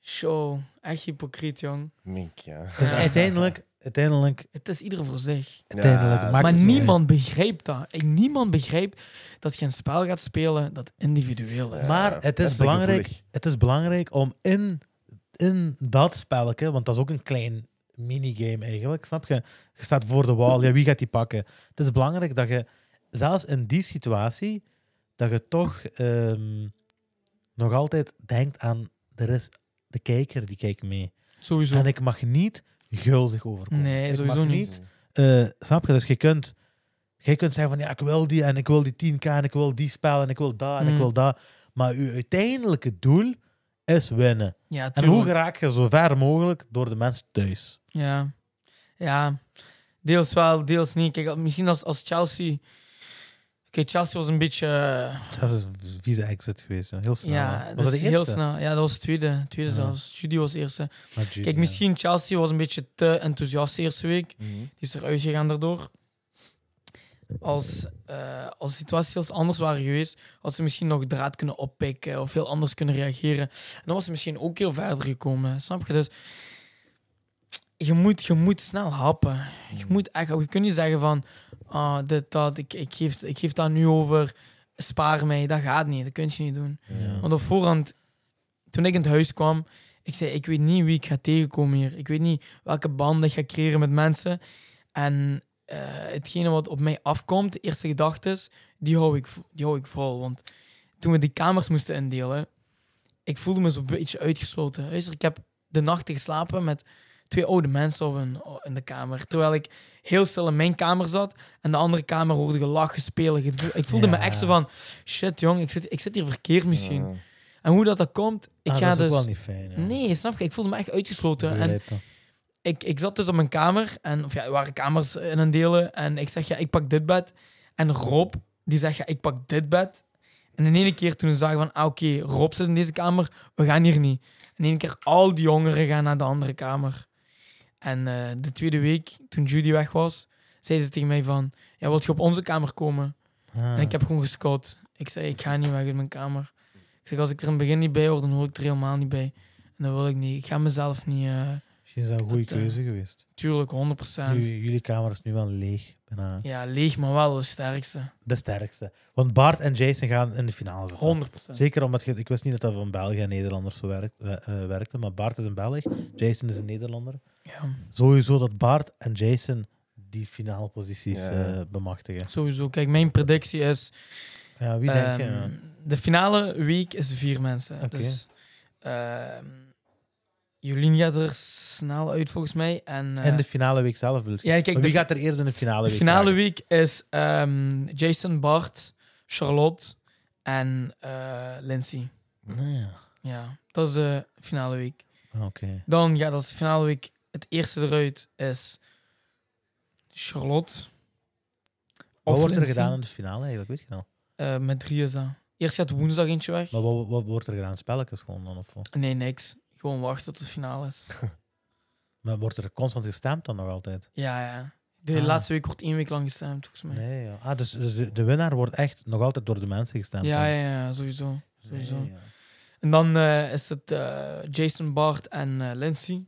[SPEAKER 2] show, echt hypocriet, jong.
[SPEAKER 3] Mink, ja.
[SPEAKER 1] Dus
[SPEAKER 2] Ja.
[SPEAKER 1] uiteindelijk, uiteindelijk,
[SPEAKER 2] Het is ieder voor zich.
[SPEAKER 1] uiteindelijk...
[SPEAKER 3] Ja,
[SPEAKER 1] maakt
[SPEAKER 2] Maar
[SPEAKER 1] het niet uit.
[SPEAKER 2] niemand begrijpt dat. Ik- Niemand begrijpt dat je een spel gaat spelen dat individueel is.
[SPEAKER 3] Ja,
[SPEAKER 1] Maar
[SPEAKER 3] dat
[SPEAKER 1] het
[SPEAKER 3] is
[SPEAKER 1] is,
[SPEAKER 3] echt
[SPEAKER 1] belangrijk,
[SPEAKER 3] gevoelig.
[SPEAKER 1] het is belangrijk om in, in dat spelletje, want dat is ook een klein minigame eigenlijk, snap je? Je staat voor de wal, ja, wie gaat die pakken? Het is belangrijk dat je, zelfs in die situatie, dat je toch ehm, nog altijd denkt aan, er is de kijker die kijkt mee.
[SPEAKER 2] Sowieso.
[SPEAKER 1] En ik mag niet gulzig overkomen.
[SPEAKER 2] Nee,
[SPEAKER 1] ik
[SPEAKER 2] sowieso
[SPEAKER 1] mag
[SPEAKER 2] niet.
[SPEAKER 1] eh, snap je? Dus je kunt, je kunt zeggen van ja, ik wil die en ik wil die 10k en ik wil die spel en ik wil dat en ik
[SPEAKER 2] Mm.
[SPEAKER 1] wil dat. Maar je uiteindelijke doel is winnen.
[SPEAKER 2] Ja,
[SPEAKER 1] En hoe
[SPEAKER 2] tuurlijk.
[SPEAKER 1] raak je zo ver mogelijk door de mensen thuis?
[SPEAKER 2] Ja. ja, deels wel, deels niet. Kijk, misschien als, als Chelsea. Oké, Chelsea was een beetje. eh,
[SPEAKER 1] Dat is een vieze exit geweest. hè. Heel snel. hè.
[SPEAKER 2] ja,
[SPEAKER 1] was
[SPEAKER 2] dat
[SPEAKER 1] dat de
[SPEAKER 2] is
[SPEAKER 1] eerste?
[SPEAKER 2] heel snel. Ja, dat was de tweede. Tweede
[SPEAKER 1] Ja.
[SPEAKER 2] zelfs. Judy was de eerste.
[SPEAKER 1] Maar Judy,
[SPEAKER 2] Kijk,
[SPEAKER 1] ja.
[SPEAKER 2] misschien Chelsea was een beetje te enthousiast de eerste week.
[SPEAKER 3] Mhm.
[SPEAKER 2] Die is eruit gegaan daardoor. Als, eh, als de situatie heel anders waren geweest, had ze misschien nog draad kunnen oppikken of heel anders kunnen reageren. En dan was ze misschien ook heel verder gekomen. Snap je? Dus je moet, je moet snel happen. Je
[SPEAKER 1] Mhm.
[SPEAKER 2] moet echt, je kunt niet zeggen van, ah, dit, dat, ik, ik, geef, ik geef dat nu over, spaar mij. Dat gaat niet, dat kun je niet doen.
[SPEAKER 1] Ja.
[SPEAKER 2] Want op voorhand, toen ik in het huis kwam, ik zei, ik weet niet wie ik ga tegenkomen hier. Ik weet niet welke banden ik ga creëren met mensen. En eh, hetgene wat op mij afkomt, de eerste gedachtes, die hou, ik, vo- die hou ik vol. Want toen we die kamers moesten indelen, ik voelde me zo'n beetje uitgesloten. Luister, ik heb de nachten geslapen met twee oude mensen op een, in de kamer. Terwijl ik heel stil in mijn kamer zat en de andere kamer hoorde gelach, spelen. Ik voelde me
[SPEAKER 1] Ja.
[SPEAKER 2] echt zo van, shit jong, ik zit, ik zit hier verkeerd misschien. En hoe dat, dat komt, ik
[SPEAKER 1] Ah,
[SPEAKER 2] ga
[SPEAKER 1] dat is
[SPEAKER 2] dus...
[SPEAKER 1] ook wel niet fijn. ja.
[SPEAKER 2] Nee, snap je? Ik voelde me echt
[SPEAKER 1] Ik
[SPEAKER 2] uitgesloten. En
[SPEAKER 1] begrijp dat.
[SPEAKER 2] ik, ik zat dus op mijn kamer, en, of ja, er waren kamers in een delen. En ik zeg, ja, ik pak dit bed. En Rob, die zegt, ja, ik pak dit bed. En in één keer toen ze zagen van, ah, oké, Rob zit in deze kamer, we gaan hier niet. In één keer al die jongeren gaan naar de andere kamer. En eh, de tweede week, toen Judy weg was, zeiden ze tegen mij van, ja, wilt je op onze kamer komen?
[SPEAKER 1] Ah.
[SPEAKER 2] En ik heb gewoon gescout. Ik zei, ik ga niet weg uit mijn kamer. Ik zeg, als ik er in het begin niet bij hoor, dan hoor ik er helemaal niet bij. En dat wil ik niet. Ik ga mezelf niet... eh,
[SPEAKER 1] Misschien is dat een goede
[SPEAKER 2] dat, eh,
[SPEAKER 1] keuze geweest.
[SPEAKER 2] tuurlijk, 100%.
[SPEAKER 1] Nu- jullie kamer is nu wel leeg. Bijna.
[SPEAKER 2] Ja, leeg, maar wel de sterkste.
[SPEAKER 1] De sterkste. Want Bart en Jason gaan in de finale zitten.
[SPEAKER 2] 100%.
[SPEAKER 1] Zeker omdat je, ik wist niet dat dat van België en Nederlanders zo werkt, eh, eh, werkte, maar Bart is een Belg, Jason is een Nederlander.
[SPEAKER 2] Ja,
[SPEAKER 1] Sowieso dat Bart en Jason die finale posities
[SPEAKER 3] Ja.
[SPEAKER 1] eh, bemachtigen.
[SPEAKER 2] sowieso. Kijk, mijn predictie is...
[SPEAKER 1] Ja, wie denk je?
[SPEAKER 2] Ehm, De finale week is vier mensen.
[SPEAKER 1] Oké.
[SPEAKER 2] Dus ehm Jolien gaat er snel uit, volgens mij. En, eh,
[SPEAKER 1] in de finale week zelf bedoel ik.
[SPEAKER 2] ja, kijk,
[SPEAKER 1] Maar
[SPEAKER 2] de,
[SPEAKER 1] wie gaat er eerst in de finale
[SPEAKER 2] de
[SPEAKER 1] week?
[SPEAKER 2] finale
[SPEAKER 1] raken?
[SPEAKER 2] week is ehm, Jason, Bart, Charlotte en eh, Lindsay.
[SPEAKER 1] Ah, ja. ah,
[SPEAKER 2] Ja, dat is de finale week.
[SPEAKER 1] Oké.
[SPEAKER 2] Dan gaat als finale week het eerste eruit is Charlotte.
[SPEAKER 1] Wat
[SPEAKER 2] Of
[SPEAKER 1] wordt er
[SPEAKER 2] Lindsay.
[SPEAKER 1] gedaan in de finale eigenlijk? Weet je nou?
[SPEAKER 2] Eh, met drie is dat. Eerst gaat woensdag eentje weg.
[SPEAKER 1] Maar wat, wat wordt er gedaan? Spelletjes gewoon dan? Of, wat?
[SPEAKER 2] Nee, niks. Gewoon wachten tot het finale is.
[SPEAKER 1] maar wordt er constant gestemd dan nog altijd?
[SPEAKER 2] ja, ja. De
[SPEAKER 1] Ah.
[SPEAKER 2] laatste week wordt één week lang gestemd, volgens mij.
[SPEAKER 1] Nee, ja. Ah, dus, dus de, de winnaar wordt echt nog altijd door de mensen gestemd?
[SPEAKER 2] ja,
[SPEAKER 1] dan?
[SPEAKER 2] ja, ja, sowieso.
[SPEAKER 1] Nee,
[SPEAKER 2] sowieso.
[SPEAKER 1] ja.
[SPEAKER 2] En dan eh, is het eh, Jason, Bart en eh Lindsay.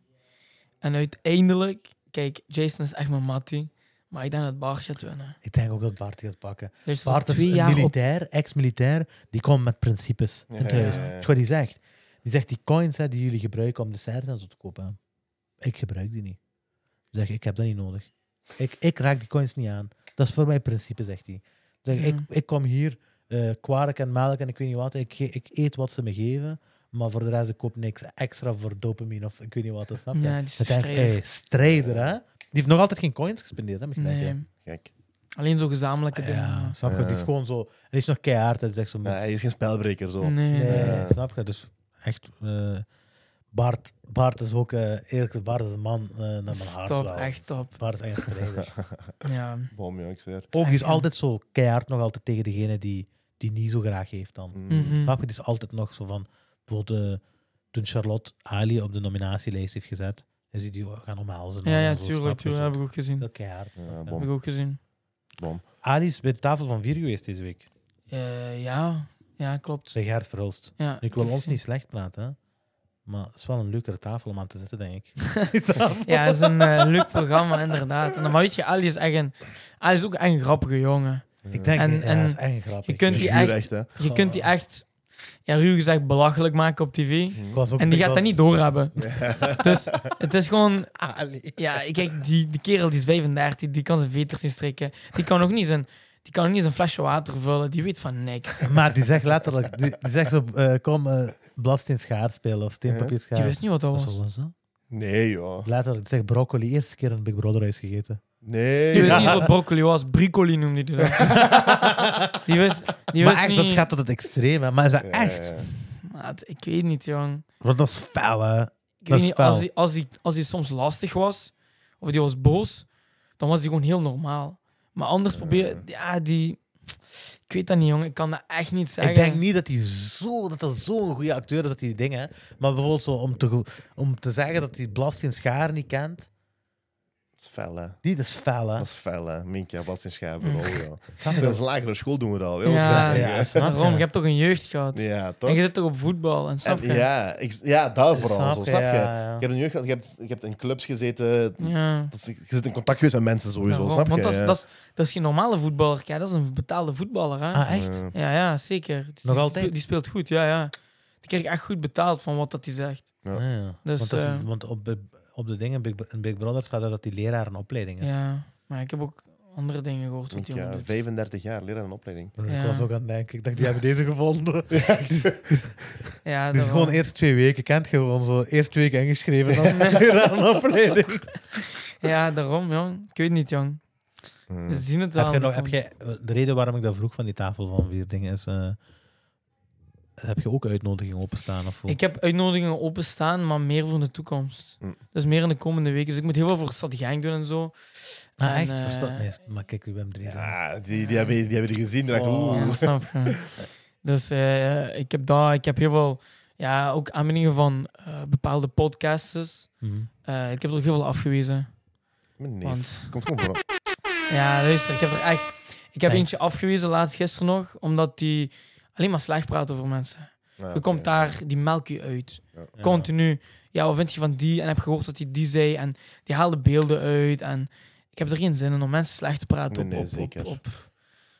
[SPEAKER 2] En uiteindelijk, kijk, Jason is echt mijn mattie. Maar ik denk dat Bart gaat winnen.
[SPEAKER 1] Ik denk ook dat Bart die gaat pakken.
[SPEAKER 2] Hij is al
[SPEAKER 1] Bart is
[SPEAKER 2] twee
[SPEAKER 1] een
[SPEAKER 2] jaar op
[SPEAKER 1] militair, ex-militair, die komt met principes in het
[SPEAKER 3] Ja, ja,
[SPEAKER 1] huis.
[SPEAKER 3] ja.
[SPEAKER 1] Dat is wat hij zegt. Die zegt, die coins hè, die jullie gebruiken om de en zo te kopen, hè. ik gebruik die niet. Ik zeg, ik heb dat niet nodig. Ik, ik raak die coins niet aan. Dat is voor mij principe, zegt hij. Zeg, ik,
[SPEAKER 2] Ja.
[SPEAKER 1] ik kom hier, eh kwark en melk en ik weet niet wat. Ik, ge- ik eet wat ze me geven, maar voor de rest ik koop niks extra voor dopamine of ik weet niet wat. dat Snap je?
[SPEAKER 2] Ja, die is
[SPEAKER 1] Dat denk ik,
[SPEAKER 2] strijder.
[SPEAKER 1] hey, strijder, hè? Die heeft nog altijd geen coins gespendeerd, hè? begrijp je?
[SPEAKER 2] Nee,
[SPEAKER 3] Gek.
[SPEAKER 2] alleen zo gezamenlijke dingen.
[SPEAKER 1] Ah, Ja, snap je? Die heeft
[SPEAKER 3] Ja.
[SPEAKER 1] gewoon zo... En die is nog keihard, hij zegt zo...
[SPEAKER 3] Nee, hij is geen spelbreker zo.
[SPEAKER 2] Nee.
[SPEAKER 1] Nee,
[SPEAKER 3] Ja.
[SPEAKER 1] snap je? Dus echt... eh, Bart, Bart is ook... eh eerlijk gezegd, Bart is een man eh, naar mijn hart.
[SPEAKER 2] Top,
[SPEAKER 1] wel. Dus
[SPEAKER 2] echt top.
[SPEAKER 1] Bart is echt een strijder.
[SPEAKER 2] Ja.
[SPEAKER 1] Mm-hmm.
[SPEAKER 3] Bom, joh, ik zweer.
[SPEAKER 1] Ook, die is
[SPEAKER 2] Echt, ja.
[SPEAKER 1] altijd zo keihard nog altijd tegen degene die, die niet zo graag heeft dan.
[SPEAKER 3] Mm.
[SPEAKER 2] Mhm.
[SPEAKER 1] Snap je? Het is altijd nog zo van... Bijvoorbeeld eh, toen Charlotte Ali op de nominatielijst heeft gezet, is die die gaan omhelzen.
[SPEAKER 2] Ja, ja,
[SPEAKER 1] en zo,
[SPEAKER 2] tuurlijk,
[SPEAKER 1] snap je?
[SPEAKER 2] tuurlijk.
[SPEAKER 1] Zo.
[SPEAKER 2] Heb ik ook gezien.
[SPEAKER 1] Heel keihard.
[SPEAKER 3] Ja,
[SPEAKER 1] snap je?
[SPEAKER 2] Heb
[SPEAKER 3] bom.
[SPEAKER 2] ik ook gezien.
[SPEAKER 3] Bom.
[SPEAKER 1] Ali is bij de tafel van vier geweest deze week.
[SPEAKER 2] Eh, ja. ja, klopt.
[SPEAKER 1] Zeg Gert Verhulst.
[SPEAKER 2] Ja,
[SPEAKER 1] Ik wil
[SPEAKER 2] heb
[SPEAKER 1] ons
[SPEAKER 2] gezien.
[SPEAKER 1] niet slecht praten, hè. maar het is wel een leukere tafel om aan te zitten, denk ik.
[SPEAKER 2] Ja, het is een eh, leuk programma, inderdaad. En, dan- maar weet je, Ali is echt een, Ali is ook echt een grappige jongen.
[SPEAKER 1] Ik denk,
[SPEAKER 2] En-
[SPEAKER 1] ja,
[SPEAKER 2] en
[SPEAKER 1] dat is echt grappig.
[SPEAKER 2] je kunt
[SPEAKER 1] Ik-
[SPEAKER 2] die
[SPEAKER 3] Figuur
[SPEAKER 2] echt-
[SPEAKER 3] hè.
[SPEAKER 2] Je kunt die echt, ja, ruw gezegd, belachelijk maken op tv.
[SPEAKER 1] ik was ook
[SPEAKER 2] En die
[SPEAKER 1] ik
[SPEAKER 2] gaat dat
[SPEAKER 1] was-
[SPEAKER 2] niet doorhebben. Dus het is gewoon...
[SPEAKER 1] Ah,
[SPEAKER 2] Ja, kijk, die, die kerel die is 35, die kan zijn veters niet strikken. Die kan ook niet zijn, die kan ook niet zijn flesje water vullen. Die weet van niks.
[SPEAKER 1] Maar die zegt letterlijk, die, die zegt zo, eh, kom eh Blasteen schaar spelen of steenpapier schaar.
[SPEAKER 2] Die wist niet wat dat
[SPEAKER 1] Wat
[SPEAKER 2] was.
[SPEAKER 1] was dat?
[SPEAKER 3] Nee, joh.
[SPEAKER 1] Letterlijk, die zegt broccoli, eerste keer in Big Brother huis gegeten.
[SPEAKER 3] Nee.
[SPEAKER 2] Die wist
[SPEAKER 3] joh.
[SPEAKER 2] niet wat broccoli was. Bricoli noemde die dat. Die wist, die wist
[SPEAKER 1] maar echt,
[SPEAKER 2] niet...
[SPEAKER 1] dat gaat tot het extreme. Maar is dat
[SPEAKER 3] Ja,
[SPEAKER 1] echt?
[SPEAKER 3] ja, ja.
[SPEAKER 2] Maat, ik weet niet, jong.
[SPEAKER 1] Want dat is fel, hè?
[SPEAKER 2] Ik
[SPEAKER 1] Dat
[SPEAKER 2] weet
[SPEAKER 1] is
[SPEAKER 2] niet,
[SPEAKER 1] fel.
[SPEAKER 2] als die, als, die, als die soms lastig was, of die was boos, dan was die gewoon heel normaal. Maar
[SPEAKER 1] Eh.
[SPEAKER 2] anders probeer... Ja, die... Ik weet dat niet, jong. Ik kan dat echt niet zeggen.
[SPEAKER 1] Ik denk niet dat hij zo, dat dat zo'n goede acteur is, dat hij die dingen... Maar bijvoorbeeld zo, om, te, go- om te zeggen dat hij Blasteen schaar niet kent,
[SPEAKER 3] Dat is fel, hè.
[SPEAKER 1] die is fel, hè?
[SPEAKER 3] Dat is fel, hè. Minky, Bas in Scherpen. oh, joh.
[SPEAKER 1] Snap je?
[SPEAKER 3] Sinds lagere school doen we dat al. Heel
[SPEAKER 2] Mm. Ja,
[SPEAKER 3] waarschijnlijk,
[SPEAKER 1] ja,
[SPEAKER 3] hè.
[SPEAKER 1] snap
[SPEAKER 2] Waarom?
[SPEAKER 1] je.
[SPEAKER 2] Je hebt toch een jeugd gehad?
[SPEAKER 3] Ja, toch?
[SPEAKER 2] En je zit toch op voetbal en snap
[SPEAKER 3] En-
[SPEAKER 2] je?
[SPEAKER 3] ja, ik, ja, daar vooral.
[SPEAKER 1] Snap
[SPEAKER 3] zo,
[SPEAKER 1] je,
[SPEAKER 3] snap je?
[SPEAKER 1] ja, ja.
[SPEAKER 3] Je hebt een jeugd gehad, je hebt, je hebt in clubs gezeten.
[SPEAKER 2] Ja.
[SPEAKER 3] Dat is- je zit in contact geweest met mensen sowieso,
[SPEAKER 2] Mm. Daarom.
[SPEAKER 3] snap
[SPEAKER 2] Want
[SPEAKER 3] je?
[SPEAKER 2] dat, is-
[SPEAKER 3] ja.
[SPEAKER 2] dat, is, dat is geen normale voetballer, kijk. Dat is een betaalde voetballer, hè?
[SPEAKER 1] Ah, echt?
[SPEAKER 3] Ja.
[SPEAKER 2] Ja, ja, zeker. Die-
[SPEAKER 1] Nog
[SPEAKER 2] die
[SPEAKER 1] altijd?
[SPEAKER 2] speelt- Die speelt goed, ja, ja. Die krijg ik echt goed betaald van wat dat hij zegt.
[SPEAKER 3] Ja.
[SPEAKER 1] Ah, ja.
[SPEAKER 2] Dus,
[SPEAKER 1] want dat is-
[SPEAKER 2] eh,
[SPEAKER 1] want op, de- op de dingen, Big, Bro- in Big Brother staat er dat die leraar een opleiding is.
[SPEAKER 2] Ja. Maar ik heb ook andere dingen gehoord wat
[SPEAKER 3] Ik,
[SPEAKER 2] die jongen
[SPEAKER 3] ja,
[SPEAKER 2] doet.
[SPEAKER 3] 35 jaar, leraar en opleiding.
[SPEAKER 1] Maar
[SPEAKER 2] Ja.
[SPEAKER 1] Ik was ook aan het denken, ik dacht, die hebben deze gevonden.
[SPEAKER 2] Ja,
[SPEAKER 1] Die is
[SPEAKER 2] daarom.
[SPEAKER 1] gewoon eerst twee weken, kent je gewoon zo. Eerst twee weken ingeschreven, dan leraar een opleiding.
[SPEAKER 2] Ja, daarom, jong. Ik weet niet, jong.
[SPEAKER 3] Ja.
[SPEAKER 2] We zien het wel.
[SPEAKER 1] Heb je nog,
[SPEAKER 2] aan
[SPEAKER 1] heb
[SPEAKER 2] de
[SPEAKER 1] jij, de reden waarom ik dat vroeg van die tafel van vier dingen is... eh, heb je ook uitnodigingen openstaan? Of hoe?
[SPEAKER 2] kant. Ik heb uitnodigingen openstaan, maar meer voor de toekomst.
[SPEAKER 3] Mm.
[SPEAKER 2] Dus meer in de komende weken. Dus ik moet heel veel voor Stad Genk doen en zo.
[SPEAKER 1] ah, echt?
[SPEAKER 2] En, eh,
[SPEAKER 1] Versta- nee, maar kijk, Wim Dries.
[SPEAKER 3] Ja, die, die, hebben, die hebben die gezien. die dachten,
[SPEAKER 1] Oh.
[SPEAKER 3] oeh.
[SPEAKER 2] Ja, snap je. Dus eh, ik heb daar, ik heb heel veel, ja, ook aanbiedingen van eh, bepaalde podcasters.
[SPEAKER 1] Mhm.
[SPEAKER 2] Eh, ik heb er ook heel veel afgewezen.
[SPEAKER 3] Mijn neef.
[SPEAKER 2] Want,
[SPEAKER 3] Komt gewoon voor.
[SPEAKER 2] ja, luister, ik heb er echt, ik heb
[SPEAKER 1] Thanks.
[SPEAKER 2] eentje afgewezen laatst gisteren nog, omdat die alleen maar slecht praat over mensen.
[SPEAKER 3] Ja,
[SPEAKER 2] Je komt
[SPEAKER 3] oké.
[SPEAKER 2] daar, die melk je uit.
[SPEAKER 1] Ja.
[SPEAKER 2] Continu. Ja, wat vind je van die? En heb gehoord dat die die zei. En die haalde beelden uit. En ik heb er geen zin in om mensen slecht te praten
[SPEAKER 3] Nee,
[SPEAKER 2] op,
[SPEAKER 3] nee,
[SPEAKER 2] op,
[SPEAKER 3] zeker.
[SPEAKER 2] op, op,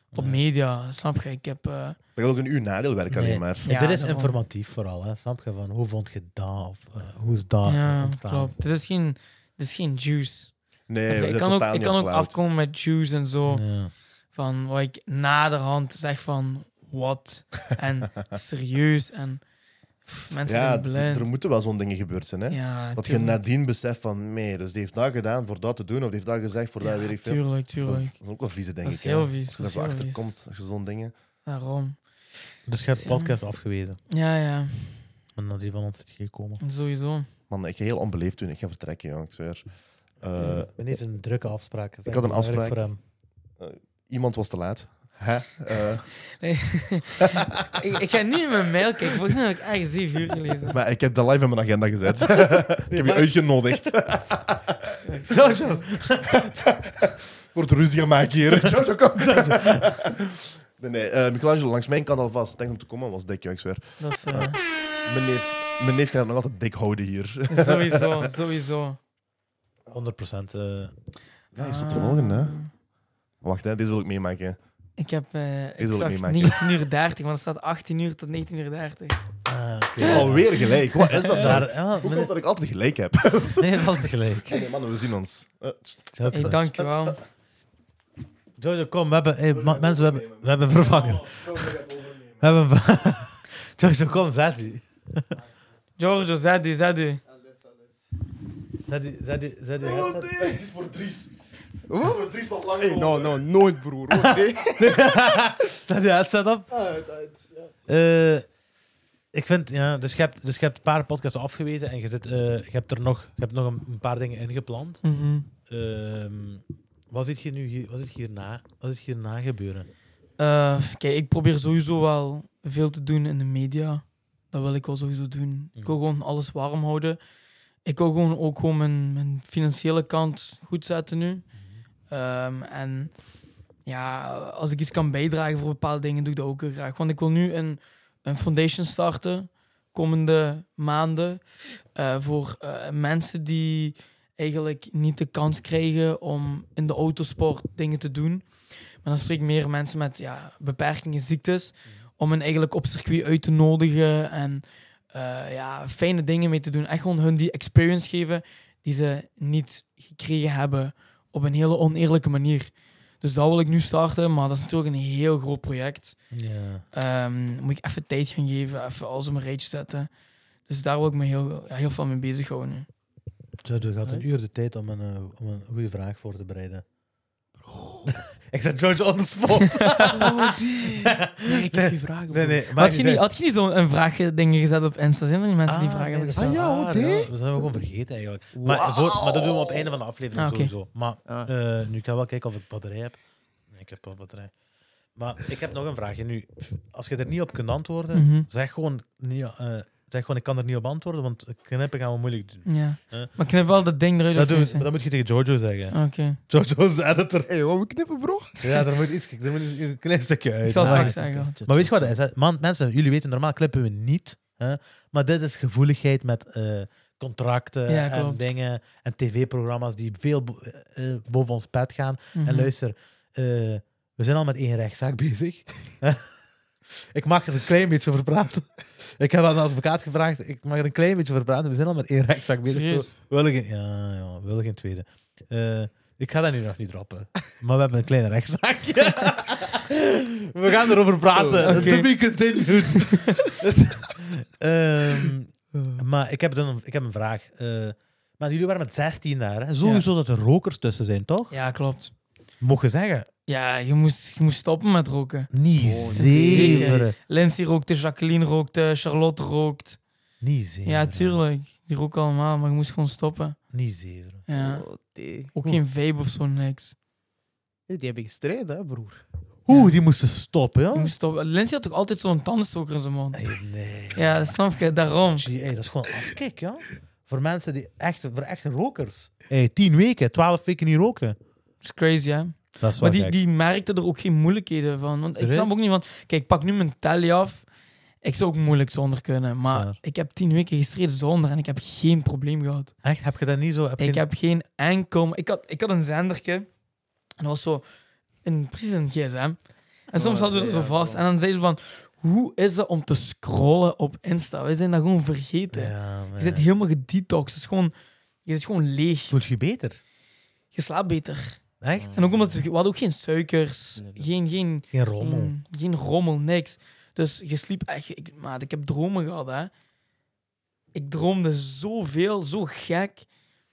[SPEAKER 2] op
[SPEAKER 1] Ja. Ah,
[SPEAKER 2] media. Snap je? Ik heb... eh,
[SPEAKER 3] Dat kan ook een uur nadeel werken
[SPEAKER 1] Nee.
[SPEAKER 3] alleen maar.
[SPEAKER 1] En dit is
[SPEAKER 2] daarom.
[SPEAKER 1] informatief vooral, hè? snap je? Van, hoe vond je dat? Of, eh, hoe is dat
[SPEAKER 2] ja,
[SPEAKER 1] ontstaan?
[SPEAKER 2] klopt. Dit is geen, dit is geen juice.
[SPEAKER 3] Nee, we
[SPEAKER 2] ik
[SPEAKER 3] zijn
[SPEAKER 2] kan ook,
[SPEAKER 3] totaal
[SPEAKER 2] ik
[SPEAKER 3] niet
[SPEAKER 2] kan
[SPEAKER 3] op
[SPEAKER 2] ook
[SPEAKER 3] cloud.
[SPEAKER 2] afkomen met juice en zo.
[SPEAKER 1] Ja.
[SPEAKER 2] Van wat ik naderhand zeg van... Wat? En serieus. En pff, mensen
[SPEAKER 3] Ja,
[SPEAKER 2] zijn
[SPEAKER 3] d-
[SPEAKER 2] blind.
[SPEAKER 3] er moeten wel zo'n dingen gebeurd zijn. Hè?
[SPEAKER 2] ja,
[SPEAKER 3] dat je
[SPEAKER 2] tuurlijk.
[SPEAKER 3] nadien beseft van, nee, dus die heeft dat gedaan voor dat te doen, of die heeft dat gezegd voor
[SPEAKER 2] Ja,
[SPEAKER 3] dat weer ik veel.
[SPEAKER 2] tuurlijk,
[SPEAKER 3] Dat
[SPEAKER 2] tuurlijk.
[SPEAKER 3] is ook wel vieze, denk
[SPEAKER 2] Dat
[SPEAKER 3] ik.
[SPEAKER 2] is heel
[SPEAKER 3] hè.
[SPEAKER 2] vies,
[SPEAKER 3] Als je
[SPEAKER 2] dat is
[SPEAKER 3] daarvoor
[SPEAKER 2] heel vies.
[SPEAKER 3] achterkomt, als je zo'n dingen.
[SPEAKER 2] Daarom.
[SPEAKER 1] Dus je hebt de
[SPEAKER 2] Ja.
[SPEAKER 1] podcast afgewezen.
[SPEAKER 2] Ja, ja.
[SPEAKER 1] En dat die van ons is gekomen.
[SPEAKER 2] Sowieso.
[SPEAKER 3] Man, ik ga heel onbeleefd doen. Ik ga vertrekken, jong, ik zweer. Eh,
[SPEAKER 1] Men heeft een drukke afspraak. Dat is
[SPEAKER 3] Ik had een
[SPEAKER 1] echt belangrijk
[SPEAKER 3] afspraak.
[SPEAKER 1] voor hem.
[SPEAKER 3] iemand was te laat. Hè? Eh,
[SPEAKER 2] ik, ik ga nu in mijn mail kijken. Volgens mij heb ik echt zeven uur gelezen.
[SPEAKER 3] maar ik heb dat live in mijn agenda gezet. ik heb je uitgenodigd.
[SPEAKER 1] Jojo!
[SPEAKER 3] Wordt rustiger maken hier. Ciao, ciao, kom. nee, nee. eh, Michelangelo, langs mijn kant alvast. Denk om te komen, was dik, jong, ik zweer.
[SPEAKER 2] Dat is, eh,
[SPEAKER 3] Mijn neef, mijn neef gaat het nog altijd dik houden hier.
[SPEAKER 2] sowieso, sowieso.
[SPEAKER 1] 100% eh,
[SPEAKER 3] Ja, is tot de volgende, hè? Wacht, hè, deze wil ik meemaken.
[SPEAKER 2] Eh, Ik heb eh,
[SPEAKER 3] wil
[SPEAKER 2] ik
[SPEAKER 3] ik
[SPEAKER 2] zag
[SPEAKER 3] meemaken.
[SPEAKER 2] 19 uur 30, want er staat 18 uur tot 19 uur 30.
[SPEAKER 1] ah, oké.
[SPEAKER 3] Alweer gelijk. Wat is dat nou?
[SPEAKER 1] Daar, ja,
[SPEAKER 3] Hoe
[SPEAKER 1] meneer-
[SPEAKER 3] komt dat ik altijd gelijk heb?
[SPEAKER 1] nee, dat is gelijk.
[SPEAKER 3] Nee, mannen, we zien ons. Eh,
[SPEAKER 1] Zo,
[SPEAKER 2] Hey, dankjewel.
[SPEAKER 1] Jojo, kom, we hebben, hey, ma- mensen, we hebben, we hebben vervangen. We hebben ver- Jojo, kom, zet die.
[SPEAKER 2] Giorgio, zet die, zet die.
[SPEAKER 1] Zet die, zet die, zet die headset.
[SPEAKER 3] Het is voor Dries.
[SPEAKER 4] Huh?
[SPEAKER 3] Voor Dries wat langer.
[SPEAKER 4] Hey, nou, nou, nooit broer. hoor. Nee.
[SPEAKER 1] Zet die headset op.
[SPEAKER 4] Uit, uit. Ja,
[SPEAKER 1] Eh, ik vind, ja, dus je, hebt, dus je hebt een paar podcasts afgewezen en je, zit, eh, je hebt er nog, je hebt nog een, een paar dingen ingepland.
[SPEAKER 2] Mhm.
[SPEAKER 1] Ehm, wat zit je nu hier, wat zit hierna, wat zit hierna gebeuren?
[SPEAKER 2] Eh, kijk, ik probeer sowieso wel veel te doen in de media. Dat wil ik wel sowieso doen. Ik wil gewoon alles warm houden. Ik wil gewoon ook gewoon mijn, mijn financiële kant goed zetten nu. Ehm, en ja, als ik iets kan bijdragen voor bepaalde dingen, doe ik dat ook heel graag. Want ik wil nu een, een foundation starten, komende maanden, eh, voor eh, mensen die eigenlijk niet de kans krijgen om in de autosport dingen te doen. Maar dan spreek ik meer mensen met ja, beperkingen, ziektes,
[SPEAKER 1] Mhm.
[SPEAKER 2] om hen eigenlijk op circuit uit te nodigen en eh, ja, fijne dingen mee te doen. Echt gewoon hun die experience geven die ze niet gekregen hebben op een hele oneerlijke manier. Dus dat wil ik nu starten, maar dat is natuurlijk een heel groot project.
[SPEAKER 1] Ja.
[SPEAKER 2] Ehm, moet ik even tijd gaan geven, even alles op een rijtje zetten. Dus daar wil ik me heel, ja, heel veel mee bezighouden nu.
[SPEAKER 1] Jojo gaat een
[SPEAKER 4] Nice.
[SPEAKER 1] uur de tijd om een, eh, om een goede vraag voor te bereiden. ik zet Jojo on the spot.
[SPEAKER 4] Nee, ik heb die vragen.
[SPEAKER 1] nee, nee. maakt
[SPEAKER 2] Had je niet,
[SPEAKER 1] uit.
[SPEAKER 2] had je niet zo'n vraagdingen gezet op Insta? Zijn er niet mensen die
[SPEAKER 1] Ah,
[SPEAKER 2] vragen
[SPEAKER 1] nee,
[SPEAKER 2] hebben
[SPEAKER 1] dat is
[SPEAKER 2] gesteld?
[SPEAKER 4] gesteld.
[SPEAKER 1] wel waar,
[SPEAKER 4] Ah, ja,
[SPEAKER 1] ja.
[SPEAKER 4] hoe die?
[SPEAKER 1] Dat zijn we gewoon vergeten eigenlijk. Maar, voor, maar dat doen we op het einde van de aflevering
[SPEAKER 2] Ah, oké.
[SPEAKER 1] sowieso. Maar
[SPEAKER 4] Ah.
[SPEAKER 1] eh, nu kan ik wel kijken of ik batterij heb. Nee, ik heb wel batterij. Maar ik heb nog een vraagje nu. Als je er niet op kunt antwoorden,
[SPEAKER 2] Mhm.
[SPEAKER 1] zeg, gewoon, niet, eh, zeg gewoon ik kan er niet op antwoorden, want knippen gaan we moeilijk doen.
[SPEAKER 2] Ja.
[SPEAKER 1] Huh?
[SPEAKER 2] Maar knip wel dat ding eruit.
[SPEAKER 1] Dat,
[SPEAKER 2] of
[SPEAKER 1] doen we-
[SPEAKER 2] niet, hè?
[SPEAKER 1] dat moet je tegen Jojo zeggen.
[SPEAKER 2] Oké.
[SPEAKER 1] Jojo is de editor.
[SPEAKER 4] Hey, wat we knippen, bro?
[SPEAKER 1] Ja, daar moet iets, daar moet een klein stukje uit.
[SPEAKER 2] Ik zal
[SPEAKER 1] Maar-
[SPEAKER 2] straks zeggen.
[SPEAKER 1] Maar weet je wat het is? hè? Man, mensen, jullie weten, normaal klippen we niet. Hè? Maar dit is gevoeligheid met eh, contracten
[SPEAKER 2] Ja,
[SPEAKER 1] en
[SPEAKER 2] klopt.
[SPEAKER 1] dingen. En tv-programma's die veel bo- eh, eh, boven ons pet gaan.
[SPEAKER 2] Mhm.
[SPEAKER 1] En luister, eh, we zijn al met één rechtszaak bezig. ik mag er een klein beetje over praten. ik heb aan de advocaat gevraagd, ik mag er een klein beetje over praten. We zijn al met één rechtszaak bezig.
[SPEAKER 2] Serieus?
[SPEAKER 1] We willen geen, ja, ja, we willen geen tweede. Eh, ik ga dat nu nog niet droppen. Maar we hebben een kleine rechtszaak. we gaan erover praten.
[SPEAKER 2] Oh, oké.
[SPEAKER 1] To be continued. Het- Ehm, maar ik heb, dan, ik heb een vraag. Eh, maar jullie waren met 16 daar. Hè? Sowieso dat er rokers tussen zijn, toch?
[SPEAKER 2] Ja, klopt.
[SPEAKER 1] Mocht je zeggen?
[SPEAKER 2] Ja, je moest, je moest stoppen met roken.
[SPEAKER 1] Niet
[SPEAKER 4] Oh,
[SPEAKER 2] zeker.
[SPEAKER 1] zeveren.
[SPEAKER 2] Lindsay rookte, Jacqueline rookte, Charlotte rookt.
[SPEAKER 1] Niet zeveren.
[SPEAKER 2] Ja, tuurlijk. Die roken allemaal, maar je moest gewoon stoppen.
[SPEAKER 1] Niet zeveren.
[SPEAKER 2] Ja.
[SPEAKER 4] Oh, die.
[SPEAKER 2] Ook geen vape of zo, niks.
[SPEAKER 4] Hey, Die hebben gestreden, hè, broer.
[SPEAKER 1] Oeh, die moesten stoppen,
[SPEAKER 2] Je
[SPEAKER 1] joh.
[SPEAKER 2] moest stoppen. Lindsay had toch altijd zo'n tandenstoker in zijn mond?
[SPEAKER 1] Hey, nee.
[SPEAKER 2] Ja, snap je? Daarom.
[SPEAKER 1] Gee, hey, dat is gewoon afkik, ja. Voor mensen die echt, voor echte rokers. Hey, tien weken, twaalf weken niet roken.
[SPEAKER 2] is crazy, hè?
[SPEAKER 1] Dat is wel
[SPEAKER 2] Maar die,
[SPEAKER 1] gek.
[SPEAKER 2] die merkte er ook geen moeilijkheden van. Want ik
[SPEAKER 1] Serieus?
[SPEAKER 2] snap ook niet van... Kijk, ik pak nu mijn telly af. Ik zou ook moeilijk zonder kunnen. Maar
[SPEAKER 1] Zwaar.
[SPEAKER 2] ik heb tien weken gestreden zonder en ik heb geen probleem gehad.
[SPEAKER 1] Echt, heb je dat niet zo? Heb je
[SPEAKER 2] Ik heb geen enkel... Ik had, ik had een zendertje. En dat was zo... Een, precies een gsm. En soms
[SPEAKER 4] Oh,
[SPEAKER 2] hadden we er
[SPEAKER 4] ja,
[SPEAKER 2] zo vast.
[SPEAKER 4] zo.
[SPEAKER 2] En dan zeiden ze van... Hoe is dat om te scrollen op Insta? Wij zijn dat gewoon vergeten.
[SPEAKER 1] Ja,
[SPEAKER 2] Je
[SPEAKER 1] man.
[SPEAKER 2] zit helemaal gedetoxed. Het is gewoon... Je zit gewoon leeg.
[SPEAKER 1] Voelt je beter?
[SPEAKER 2] Je slaapt beter.
[SPEAKER 1] Echt?
[SPEAKER 2] En ook omdat we, we hadden ook geen suikers.
[SPEAKER 4] Nee, dat-
[SPEAKER 2] Geen... geen
[SPEAKER 1] Geen rommel.
[SPEAKER 2] geen, geen rommel, niks. Dus je sliep echt... Ik, maat, ik heb dromen gehad, hè. Ik droomde zoveel, zo gek.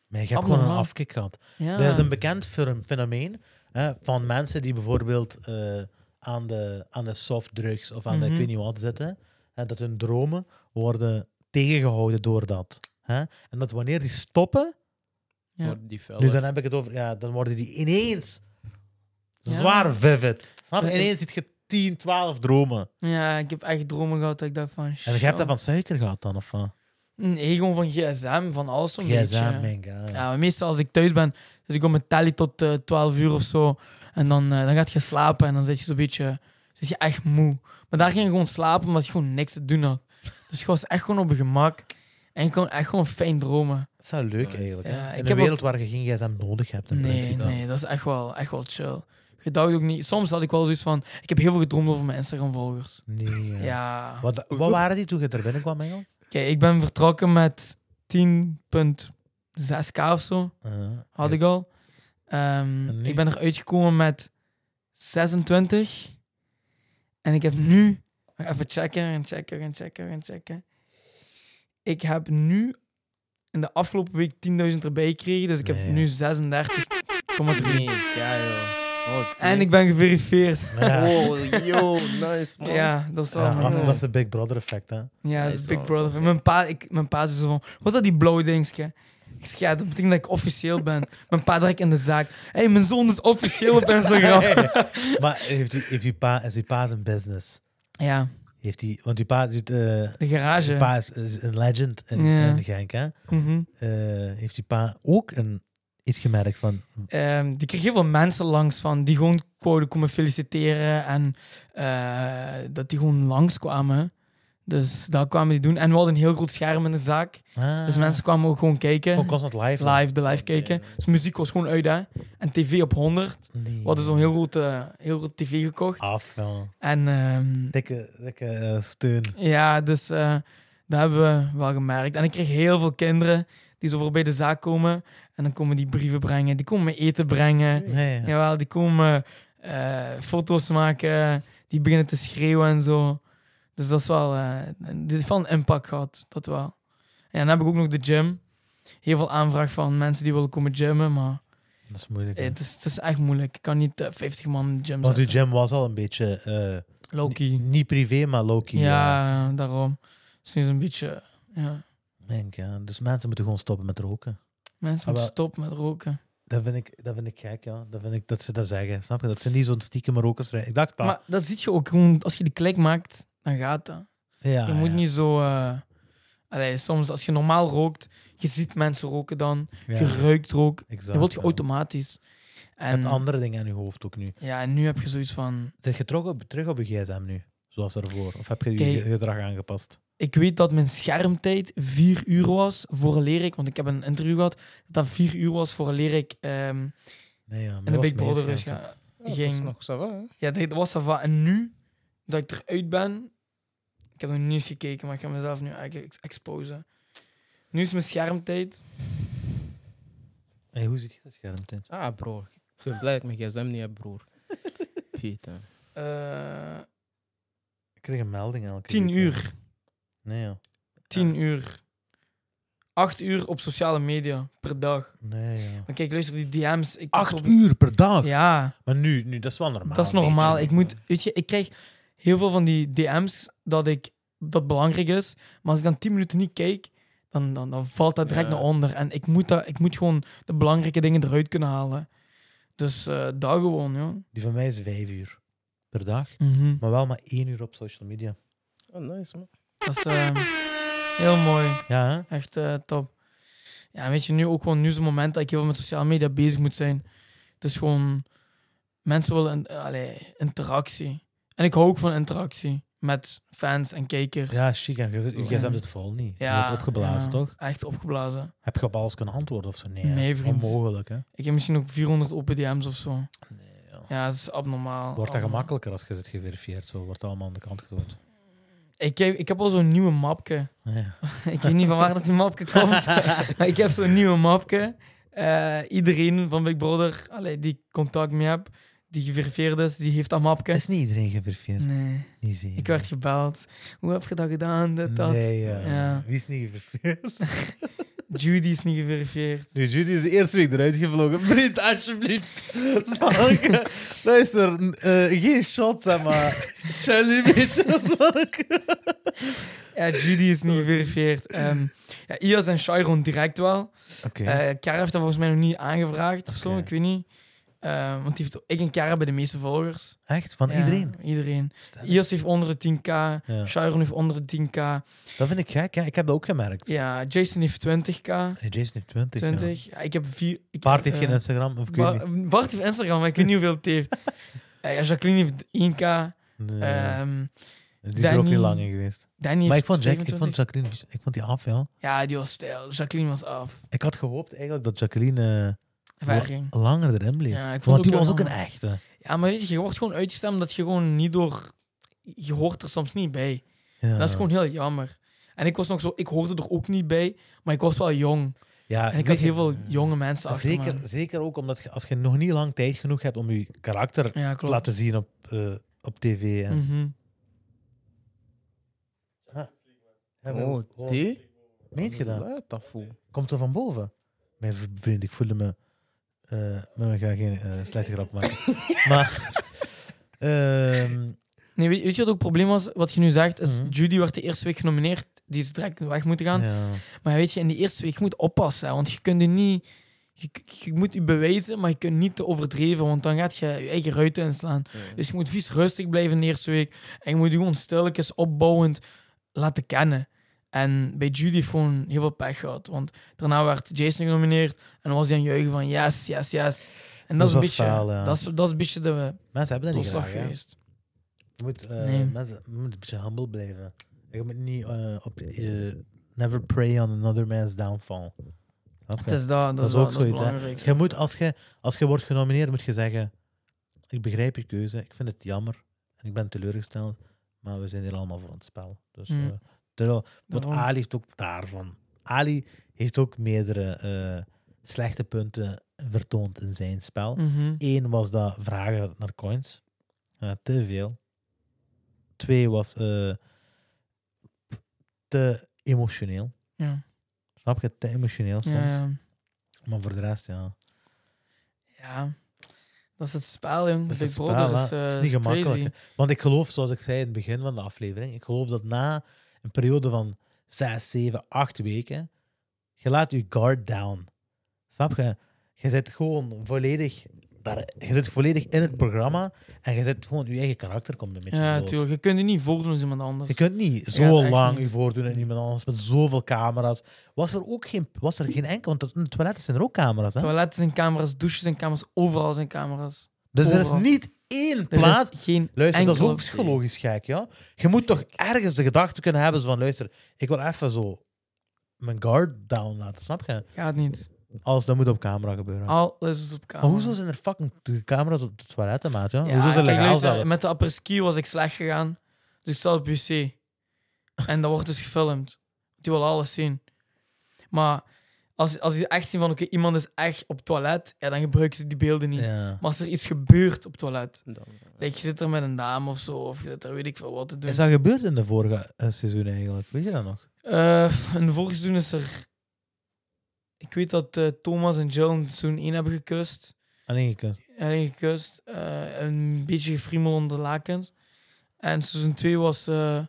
[SPEAKER 1] Maar je hebt gewoon een
[SPEAKER 2] Abnormaal.
[SPEAKER 1] afkik gehad.
[SPEAKER 2] Ja.
[SPEAKER 1] Dat is een bekend fir- fenomeen hè, van mensen die bijvoorbeeld eh, aan, de, aan de softdrugs of aan de
[SPEAKER 2] Mhm.
[SPEAKER 1] ik weet niet wat zitten. Hè, dat hun dromen worden tegengehouden door dat. Hè? En dat wanneer die stoppen,
[SPEAKER 2] Ja.
[SPEAKER 4] Maar die
[SPEAKER 1] nu
[SPEAKER 4] vellen.
[SPEAKER 1] dan heb ik het over, ja, dan worden die ineens
[SPEAKER 2] Ja.
[SPEAKER 1] zwaar vivid. Snap je?
[SPEAKER 2] Maar ik-
[SPEAKER 1] Ineens zit je 10, 12 dromen.
[SPEAKER 2] ja, ik heb echt dromen gehad dat ik dacht van...
[SPEAKER 1] En je hebt dat van suiker gehad dan, of wat?
[SPEAKER 2] Nee, gewoon van gsm, van alles zo'n beetje.
[SPEAKER 1] GSM, mijn god.
[SPEAKER 2] Ja, maar meestal als ik thuis ben, zit ik op mijn telly tot eh 12 uur of zo. En dan, eh, dan gaat je slapen en dan zit je zo'n beetje... Zit je echt moe. Maar daar ging je gewoon slapen omdat je gewoon niks te doen had. Dus je was echt gewoon op je gemak. En je kon echt gewoon fijn dromen.
[SPEAKER 1] Dat is wel leuk
[SPEAKER 4] Nice.
[SPEAKER 1] eigenlijk.
[SPEAKER 2] Ja,
[SPEAKER 1] hè?
[SPEAKER 2] ik
[SPEAKER 1] In een
[SPEAKER 2] heb ook-
[SPEAKER 1] wereld waar je geen gsm nodig hebt. In
[SPEAKER 2] Nee,
[SPEAKER 1] principe.
[SPEAKER 2] nee, dat is echt wel, echt wel chill. Je dacht ook niet. Soms had ik wel zoiets van. Ik heb heel veel gedroomd over mijn Instagram-volgers.
[SPEAKER 1] Nee, ja.
[SPEAKER 2] Ja.
[SPEAKER 1] Wat, wat waren die toen je er binnenkwam, Engel?
[SPEAKER 2] Kijk, ik ben vertrokken met 10,6k of zo.
[SPEAKER 1] Eh,
[SPEAKER 2] Had ik al. Ehm,
[SPEAKER 1] En nu?
[SPEAKER 2] ik ben eruit gekomen met 26. En ik heb nu... Even checken en checken en checken en checken. Ik heb nu in de afgelopen week 10.000 erbij gekregen. Dus ik heb
[SPEAKER 1] Nee.
[SPEAKER 2] nu 36,3.
[SPEAKER 4] Nee, ja, joh. Oh,
[SPEAKER 2] En ik ben geverifieerd.
[SPEAKER 1] Ja.
[SPEAKER 4] Oh, yo, nice, man.
[SPEAKER 2] Ja, dat is wel...
[SPEAKER 1] Ja,
[SPEAKER 2] Ja,
[SPEAKER 1] dat is het Big Brother effect, hè.
[SPEAKER 2] dat
[SPEAKER 4] is
[SPEAKER 2] is
[SPEAKER 4] wel-
[SPEAKER 2] Big
[SPEAKER 4] is wel
[SPEAKER 2] Brother.
[SPEAKER 4] gek.
[SPEAKER 2] Mijn pa, ik, mijn pa is zo van... Wat is dat, die blauwe dingetje? Ik zeg, ja, dat betekent dat ik officieel ben. Mijn pa direct in de zaak. Hé, hey, mijn zoon is officieel op Instagram.
[SPEAKER 1] Maar heeft, u, heeft uw pa, is uw pa zijn business?
[SPEAKER 2] Ja,
[SPEAKER 1] Heeft die, want uw pa, doet, eh,
[SPEAKER 2] de
[SPEAKER 1] uw
[SPEAKER 2] garage.
[SPEAKER 1] pa is, is een legend in,
[SPEAKER 2] Ja.
[SPEAKER 1] in Genk, hè.
[SPEAKER 2] Mhm.
[SPEAKER 1] Eh, heeft uw pa ook een, iets gemerkt van...
[SPEAKER 2] Ehm, die kreeg heel veel mensen langs van die gewoon kwamen komen feliciteren en eh, dat die gewoon langskwamen. Dus dat kwamen die doen. En we hadden een heel groot scherm in de zaak.
[SPEAKER 1] Ah,
[SPEAKER 2] Dus mensen kwamen ook gewoon kijken.
[SPEAKER 1] Ook constant live.
[SPEAKER 2] live, de live kijken. Dus muziek was gewoon uit, hè. En tv op 100.
[SPEAKER 1] Nee.
[SPEAKER 2] We hadden zo'n heel groot, eh, heel groot tv gekocht.
[SPEAKER 1] Af, ja.
[SPEAKER 2] En ehm,
[SPEAKER 1] Dikke, dikke eh, steun.
[SPEAKER 2] ja, dus eh, dat hebben we wel gemerkt. En ik kreeg heel veel kinderen die zo voor bij de zaak komen. En dan komen die brieven brengen. Die komen me eten brengen.
[SPEAKER 1] Nee, ja.
[SPEAKER 2] Jawel, die komen eh, foto's maken, die beginnen te schreeuwen en zo. Dus dat is wel, eh dit heeft wel een impact gehad, dat wel. En dan heb ik ook nog de gym. Heel veel aanvraag van mensen die willen komen gymmen, maar eh,
[SPEAKER 1] dat is moeilijk. hè.
[SPEAKER 2] het is, het is echt moeilijk. Ik kan niet eh, 50 man in de gym
[SPEAKER 1] Want uw
[SPEAKER 2] zetten.
[SPEAKER 1] gym was al een beetje... eh,
[SPEAKER 2] Loki.
[SPEAKER 1] ni- Niet privé, maar low-key. eh,
[SPEAKER 2] Ja, daarom. Het is nu zo'n beetje, ja.
[SPEAKER 1] Denk, ja. Dus mensen moeten gewoon stoppen met roken.
[SPEAKER 2] Mensen
[SPEAKER 1] Ah, wel.
[SPEAKER 2] moeten stoppen met roken.
[SPEAKER 1] Dat vind, ik, dat vind ik gek, ja. Dat vind ik dat ze dat zeggen. Snap je? Dat ze niet zo'n stiekem rokers zijn. Ik dacht dat.
[SPEAKER 2] Maar dat zie je ook gewoon, als je die klik maakt, dan gaat dat.
[SPEAKER 1] ja,
[SPEAKER 2] je moet
[SPEAKER 1] ja.
[SPEAKER 2] niet zo. eh, allee, soms als je normaal rookt, je ziet mensen roken dan.
[SPEAKER 1] Ja,
[SPEAKER 2] Je ruikt rook.
[SPEAKER 1] exact,
[SPEAKER 2] Je wilt je
[SPEAKER 1] ja.
[SPEAKER 2] automatisch.
[SPEAKER 1] Je hebt
[SPEAKER 2] En,
[SPEAKER 1] andere dingen in je hoofd ook nu.
[SPEAKER 2] ja, en nu heb je zoiets van.
[SPEAKER 1] Zit je terug op, terug op je gsm nu? Zoals ervoor? Of heb je je
[SPEAKER 2] Kijk.
[SPEAKER 1] ge- gedrag aangepast?
[SPEAKER 2] Ik weet dat mijn schermtijd vier uur was vooraleer ik, want ik heb een interview gehad, dat dat vier uur was vooraleer ik ehm
[SPEAKER 1] Nee, ja. maar dat
[SPEAKER 2] in de
[SPEAKER 1] was
[SPEAKER 2] Big Brother
[SPEAKER 1] meestal.
[SPEAKER 2] rust ga.
[SPEAKER 4] Ja, dat is
[SPEAKER 2] Ging-
[SPEAKER 4] nog zo, hè?
[SPEAKER 2] Ja, dat was dat. En nu dat ik eruit ben, ik heb nog niet eens gekeken, maar ik ga mezelf nu eigenlijk ex- exposen. Nu is mijn schermtijd.
[SPEAKER 1] Hey, hoe zit je dat scherm in?
[SPEAKER 4] Ah, broer. Ik ben blij dat ik mijn gsm niet heb, broer. Peter.
[SPEAKER 2] eh
[SPEAKER 1] Ik kreeg een melding elke
[SPEAKER 2] tien
[SPEAKER 1] week,
[SPEAKER 2] uur.
[SPEAKER 1] hè. Nee, ja.
[SPEAKER 2] 10 uur. 8 uur op sociale media per dag.
[SPEAKER 1] Nee, ja.
[SPEAKER 2] Maar kijk, luister, die DM's. Ik
[SPEAKER 1] Acht uur per dag?
[SPEAKER 2] Ja,
[SPEAKER 1] Maar nu, nu, dat is wel normaal.
[SPEAKER 2] dat is
[SPEAKER 1] een
[SPEAKER 2] normaal.
[SPEAKER 1] beetje.
[SPEAKER 2] Ik moet, weet je, ik krijg heel veel van die DM's dat ik dat belangrijk is. Maar als ik dan 10 minuten niet kijk, dan, dan, dan valt dat direct
[SPEAKER 4] Ja.
[SPEAKER 2] naar onder. En ik moet, dat, ik moet gewoon de belangrijke dingen eruit kunnen halen. Dus eh dat gewoon, joh.
[SPEAKER 1] Die van mij is vijf uur per dag.
[SPEAKER 2] Mhm.
[SPEAKER 1] Maar wel maar één uur op social media.
[SPEAKER 4] Oh, nice, man.
[SPEAKER 2] Dat is eh, heel mooi.
[SPEAKER 1] Ja, hè?
[SPEAKER 2] Echt eh, top. Ja, weet je, nu ook gewoon nu is het moment dat ik heel veel met sociale media bezig moet zijn. Het is gewoon... Mensen willen een, allee, interactie. En ik hou ook van interactie met fans en kijkers.
[SPEAKER 1] Ja, chic. En je- je gsm zit vol niet. Je wordt opgeblazen,
[SPEAKER 2] ja,
[SPEAKER 1] toch?
[SPEAKER 2] Echt opgeblazen.
[SPEAKER 1] Heb je op alles kunnen antwoorden of zo? Nee,
[SPEAKER 2] Nee,
[SPEAKER 1] hè?
[SPEAKER 2] vriend.
[SPEAKER 1] Onmogelijk, hè?
[SPEAKER 2] Ik heb misschien ook 400 open DM's of zo.
[SPEAKER 1] Nee,
[SPEAKER 2] Ja, dat is abnormaal.
[SPEAKER 1] Wordt dat
[SPEAKER 2] Abnormaal.
[SPEAKER 1] gemakkelijker als je zit geverifieerd? Zo wordt het allemaal aan de kant gegooid.
[SPEAKER 2] Ik heb, ik heb al zo'n nieuwe mapje.
[SPEAKER 1] Ah, Ja.
[SPEAKER 2] ik weet niet van waar dat die mapje komt. maar ik heb zo'n nieuwe mapje. Eh, iedereen van Big Brother allee, die ik contact mee heb, die geverifieerd is, die heeft dat mapje.
[SPEAKER 1] Is niet iedereen geverifieerd?
[SPEAKER 2] Nee,
[SPEAKER 1] Niet zien.
[SPEAKER 2] ik werd gebeld. Hoe heb je dat gedaan? Dit, dat.
[SPEAKER 1] Nee, ja.
[SPEAKER 2] Ja.
[SPEAKER 1] Wie is niet geverifieerd?
[SPEAKER 2] Judy is niet geverifieerd.
[SPEAKER 1] Nu, Judy is de eerste week eruit gevlogen. Vriend, alsjeblieft. Zal ik- Luister, eh, geen shot, zeg maar. Chill een beetje. zal ik-
[SPEAKER 2] Ja, Judy is niet geverifieerd. Ehm ja, Ias en Chiron direct wel.
[SPEAKER 1] Oké.
[SPEAKER 2] Eh Kara heeft dat volgens mij nog niet aangevraagd of zo,
[SPEAKER 1] Oké.
[SPEAKER 2] ik weet niet. Eh, want die heeft, ik en Kara bij de meeste volgers.
[SPEAKER 1] Echt? Van
[SPEAKER 2] Ja,
[SPEAKER 1] iedereen?
[SPEAKER 2] Iedereen. Ias heeft onder de 10k.
[SPEAKER 1] Ja.
[SPEAKER 2] Chiron heeft onder de 10k.
[SPEAKER 1] Dat vind ik gek. Ja, ik heb dat ook gemerkt.
[SPEAKER 2] Ja, Jason heeft 20k.
[SPEAKER 1] Hey, Jason heeft 20. ja.
[SPEAKER 2] 20. Ja, ik heb vier. Ik,
[SPEAKER 1] Bart heeft
[SPEAKER 2] eh,
[SPEAKER 1] geen Instagram, of ik weet
[SPEAKER 2] Ba-
[SPEAKER 1] niet.
[SPEAKER 2] Bart heeft Instagram, maar ik weet niet hoeveel het heeft. Eh, ja, Jacqueline heeft 1k.
[SPEAKER 1] Nee,
[SPEAKER 2] Ehm,
[SPEAKER 1] die is er ook niet
[SPEAKER 2] Danny-
[SPEAKER 1] lang in geweest.
[SPEAKER 2] Danny
[SPEAKER 1] Maar ik
[SPEAKER 2] heeft
[SPEAKER 1] vond, Jack, ik
[SPEAKER 2] 25.
[SPEAKER 1] vond Jacqueline, ik vond die af, ja.
[SPEAKER 2] Ja, die was stijl. Jacqueline was af.
[SPEAKER 1] Ik had gehoopt eigenlijk dat Jacqueline
[SPEAKER 2] Ver ging.
[SPEAKER 1] eh, langer erin bleef.
[SPEAKER 2] Ja, ik vond
[SPEAKER 1] Want
[SPEAKER 2] het
[SPEAKER 1] die
[SPEAKER 2] ook
[SPEAKER 1] was
[SPEAKER 2] heel
[SPEAKER 1] ook een
[SPEAKER 2] jammer.
[SPEAKER 1] echte.
[SPEAKER 2] Ja, maar weet je, je wordt gewoon uitgestemd dat je gewoon niet door... Je hoort er soms niet bij.
[SPEAKER 1] Ja.
[SPEAKER 2] Dat is gewoon heel jammer. En ik was nog zo... Ik hoorde er ook niet bij, maar ik was wel jong.
[SPEAKER 1] Ja,
[SPEAKER 2] En ik
[SPEAKER 1] weet
[SPEAKER 2] had
[SPEAKER 1] je,
[SPEAKER 2] heel veel jonge mensen achter
[SPEAKER 1] zeker,
[SPEAKER 2] me.
[SPEAKER 1] zeker ook omdat je, als je nog niet lang tijd genoeg hebt om je karakter
[SPEAKER 2] Ja,
[SPEAKER 1] te
[SPEAKER 2] klopt.
[SPEAKER 1] laten zien op, eh, op tv. En,
[SPEAKER 2] Mhm.
[SPEAKER 1] Ja, we-
[SPEAKER 4] Oh, die?
[SPEAKER 1] Meent je dat?
[SPEAKER 4] Wat dat voel.
[SPEAKER 1] Komt er van boven? Mijn v- vriend, ik voelde me... eh maar we gaan geen eh, slechte grap maken. maar... ehm,
[SPEAKER 2] Nee, weet, weet je wat ook het probleem was? Wat je nu zegt, is
[SPEAKER 1] Mhm.
[SPEAKER 2] Judy werd de eerste week genomineerd. Die is direct weg moeten gaan.
[SPEAKER 1] ja.
[SPEAKER 2] Maar weet je, in die eerste week je moet oppassen. hè, Want je kunt je niet... Je, je moet je bewijzen, maar je kunt niet te overdreven. Want dan gaat je je eigen ruiten inslaan. Dus je moet vies rustig blijven in de eerste week. En je moet je gewoon stilletjes opbouwend laten kennen. En bij Judy heeft gewoon heel veel pech gehad. Want daarna werd Jason genomineerd. En dan was hij aan het juichen van yes, yes, yes. En dat,
[SPEAKER 1] Dat
[SPEAKER 2] is
[SPEAKER 1] was
[SPEAKER 2] een beetje...
[SPEAKER 1] faal, ja.
[SPEAKER 2] dat, is, dat is een beetje de
[SPEAKER 1] Mensen hebben dat niet
[SPEAKER 2] doorslag
[SPEAKER 1] graag, hè.
[SPEAKER 2] geweest.
[SPEAKER 1] Je moet, eh,
[SPEAKER 2] Nee.
[SPEAKER 1] mensen, je moet een beetje humble blijven. Je moet niet eh, op... eh, never prey on another man's downfall. Snap je?
[SPEAKER 2] Het is dat, dat,
[SPEAKER 1] Dat
[SPEAKER 2] is
[SPEAKER 1] is
[SPEAKER 2] dat,
[SPEAKER 1] ook
[SPEAKER 2] dat is
[SPEAKER 1] zoiets, hè.
[SPEAKER 2] belangrijk.
[SPEAKER 1] Je moet, als, je, als je wordt genomineerd, moet je zeggen: Ik begrijp je keuze, ik vind het jammer en ik ben teleurgesteld, maar we zijn hier allemaal voor het spel. Dus,
[SPEAKER 2] Hmm.
[SPEAKER 1] eh, terwijl, want
[SPEAKER 2] Daarom.
[SPEAKER 1] Ali heeft ook daarvan. Ali heeft ook meerdere eh, slechte punten vertoond in zijn spel.
[SPEAKER 2] Mhm.
[SPEAKER 1] Eén was dat vragen naar coins. Ja, te veel. Twee was eh, te emotioneel.
[SPEAKER 2] Ja.
[SPEAKER 1] Snap je? Te emotioneel soms.
[SPEAKER 2] Ja, ja.
[SPEAKER 1] Maar voor de rest, ja.
[SPEAKER 2] Ja. dat is het spel, jong.
[SPEAKER 1] Dat is
[SPEAKER 2] Big
[SPEAKER 1] het
[SPEAKER 2] Brother
[SPEAKER 1] spel, hè.
[SPEAKER 2] is, eh,
[SPEAKER 1] Het is niet
[SPEAKER 2] is
[SPEAKER 1] gemakkelijk,
[SPEAKER 2] crazy.
[SPEAKER 1] Want ik geloof, zoals ik zei in het begin van de aflevering, ik geloof dat na een periode van 6, 7, 8 weken, je laat je guard down. Snap je? Je zit gewoon volledig, daar, je zit volledig in het programma en je zit gewoon, je eigen karakter komt een beetje
[SPEAKER 2] Ja,
[SPEAKER 1] bloot.
[SPEAKER 2] tuurlijk. Je kunt je niet voordoen als iemand anders.
[SPEAKER 1] Je kunt niet
[SPEAKER 2] Ja,
[SPEAKER 1] zo
[SPEAKER 2] echt
[SPEAKER 1] lang
[SPEAKER 2] niet.
[SPEAKER 1] je voordoen en iemand anders met zoveel camera's. Was er ook geen, was er geen enkel, want in de toiletten zijn er ook camera's. Hè?
[SPEAKER 2] Toiletten zijn camera's, douches zijn camera's, overal zijn camera's.
[SPEAKER 1] Dus er is
[SPEAKER 2] overal.
[SPEAKER 1] niet één
[SPEAKER 2] Er is
[SPEAKER 1] plaats
[SPEAKER 2] geen
[SPEAKER 1] Luister, dat
[SPEAKER 2] enkele-
[SPEAKER 1] is ook psychologisch gek, ja. Je moet toch ergens de gedachte kunnen hebben zo van, luister, ik wil even zo mijn guard down laten, snap je?
[SPEAKER 2] Gaat niet.
[SPEAKER 1] Alles dat moet op camera gebeuren.
[SPEAKER 2] Alles is op camera.
[SPEAKER 1] maar hoezo zijn er fucking de camera's op de toiletten, maat, ja?
[SPEAKER 2] ah. Ja,
[SPEAKER 1] hoezo is het
[SPEAKER 2] kijk,
[SPEAKER 1] legaal
[SPEAKER 2] luister,
[SPEAKER 1] zelfs?
[SPEAKER 2] Met de apres-ski was ik slecht gegaan. Dus ik zat op wc. En dat wordt dus gefilmd. Die wil alles zien. Maar als, als ze echt zien van, oké, iemand is echt op toilet, ja, dan gebruiken ze die beelden niet.
[SPEAKER 1] Ja.
[SPEAKER 2] Maar als er iets gebeurt op toilet,
[SPEAKER 4] Dan,
[SPEAKER 2] like, je zit er met een dame of zo, of je zit er weet ik veel wat te doen.
[SPEAKER 1] Is dat gebeurd in de vorige eh, seizoen eigenlijk? Weet je dat nog?
[SPEAKER 2] Eh, in de vorige seizoen is er... Ik weet dat eh, Thomas en Jill in seizoen 1 hebben gekust.
[SPEAKER 1] Alleen je kunt.
[SPEAKER 2] alleen gekust. eh, een beetje gefriemel onder de lakens. En seizoen 2 was eh, eh,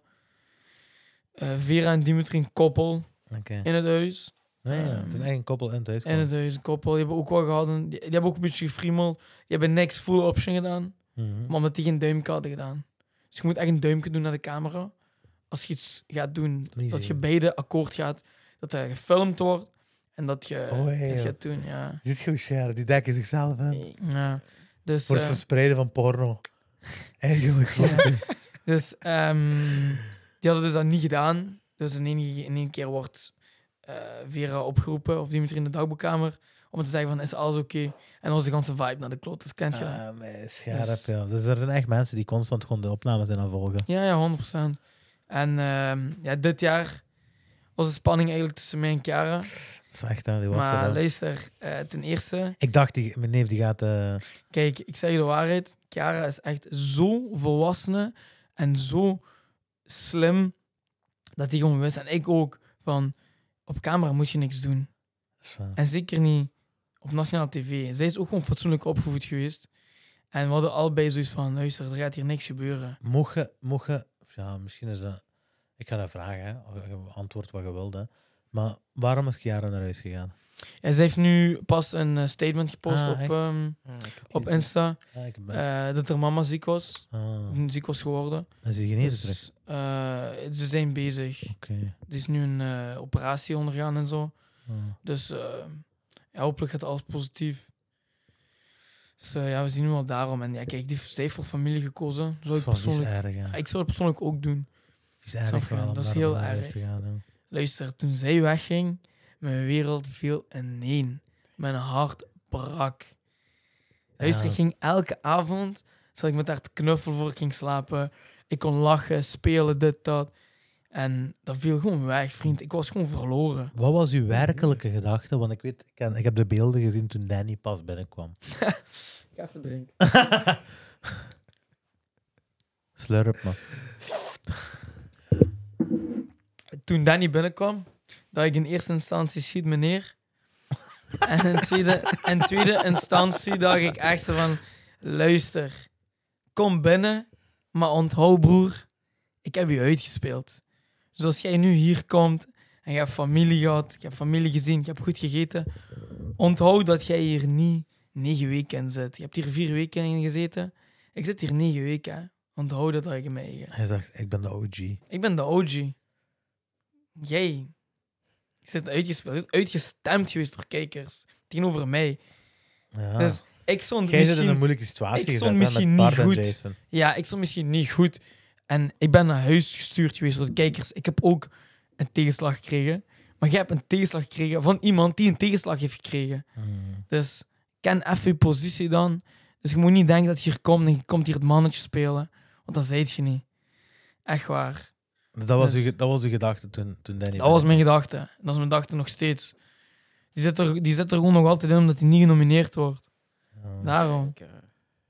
[SPEAKER 2] Vera en Dimitri een koppel
[SPEAKER 1] Oké.
[SPEAKER 2] in het huis.
[SPEAKER 1] Nee, ja, het is een eigen koppel in het huis.
[SPEAKER 2] In het huis, een koppel. Die hebben ook wel gehad. Die, die hebben ook een beetje gefriemeld. Die hebben niks full option gedaan.
[SPEAKER 1] Mhm.
[SPEAKER 2] Maar omdat die geen duimpje hadden gedaan. Dus je moet echt een duimpje doen naar de camera. Als je iets gaat doen,
[SPEAKER 1] Niet
[SPEAKER 2] dat je
[SPEAKER 1] zien.
[SPEAKER 2] beide akkoord gaat. Dat dat gefilmd wordt. Eh, En dat je
[SPEAKER 1] Oh, ja,
[SPEAKER 2] het
[SPEAKER 1] ja.
[SPEAKER 2] gaat doen, ja.
[SPEAKER 1] Ziet je hoe Cher, die dekken zichzelf in.
[SPEAKER 2] ja. Dus,
[SPEAKER 1] Voor het
[SPEAKER 2] eh,
[SPEAKER 1] verspreiden van porno. Eigenlijk zo.
[SPEAKER 2] Ja. Dus ehm, die hadden dus dat niet gedaan. Dus in één, in één keer wordt eh, Vera opgeroepen, of Dimitri in de dagboekkamer, om te zeggen van, is alles oké? En dan was de ganse vibe naar de klot, dus kent je dat?
[SPEAKER 1] Ah, maar scherp,
[SPEAKER 2] Dus-
[SPEAKER 1] ja. Dus er zijn echt mensen die constant gewoon de opnames zijn aan volgen.
[SPEAKER 2] Ja, ja, 100%. En ehm, ja, dit jaar was de spanning eigenlijk tussen mij en Chiara.
[SPEAKER 1] Dat is echt, hè, die was er
[SPEAKER 2] Maar
[SPEAKER 1] al.
[SPEAKER 2] luister, eh, ten eerste,
[SPEAKER 1] Ik dacht, die, mijn neef die gaat... eh,
[SPEAKER 2] kijk, ik zeg je de waarheid, Chiara is echt zo volwassene en zo slim, dat hij gewoon wist, en ik ook, van, op camera moet je niks doen.
[SPEAKER 1] is, eh,
[SPEAKER 2] En zeker niet op nationale tv. Zij is ook gewoon fatsoenlijk opgevoed geweest. En we hadden allebei zoiets van, luister, er gaat hier niks gebeuren.
[SPEAKER 1] mocht je... Mocht je- of ja, misschien is dat... Ik ga dat vragen, hè. Of je Antwoord wat je wilt, hè. Maar waarom is Chiara naar huis gegaan?
[SPEAKER 2] En zij heeft nu pas een eh, statement gepost
[SPEAKER 1] Ah,
[SPEAKER 2] op,
[SPEAKER 1] echt?
[SPEAKER 2] ehm, op Insta.
[SPEAKER 1] Ah, ik ben...
[SPEAKER 2] eh, dat haar mama ziek was.
[SPEAKER 1] ah,
[SPEAKER 2] Ziek was geworden.
[SPEAKER 1] en ze genezen terug.
[SPEAKER 2] Dus, eh, ze zijn bezig.
[SPEAKER 1] Oké.
[SPEAKER 2] Er is nu een eh, operatie ondergaan en zo.
[SPEAKER 1] ah.
[SPEAKER 2] Dus eh, ja, hopelijk gaat alles positief. Dus eh, ja, we zien nu wel daarom. En ja, kijk, die, zij heeft voor familie gekozen. Zou ik
[SPEAKER 1] Van, die is
[SPEAKER 2] persoonlijk... Ah,
[SPEAKER 1] erg, hè.
[SPEAKER 2] Ik zou het persoonlijk ook doen.
[SPEAKER 1] Die is erg
[SPEAKER 2] je,
[SPEAKER 1] wel om
[SPEAKER 2] dat is
[SPEAKER 1] daar
[SPEAKER 2] heel
[SPEAKER 1] naar huis
[SPEAKER 2] erg.
[SPEAKER 1] te gaan, hè.
[SPEAKER 2] Luister, toen zij wegging, mijn wereld viel ineen. Mijn hart brak. Luister,
[SPEAKER 1] Ja.
[SPEAKER 2] ik ging elke avond, zat ik met haar te knuffelen voor ik ging slapen. Ik kon lachen, spelen, dit, dat. En dat viel gewoon weg, vriend. Ik was gewoon verloren.
[SPEAKER 1] Wat was uw werkelijke gedachte? Want ik weet, ik, ken- ik heb de beelden gezien toen Danny pas binnenkwam.
[SPEAKER 2] Ik ga even drinken.
[SPEAKER 1] Slurp man.
[SPEAKER 2] Toen Danny binnenkwam, dat ik in eerste instantie schiet meneer. En in tweede, in tweede instantie dacht ik echt zo van... Luister, kom binnen, maar onthoud broer, ik heb je uitgespeeld. Dus als jij nu hier komt en je hebt familie gehad, je hebt familie gezien, je hebt goed gegeten... Onthoud dat jij hier niet negen weken in zit. Je hebt hier vier weken in gezeten. Ik zit hier negen weken. hè. Onthoud dat tegen mij.
[SPEAKER 1] Hij zegt, ik ben de OG.
[SPEAKER 2] Ik ben de OG. Jij. Je zit uitgespeeld, je bent uitgestemd geweest door kijkers. Tegenover mij.
[SPEAKER 1] Ja.
[SPEAKER 2] Dus ik stond
[SPEAKER 1] Ah. Jij zit in een
[SPEAKER 2] misschien-
[SPEAKER 1] moeilijke situatie
[SPEAKER 2] ik stond
[SPEAKER 1] gezet, hè,
[SPEAKER 2] misschien
[SPEAKER 1] met Bart
[SPEAKER 2] niet
[SPEAKER 1] en
[SPEAKER 2] goed.
[SPEAKER 1] Jason.
[SPEAKER 2] Ja, ik stond misschien niet goed. En ik ben naar huis gestuurd geweest door de kijkers. Ik heb ook een tegenslag gekregen. Maar jij hebt een tegenslag gekregen van iemand die een tegenslag heeft gekregen.
[SPEAKER 1] Hmm.
[SPEAKER 2] Dus ken even je positie dan. Dus je moet niet denken dat je hier komt en je komt hier het mannetje spelen. Want dat zijt je niet. Echt waar.
[SPEAKER 1] Dat, was
[SPEAKER 2] Dus-
[SPEAKER 1] uw, ge- dat was uw gedachte toen, toen Danny
[SPEAKER 2] Dat was
[SPEAKER 1] binnenkwam.
[SPEAKER 2] mijn gedachte. En Dat is mijn gedachte nog steeds. Die zit, er, die zit er gewoon nog altijd in omdat hij niet genomineerd wordt.
[SPEAKER 1] Ja.
[SPEAKER 2] Daarom.
[SPEAKER 4] Ik, eh,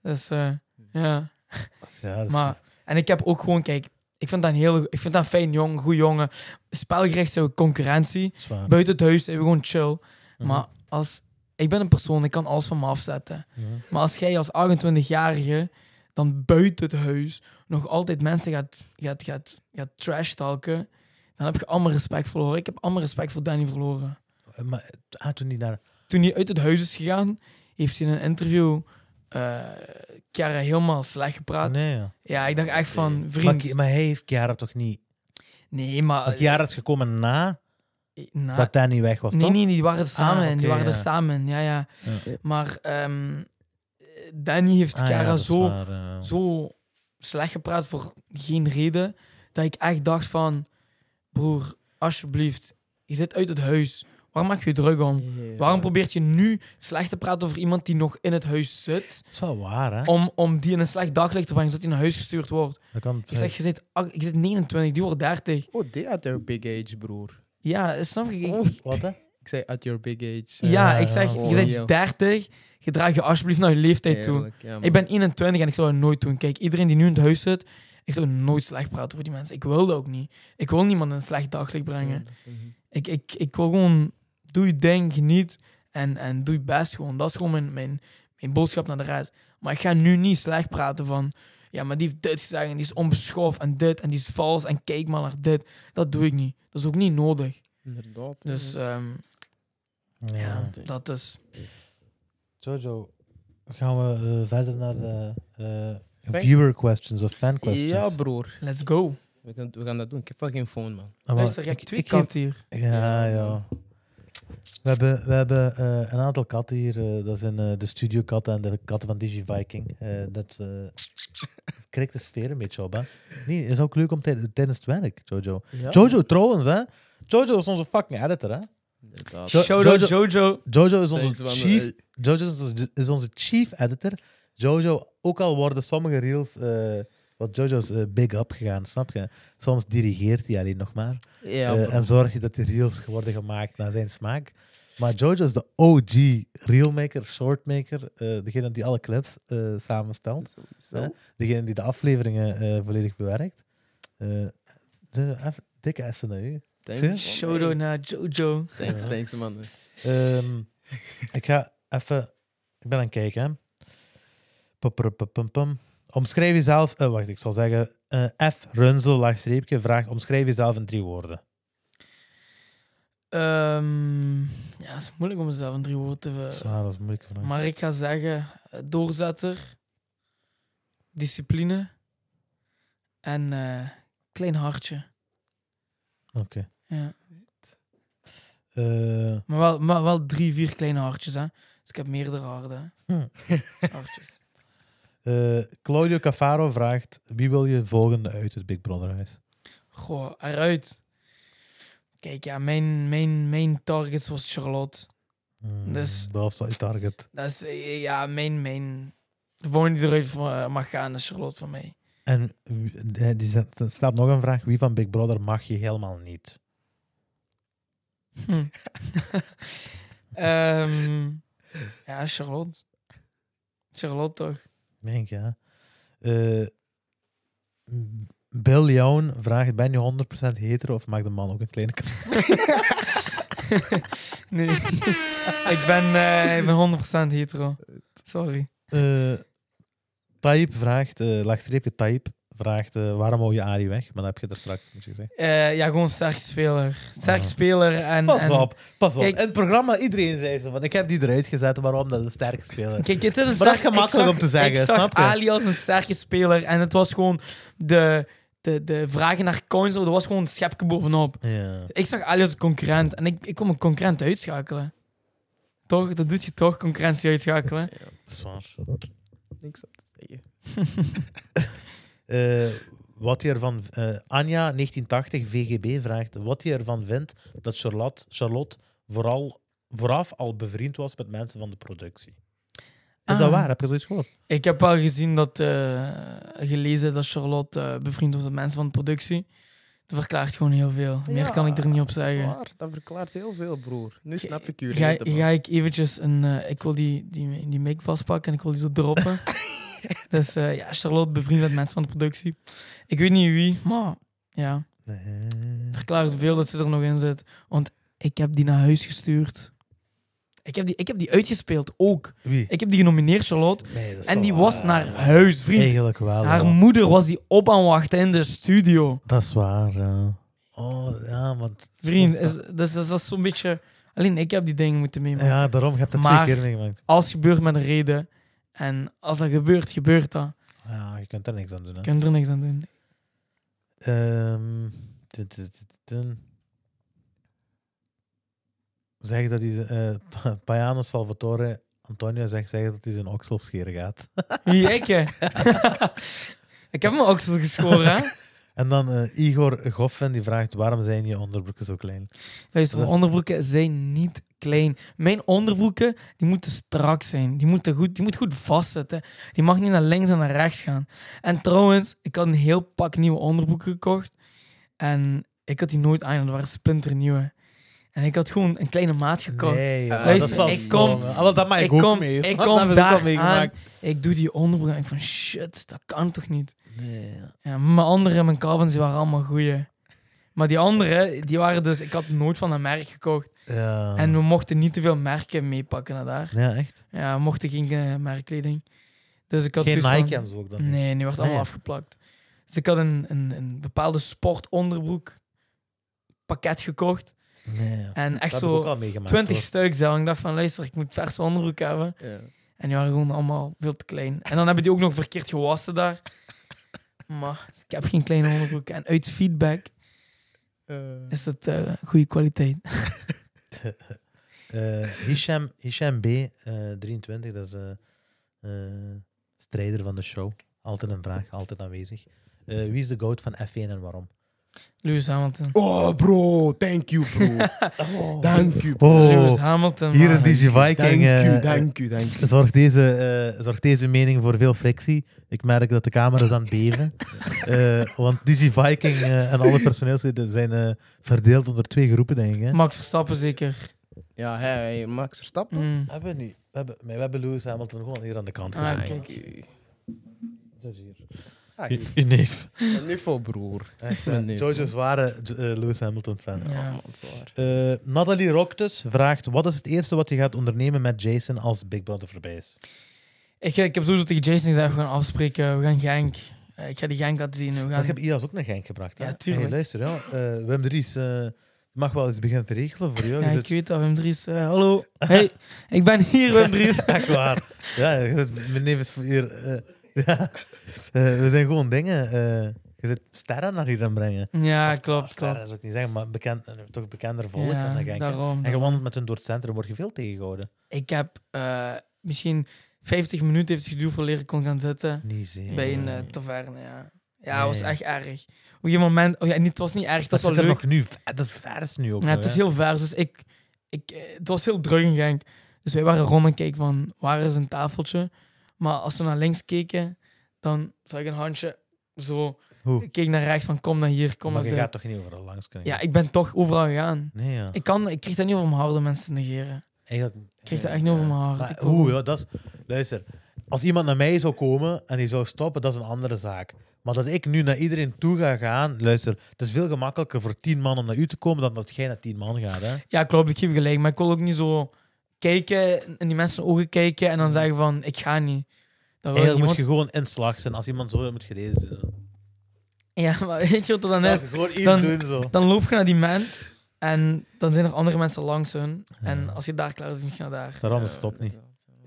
[SPEAKER 2] Dus eh, ja.
[SPEAKER 1] Ja, dat is-
[SPEAKER 2] Maar, en ik heb ook gewoon, kijk, ik vind dat een heel, ik vind dat een fijn jongen, goed jongen. Spelgericht zijn we concurrentie.
[SPEAKER 1] dat is waar.
[SPEAKER 2] Buiten het huis zijn we gewoon chill.
[SPEAKER 1] Mhm.
[SPEAKER 2] Maar als, ik ben een persoon, ik kan alles van me afzetten.
[SPEAKER 1] Ja.
[SPEAKER 2] Maar als jij als 28-jarige dan buiten het huis nog altijd mensen gaat, gaat, gaat, gaat trash talken, dan heb je allemaal respect verloren. Ik heb allemaal respect voor Danny verloren.
[SPEAKER 1] Eh, Maar ah, toen die naar...
[SPEAKER 2] toen hij uit het huis is gegaan, heeft hij in een interview eh Chiara helemaal slecht gepraat.
[SPEAKER 1] Nee, ja.
[SPEAKER 2] Ja, ik dacht echt van,
[SPEAKER 1] maar,
[SPEAKER 2] vriend... Ah,
[SPEAKER 1] Ki- maar hij heeft Chiara toch niet?
[SPEAKER 2] nee, maar...
[SPEAKER 1] Want Chiara is gekomen na
[SPEAKER 2] eh, na-
[SPEAKER 1] dat Danny weg was,
[SPEAKER 2] nee,
[SPEAKER 1] toch?
[SPEAKER 2] nee, die waren er samen
[SPEAKER 1] Ah,
[SPEAKER 2] in.
[SPEAKER 1] oké,
[SPEAKER 2] Die waren
[SPEAKER 1] ja.
[SPEAKER 2] er samen in, ja, ja.
[SPEAKER 1] Ja.
[SPEAKER 2] Maar ehm, Danny heeft
[SPEAKER 1] Ah, ja,
[SPEAKER 2] Chiara
[SPEAKER 1] dat is
[SPEAKER 2] zo,
[SPEAKER 1] waar, ja.
[SPEAKER 2] zo slecht gepraat voor geen reden, dat ik echt dacht van... Broer, alsjeblieft, je zit uit het huis. Waar maak je je druk om?
[SPEAKER 4] ja.
[SPEAKER 2] Waarom probeert je nu slecht te praten over iemand die nog in het huis zit?
[SPEAKER 1] Dat is wel waar, hè?
[SPEAKER 2] om, om die in een slecht daglicht te brengen, zodat hij naar huis gestuurd wordt.
[SPEAKER 1] Dat kan...
[SPEAKER 2] Ik zeg, je zit, ach- je zit 29, die wordt 30.
[SPEAKER 4] Oh, dit at your big age, broer.
[SPEAKER 2] Ja, snap je? Ik-
[SPEAKER 4] Oh,
[SPEAKER 1] Wat, hè?
[SPEAKER 4] ik zei at your big age.
[SPEAKER 2] ja,
[SPEAKER 1] Ja,
[SPEAKER 2] ik zeg,
[SPEAKER 1] ja.
[SPEAKER 2] je
[SPEAKER 4] Oh.
[SPEAKER 2] bent 30, je draagt je alsjeblieft naar je leeftijd toe.
[SPEAKER 4] Eerlijk, ja, man.
[SPEAKER 2] Ik ben 21 en ik zou het nooit doen. Kijk, iedereen die nu in het huis zit, ik zou nooit slecht praten voor die mensen. Ik wil dat ook niet. Ik wil niemand in een slecht daglicht brengen.
[SPEAKER 4] Mhm.
[SPEAKER 2] Ik, ik, ik wil gewoon, doe je ding, geniet en, en doe je best gewoon. Dat is gewoon mijn, mijn, mijn boodschap naar de rest. Maar ik ga nu niet slecht praten van, ja, maar die heeft dit gezegd en die is onbeschoft en dit en die is vals en kijk maar naar dit. Dat doe ik niet. Dat is ook niet nodig.
[SPEAKER 4] Inderdaad.
[SPEAKER 2] Dus
[SPEAKER 4] ja.
[SPEAKER 2] ehm, ja,
[SPEAKER 1] Ja.
[SPEAKER 2] dat is...
[SPEAKER 1] Jojo, gaan we eh, verder naar de eh,
[SPEAKER 4] Fan-
[SPEAKER 1] viewer questions of fan questions?
[SPEAKER 4] ja, broer.
[SPEAKER 2] Let's go.
[SPEAKER 4] We gaan, we gaan dat doen. Ik heb wel geen phone, man.
[SPEAKER 1] Ah, maar
[SPEAKER 2] Luister, je
[SPEAKER 1] ik-
[SPEAKER 2] hebt twee
[SPEAKER 1] ik geef-
[SPEAKER 2] katten hier.
[SPEAKER 1] Ja, ja. We hebben, we hebben eh, een aantal katten hier. eh, dat zijn eh, de studiokatten en de katten van DigiViking. Eh dat eh krikt de sfeer een beetje op, hè. Nee, is ook leuk om tij- tijdens het werk, Jojo. Jojo, trouwens, hè. Jojo is onze fucking editor, hè.
[SPEAKER 4] Inderdaad.
[SPEAKER 1] Jo-
[SPEAKER 2] Shoutout
[SPEAKER 1] Jojo-
[SPEAKER 2] Jojo.
[SPEAKER 1] Jojo is
[SPEAKER 4] Thanks,
[SPEAKER 1] onze
[SPEAKER 4] man.
[SPEAKER 1] chief...
[SPEAKER 4] Hey.
[SPEAKER 1] Jojo is onze, is onze chief editor. Jojo, ook al worden sommige reels... eh wat Jojo is eh, big up gegaan, snap je? Soms dirigeert hij alleen nog maar.
[SPEAKER 4] Ja,
[SPEAKER 1] Eh,
[SPEAKER 4] broer.
[SPEAKER 1] en zorg je dat die reels worden gemaakt naar zijn smaak. Maar Jojo is de OG reelmaker, shortmaker. eh, degene die alle clips eh, samenstelt.
[SPEAKER 4] Zo- zo.
[SPEAKER 1] Degene die de afleveringen eh, volledig bewerkt. Eh, Jojo, even dikke essen naar u.
[SPEAKER 4] Thanks, man.
[SPEAKER 2] Shoutout naar Jojo.
[SPEAKER 4] Hey, Thanks, thanks, man.
[SPEAKER 1] Ehm, ik ga even... Ik ben aan het kijken, hè. Pum, pum, pum, pum, pum. Omschrijf jezelf... eh, wacht, ik zal zeggen... eh, F. Runzel, laagstreepje, vraagt... Omschrijf jezelf in drie woorden.
[SPEAKER 2] Ehm, ja, het is moeilijk om mezelf in drie woorden te...
[SPEAKER 1] Dat is waar, Eh, ah, dat is een moeilijke vraag.
[SPEAKER 2] Maar ik ga zeggen, eh, doorzetter, discipline en eh, klein hartje.
[SPEAKER 1] Oké.
[SPEAKER 2] Ja.
[SPEAKER 1] Eh,
[SPEAKER 2] Maar, wel, maar wel drie, vier kleine hartjes, hè. Dus ik heb meerdere harden. hè.
[SPEAKER 1] Hm.
[SPEAKER 2] hartjes.
[SPEAKER 1] Eh, Claudio Cafaro vraagt: wie wil je volgende uit het Big Brother huis?
[SPEAKER 2] Goh, eruit. Kijk, ja, mijn, mijn, mijn targets was Charlotte.
[SPEAKER 1] Hmm,
[SPEAKER 2] Dus-
[SPEAKER 1] Wel sta- target.
[SPEAKER 2] Dat is, eh, ja, mijn, mijn... De volgende die eruit voor- eh, mag gaan is Charlotte van mij.
[SPEAKER 1] En wie- de- die zet- er staat nog een vraag. Wie van Big Brother mag je helemaal niet?
[SPEAKER 2] Hm. Ehm, ja, Charlotte. Charlotte toch?
[SPEAKER 1] Denk ja. Eh Bill Jown vraagt, ben je 100% hetero of maakt de man ook een kleine kans?
[SPEAKER 2] Nee. ik, ben, eh, ik ben 100% hetero. Sorry.
[SPEAKER 1] Eh Taib vraagt, eh laagstreepje Taib vraagt, eh, waarom hou je Ari weg? Maar dat heb je er straks misschien gezegd.
[SPEAKER 2] Eh, ja, gewoon sterk speler. Sterk
[SPEAKER 1] Ah.
[SPEAKER 2] speler en...
[SPEAKER 1] Pas
[SPEAKER 2] en-
[SPEAKER 1] op, pas op.
[SPEAKER 2] Kijk-
[SPEAKER 1] In het programma, iedereen zei zo van, ik heb die eruit gezet, waarom? Dat is een sterke speler.
[SPEAKER 2] Kijk, het is een
[SPEAKER 1] Maar dat is
[SPEAKER 2] sterk- ik
[SPEAKER 1] gemakkelijk
[SPEAKER 2] zag-
[SPEAKER 1] om te zeggen,
[SPEAKER 2] Ik zag
[SPEAKER 1] snap je?
[SPEAKER 2] Ali als een sterke speler en het was gewoon de, de, de vragen naar coins, dat was gewoon een schepje bovenop.
[SPEAKER 1] Ja.
[SPEAKER 2] Ik zag Ali als een concurrent en ik, ik kon mijn concurrent uitschakelen. Toch? Dat doet je toch, concurrentie uitschakelen.
[SPEAKER 1] Dat is waar.
[SPEAKER 4] Niks op te zeggen.
[SPEAKER 1] Eh, wat hij ervan... eh, Anja, 1980, VGB, vraagt wat hij ervan vindt dat Charlotte, Charlotte vooral, vooraf al bevriend was met mensen van de productie. Is dat
[SPEAKER 2] Ah.
[SPEAKER 1] waar? Heb je zoiets gehoord?
[SPEAKER 2] Ik heb wel gezien dat, eh, gelezen dat Charlotte eh, bevriend was met mensen van de productie. Dat verklaart gewoon heel veel. Meer
[SPEAKER 4] Ja,
[SPEAKER 2] kan ik er niet op
[SPEAKER 4] Dat is
[SPEAKER 2] zeggen.
[SPEAKER 4] waar. Dat verklaart heel veel, broer. Nu snap ik jullie.
[SPEAKER 2] Ga, ga ik eventjes een... eh, ik wil die, die, die mic vastpakken en ik wil die zo droppen. dus eh, ja, Charlotte bevriend met mensen van de productie. Ik weet niet wie, maar ja.
[SPEAKER 1] Nee.
[SPEAKER 2] Verklaart veel dat ze er nog in zit. Want ik heb die naar huis gestuurd. Ik heb die, ik heb die uitgespeeld ook.
[SPEAKER 1] Wie?
[SPEAKER 2] Ik heb die genomineerd, Charlotte.
[SPEAKER 1] Nee, dat is
[SPEAKER 2] En
[SPEAKER 1] wel
[SPEAKER 2] die
[SPEAKER 1] waar.
[SPEAKER 4] eh.
[SPEAKER 2] was naar huis, vriend.
[SPEAKER 1] Eigenlijk wel.
[SPEAKER 2] Haar
[SPEAKER 1] ja.
[SPEAKER 2] moeder was die op aan wachten in de studio.
[SPEAKER 1] Dat is waar, ja. Oh, ja, want...
[SPEAKER 2] Vriend, is, dus dat, is, dat is zo'n beetje... Alleen ik heb die dingen moeten meemaken.
[SPEAKER 1] Ja, daarom. Je hebt dat
[SPEAKER 2] Maar-
[SPEAKER 1] twee keer meegemaakt.
[SPEAKER 2] Alles gebeurt met een reden. En als dat gebeurt, gebeurt dat.
[SPEAKER 1] Ja, je kunt er niks aan doen, hè.
[SPEAKER 2] Ik kan er niks aan doen.
[SPEAKER 1] Ehm, dun, dun, dun, dun. Zeg dat hij... eh Pa- Paiano Salvatore Antonio zegt zeg dat hij zijn oksel scheren gaat.
[SPEAKER 2] Wie ik, hè? ik heb mijn oksels geschoren, hè?
[SPEAKER 1] En dan eh, Igor Goffen, die vraagt waarom zijn je onderbroeken zo klein?
[SPEAKER 2] Luister, mijn onderbroeken zijn niet klein. Mijn onderbroeken, die moeten strak zijn. Die moeten goed, die moet goed vastzitten. Die mag niet naar links en naar rechts gaan. En trouwens, ik had een heel pak nieuwe onderbroeken gekocht. En ik had die nooit aan, want dat waren splinternieuwe. En ik had gewoon een kleine maat gekocht.
[SPEAKER 1] Nee, joh,
[SPEAKER 2] Luister,
[SPEAKER 1] dat is wel
[SPEAKER 2] Eh, ik
[SPEAKER 1] stom,
[SPEAKER 2] kom-
[SPEAKER 1] hè. Ah, wel, dat maak ik,
[SPEAKER 2] ik
[SPEAKER 1] ook
[SPEAKER 2] kom-
[SPEAKER 1] mee.
[SPEAKER 2] ik
[SPEAKER 1] snap?
[SPEAKER 2] kom
[SPEAKER 1] Dat heb ook al
[SPEAKER 2] daar
[SPEAKER 1] meegemaakt.
[SPEAKER 2] Ik doe die onderbroeken en ik van shit, dat kan toch niet?
[SPEAKER 1] Nee, ja.
[SPEAKER 2] Ja, mijn andere, mijn Calvins, die waren allemaal goeie. Maar die andere, die waren dus... Ik had nooit van een merk gekocht.
[SPEAKER 1] Ja.
[SPEAKER 2] En we mochten niet te veel merken meepakken naar daar.
[SPEAKER 1] ja, echt?
[SPEAKER 2] Ja, we mochten geen eh, merkkleding. Dus ik had
[SPEAKER 1] Geen
[SPEAKER 2] zoiets
[SPEAKER 1] Nike
[SPEAKER 2] van-
[SPEAKER 1] en zo ook dan?
[SPEAKER 2] Nee, die werd allemaal
[SPEAKER 1] Nee.
[SPEAKER 2] afgeplakt. Dus ik had een, een, een bepaalde sportonderbroek pakket gekocht.
[SPEAKER 1] Nee, ja.
[SPEAKER 2] En echt
[SPEAKER 1] dat heb ik ook
[SPEAKER 2] zo
[SPEAKER 1] al meegemaakt.
[SPEAKER 2] 20
[SPEAKER 1] hoor.
[SPEAKER 2] stuk zelf. En ik dacht van, luister, ik moet verse onderbroek hebben.
[SPEAKER 4] Ja.
[SPEAKER 2] En die waren gewoon allemaal veel te klein. En dan hebben die ook nog verkeerd gewassen daar. Maar dus ik heb geen kleine onderbroeken. En uit feedback
[SPEAKER 4] Eh,
[SPEAKER 2] is het eh, goede kwaliteit.
[SPEAKER 1] Eh, Hisham, Hisham B, eh, 23, dat is eh eh, strijder van de show. Altijd een vraag, altijd aanwezig. Eh, wie is de goat van F1 en waarom?
[SPEAKER 2] Lewis Hamilton.
[SPEAKER 3] Oh, bro. Thank you, bro.
[SPEAKER 1] Oh.
[SPEAKER 3] Dank you.
[SPEAKER 2] Lewis Hamilton.
[SPEAKER 1] hier in
[SPEAKER 2] man.
[SPEAKER 1] DJ
[SPEAKER 3] Dank
[SPEAKER 1] Viking.
[SPEAKER 3] you,
[SPEAKER 1] eh,
[SPEAKER 3] dank you, dank you.
[SPEAKER 1] Zorgt deze, eh, zorgt deze mening voor veel frictie. Ik merk dat de camera's aan het beven. Eh, want Digi Viking eh, en alle personeelsleden zijn eh, verdeeld onder twee groepen, denk ik. Hè?
[SPEAKER 2] Max Verstappen zeker.
[SPEAKER 4] ja, hey, hey, Max Verstappen.
[SPEAKER 2] Mm.
[SPEAKER 1] Hebben we niet. We hebben, we hebben Lewis Hamilton gewoon hier aan de kant
[SPEAKER 2] Ah,
[SPEAKER 1] gezet.
[SPEAKER 2] kijk.
[SPEAKER 4] Dank u.
[SPEAKER 1] Dat is hier.
[SPEAKER 4] Ah,
[SPEAKER 1] U- uw neef.
[SPEAKER 4] Een niveau, broer.
[SPEAKER 1] Echt,
[SPEAKER 4] Echt een
[SPEAKER 1] eh,
[SPEAKER 4] niveau.
[SPEAKER 1] Jojo's zware eh, Lewis Hamilton fan.
[SPEAKER 4] Ja,
[SPEAKER 2] Ja.
[SPEAKER 4] Oh, man, het is waar.
[SPEAKER 1] Eh, Nathalie Roktes vraagt: Wat is het eerste wat je gaat ondernemen met Jason als Big Brother voorbij is?
[SPEAKER 2] Ik, ik heb sowieso tegen Jason gezegd, we gaan afspreken. We gaan Genk. Eh, ik ga die Genk laten zien. We
[SPEAKER 1] Want
[SPEAKER 2] gaan...
[SPEAKER 1] Ik heb Ias ook naar Genk gebracht. hè?
[SPEAKER 2] Ja, tuurlijk.
[SPEAKER 1] Hey, luister, ja, eh, Wim Dries eh, mag wel eens beginnen te regelen voor jou.
[SPEAKER 2] Ja,
[SPEAKER 1] Je
[SPEAKER 2] ik
[SPEAKER 1] zit-
[SPEAKER 2] weet dat, Wim Dries. eh, hallo. Hey, ik ben hier, Wim Dries.
[SPEAKER 1] Echt waar. Ja, je zit- mijn neef is voor hier. eh, ja. Eh, we zijn gewoon dingen. eh, je zit sterren naar hier aan brengen.
[SPEAKER 2] Ja,
[SPEAKER 1] Ah,
[SPEAKER 2] klopt,
[SPEAKER 1] sterren
[SPEAKER 2] klopt.
[SPEAKER 1] is ook niet zeggen, maar bekend, eh, toch bekender volk dan
[SPEAKER 2] Ja,
[SPEAKER 1] Genk. hè?
[SPEAKER 2] daarom.
[SPEAKER 1] En je wandelt met hun door het centrum, word je veel tegengehouden.
[SPEAKER 2] Ik heb eh, misschien 50 minuten heeft het geduurd voor leren kon gaan zitten
[SPEAKER 1] Niet zeker.
[SPEAKER 2] bij een eh, taverne. Ja, ja het was
[SPEAKER 1] Nee.
[SPEAKER 2] echt erg. Op een gegeven moment, oh ja, niet, het was niet erg,
[SPEAKER 1] Dat
[SPEAKER 2] dat
[SPEAKER 1] zit
[SPEAKER 2] was
[SPEAKER 1] er
[SPEAKER 2] wel leuk.
[SPEAKER 1] nog nu. Dat is vers nu ook.
[SPEAKER 2] Ja,
[SPEAKER 1] nog,
[SPEAKER 2] het is
[SPEAKER 1] hè?
[SPEAKER 2] heel vers, dus ik, ik, eh, het was heel druk in Genk. Dus wij waren rond en keken van waar is een tafeltje. Maar als we naar links keken, dan zag ik een handje zo.
[SPEAKER 1] Hoe?
[SPEAKER 2] Ik keek naar rechts van kom naar hier, kom
[SPEAKER 1] maar
[SPEAKER 2] naar
[SPEAKER 1] je
[SPEAKER 2] daar.
[SPEAKER 1] gaat toch niet overal langs kunnen
[SPEAKER 2] Ja,
[SPEAKER 1] gaan?
[SPEAKER 2] ik ben toch overal gegaan.
[SPEAKER 1] Nee, ja.
[SPEAKER 2] Ik, kan, ik kreeg dat niet over mijn harde mensen te negeren.
[SPEAKER 1] Eigenlijk...
[SPEAKER 2] Ik kreeg dat echt niet over mijn hart.
[SPEAKER 1] Maar
[SPEAKER 2] Ik
[SPEAKER 1] hoe,
[SPEAKER 2] kon-
[SPEAKER 1] ja, dat is... Luister, als iemand naar mij zou komen en die zou stoppen, dat is een andere zaak. Maar dat ik nu naar iedereen toe ga gaan... Luister, het is veel gemakkelijker voor tien man om naar u te komen dan dat jij naar tien man gaat, hè?
[SPEAKER 2] Ja, klopt, ik geef je gelijk. Maar ik kon ook niet zo kijken, in die mensen ogen kijken en dan zeggen van ik ga niet. Dat wil ik
[SPEAKER 1] Mm. Eigenlijk
[SPEAKER 2] niet.
[SPEAKER 1] moet je
[SPEAKER 2] want-
[SPEAKER 1] gewoon in slag zijn. Als iemand zo moet gerezen zijn.
[SPEAKER 2] Ja, maar weet je wat dat dan
[SPEAKER 1] Zou
[SPEAKER 2] is?
[SPEAKER 1] je Gewoon iets
[SPEAKER 2] dan-
[SPEAKER 1] doen, zo.
[SPEAKER 2] Dan loop je naar die mens en dan zijn er andere mensen langs hun. En als je daar klaar is, dan ga je naar daar.
[SPEAKER 1] Daarom, het stopt niet.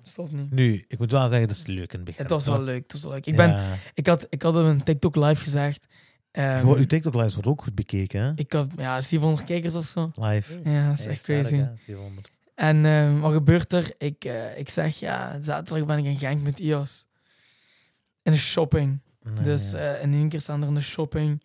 [SPEAKER 2] Stop niet.
[SPEAKER 1] Nu, ik moet wel zeggen, dat is leuk in het begin.
[SPEAKER 2] Het was wel leuk. Het was wel leuk. Ik, ben,
[SPEAKER 1] Ja.
[SPEAKER 2] ik, had, ik had op een TikTok live gezegd. ehm,
[SPEAKER 1] Gewoon, uw TikTok-lijst wordt ook goed bekeken, hè?
[SPEAKER 2] ik had ja, 700 kijkers of zo.
[SPEAKER 1] Live.
[SPEAKER 2] Ja, dat is echt
[SPEAKER 1] Ja,
[SPEAKER 2] crazy.
[SPEAKER 1] sterk, hè, 700.
[SPEAKER 2] En ehm, wat gebeurt er? Ik, eh, ik zeg ja, zaterdag ben ik in Genk met IOS. In de shopping.
[SPEAKER 1] Nee,
[SPEAKER 2] dus
[SPEAKER 1] ja.
[SPEAKER 2] eh, in één keer staan er in de shopping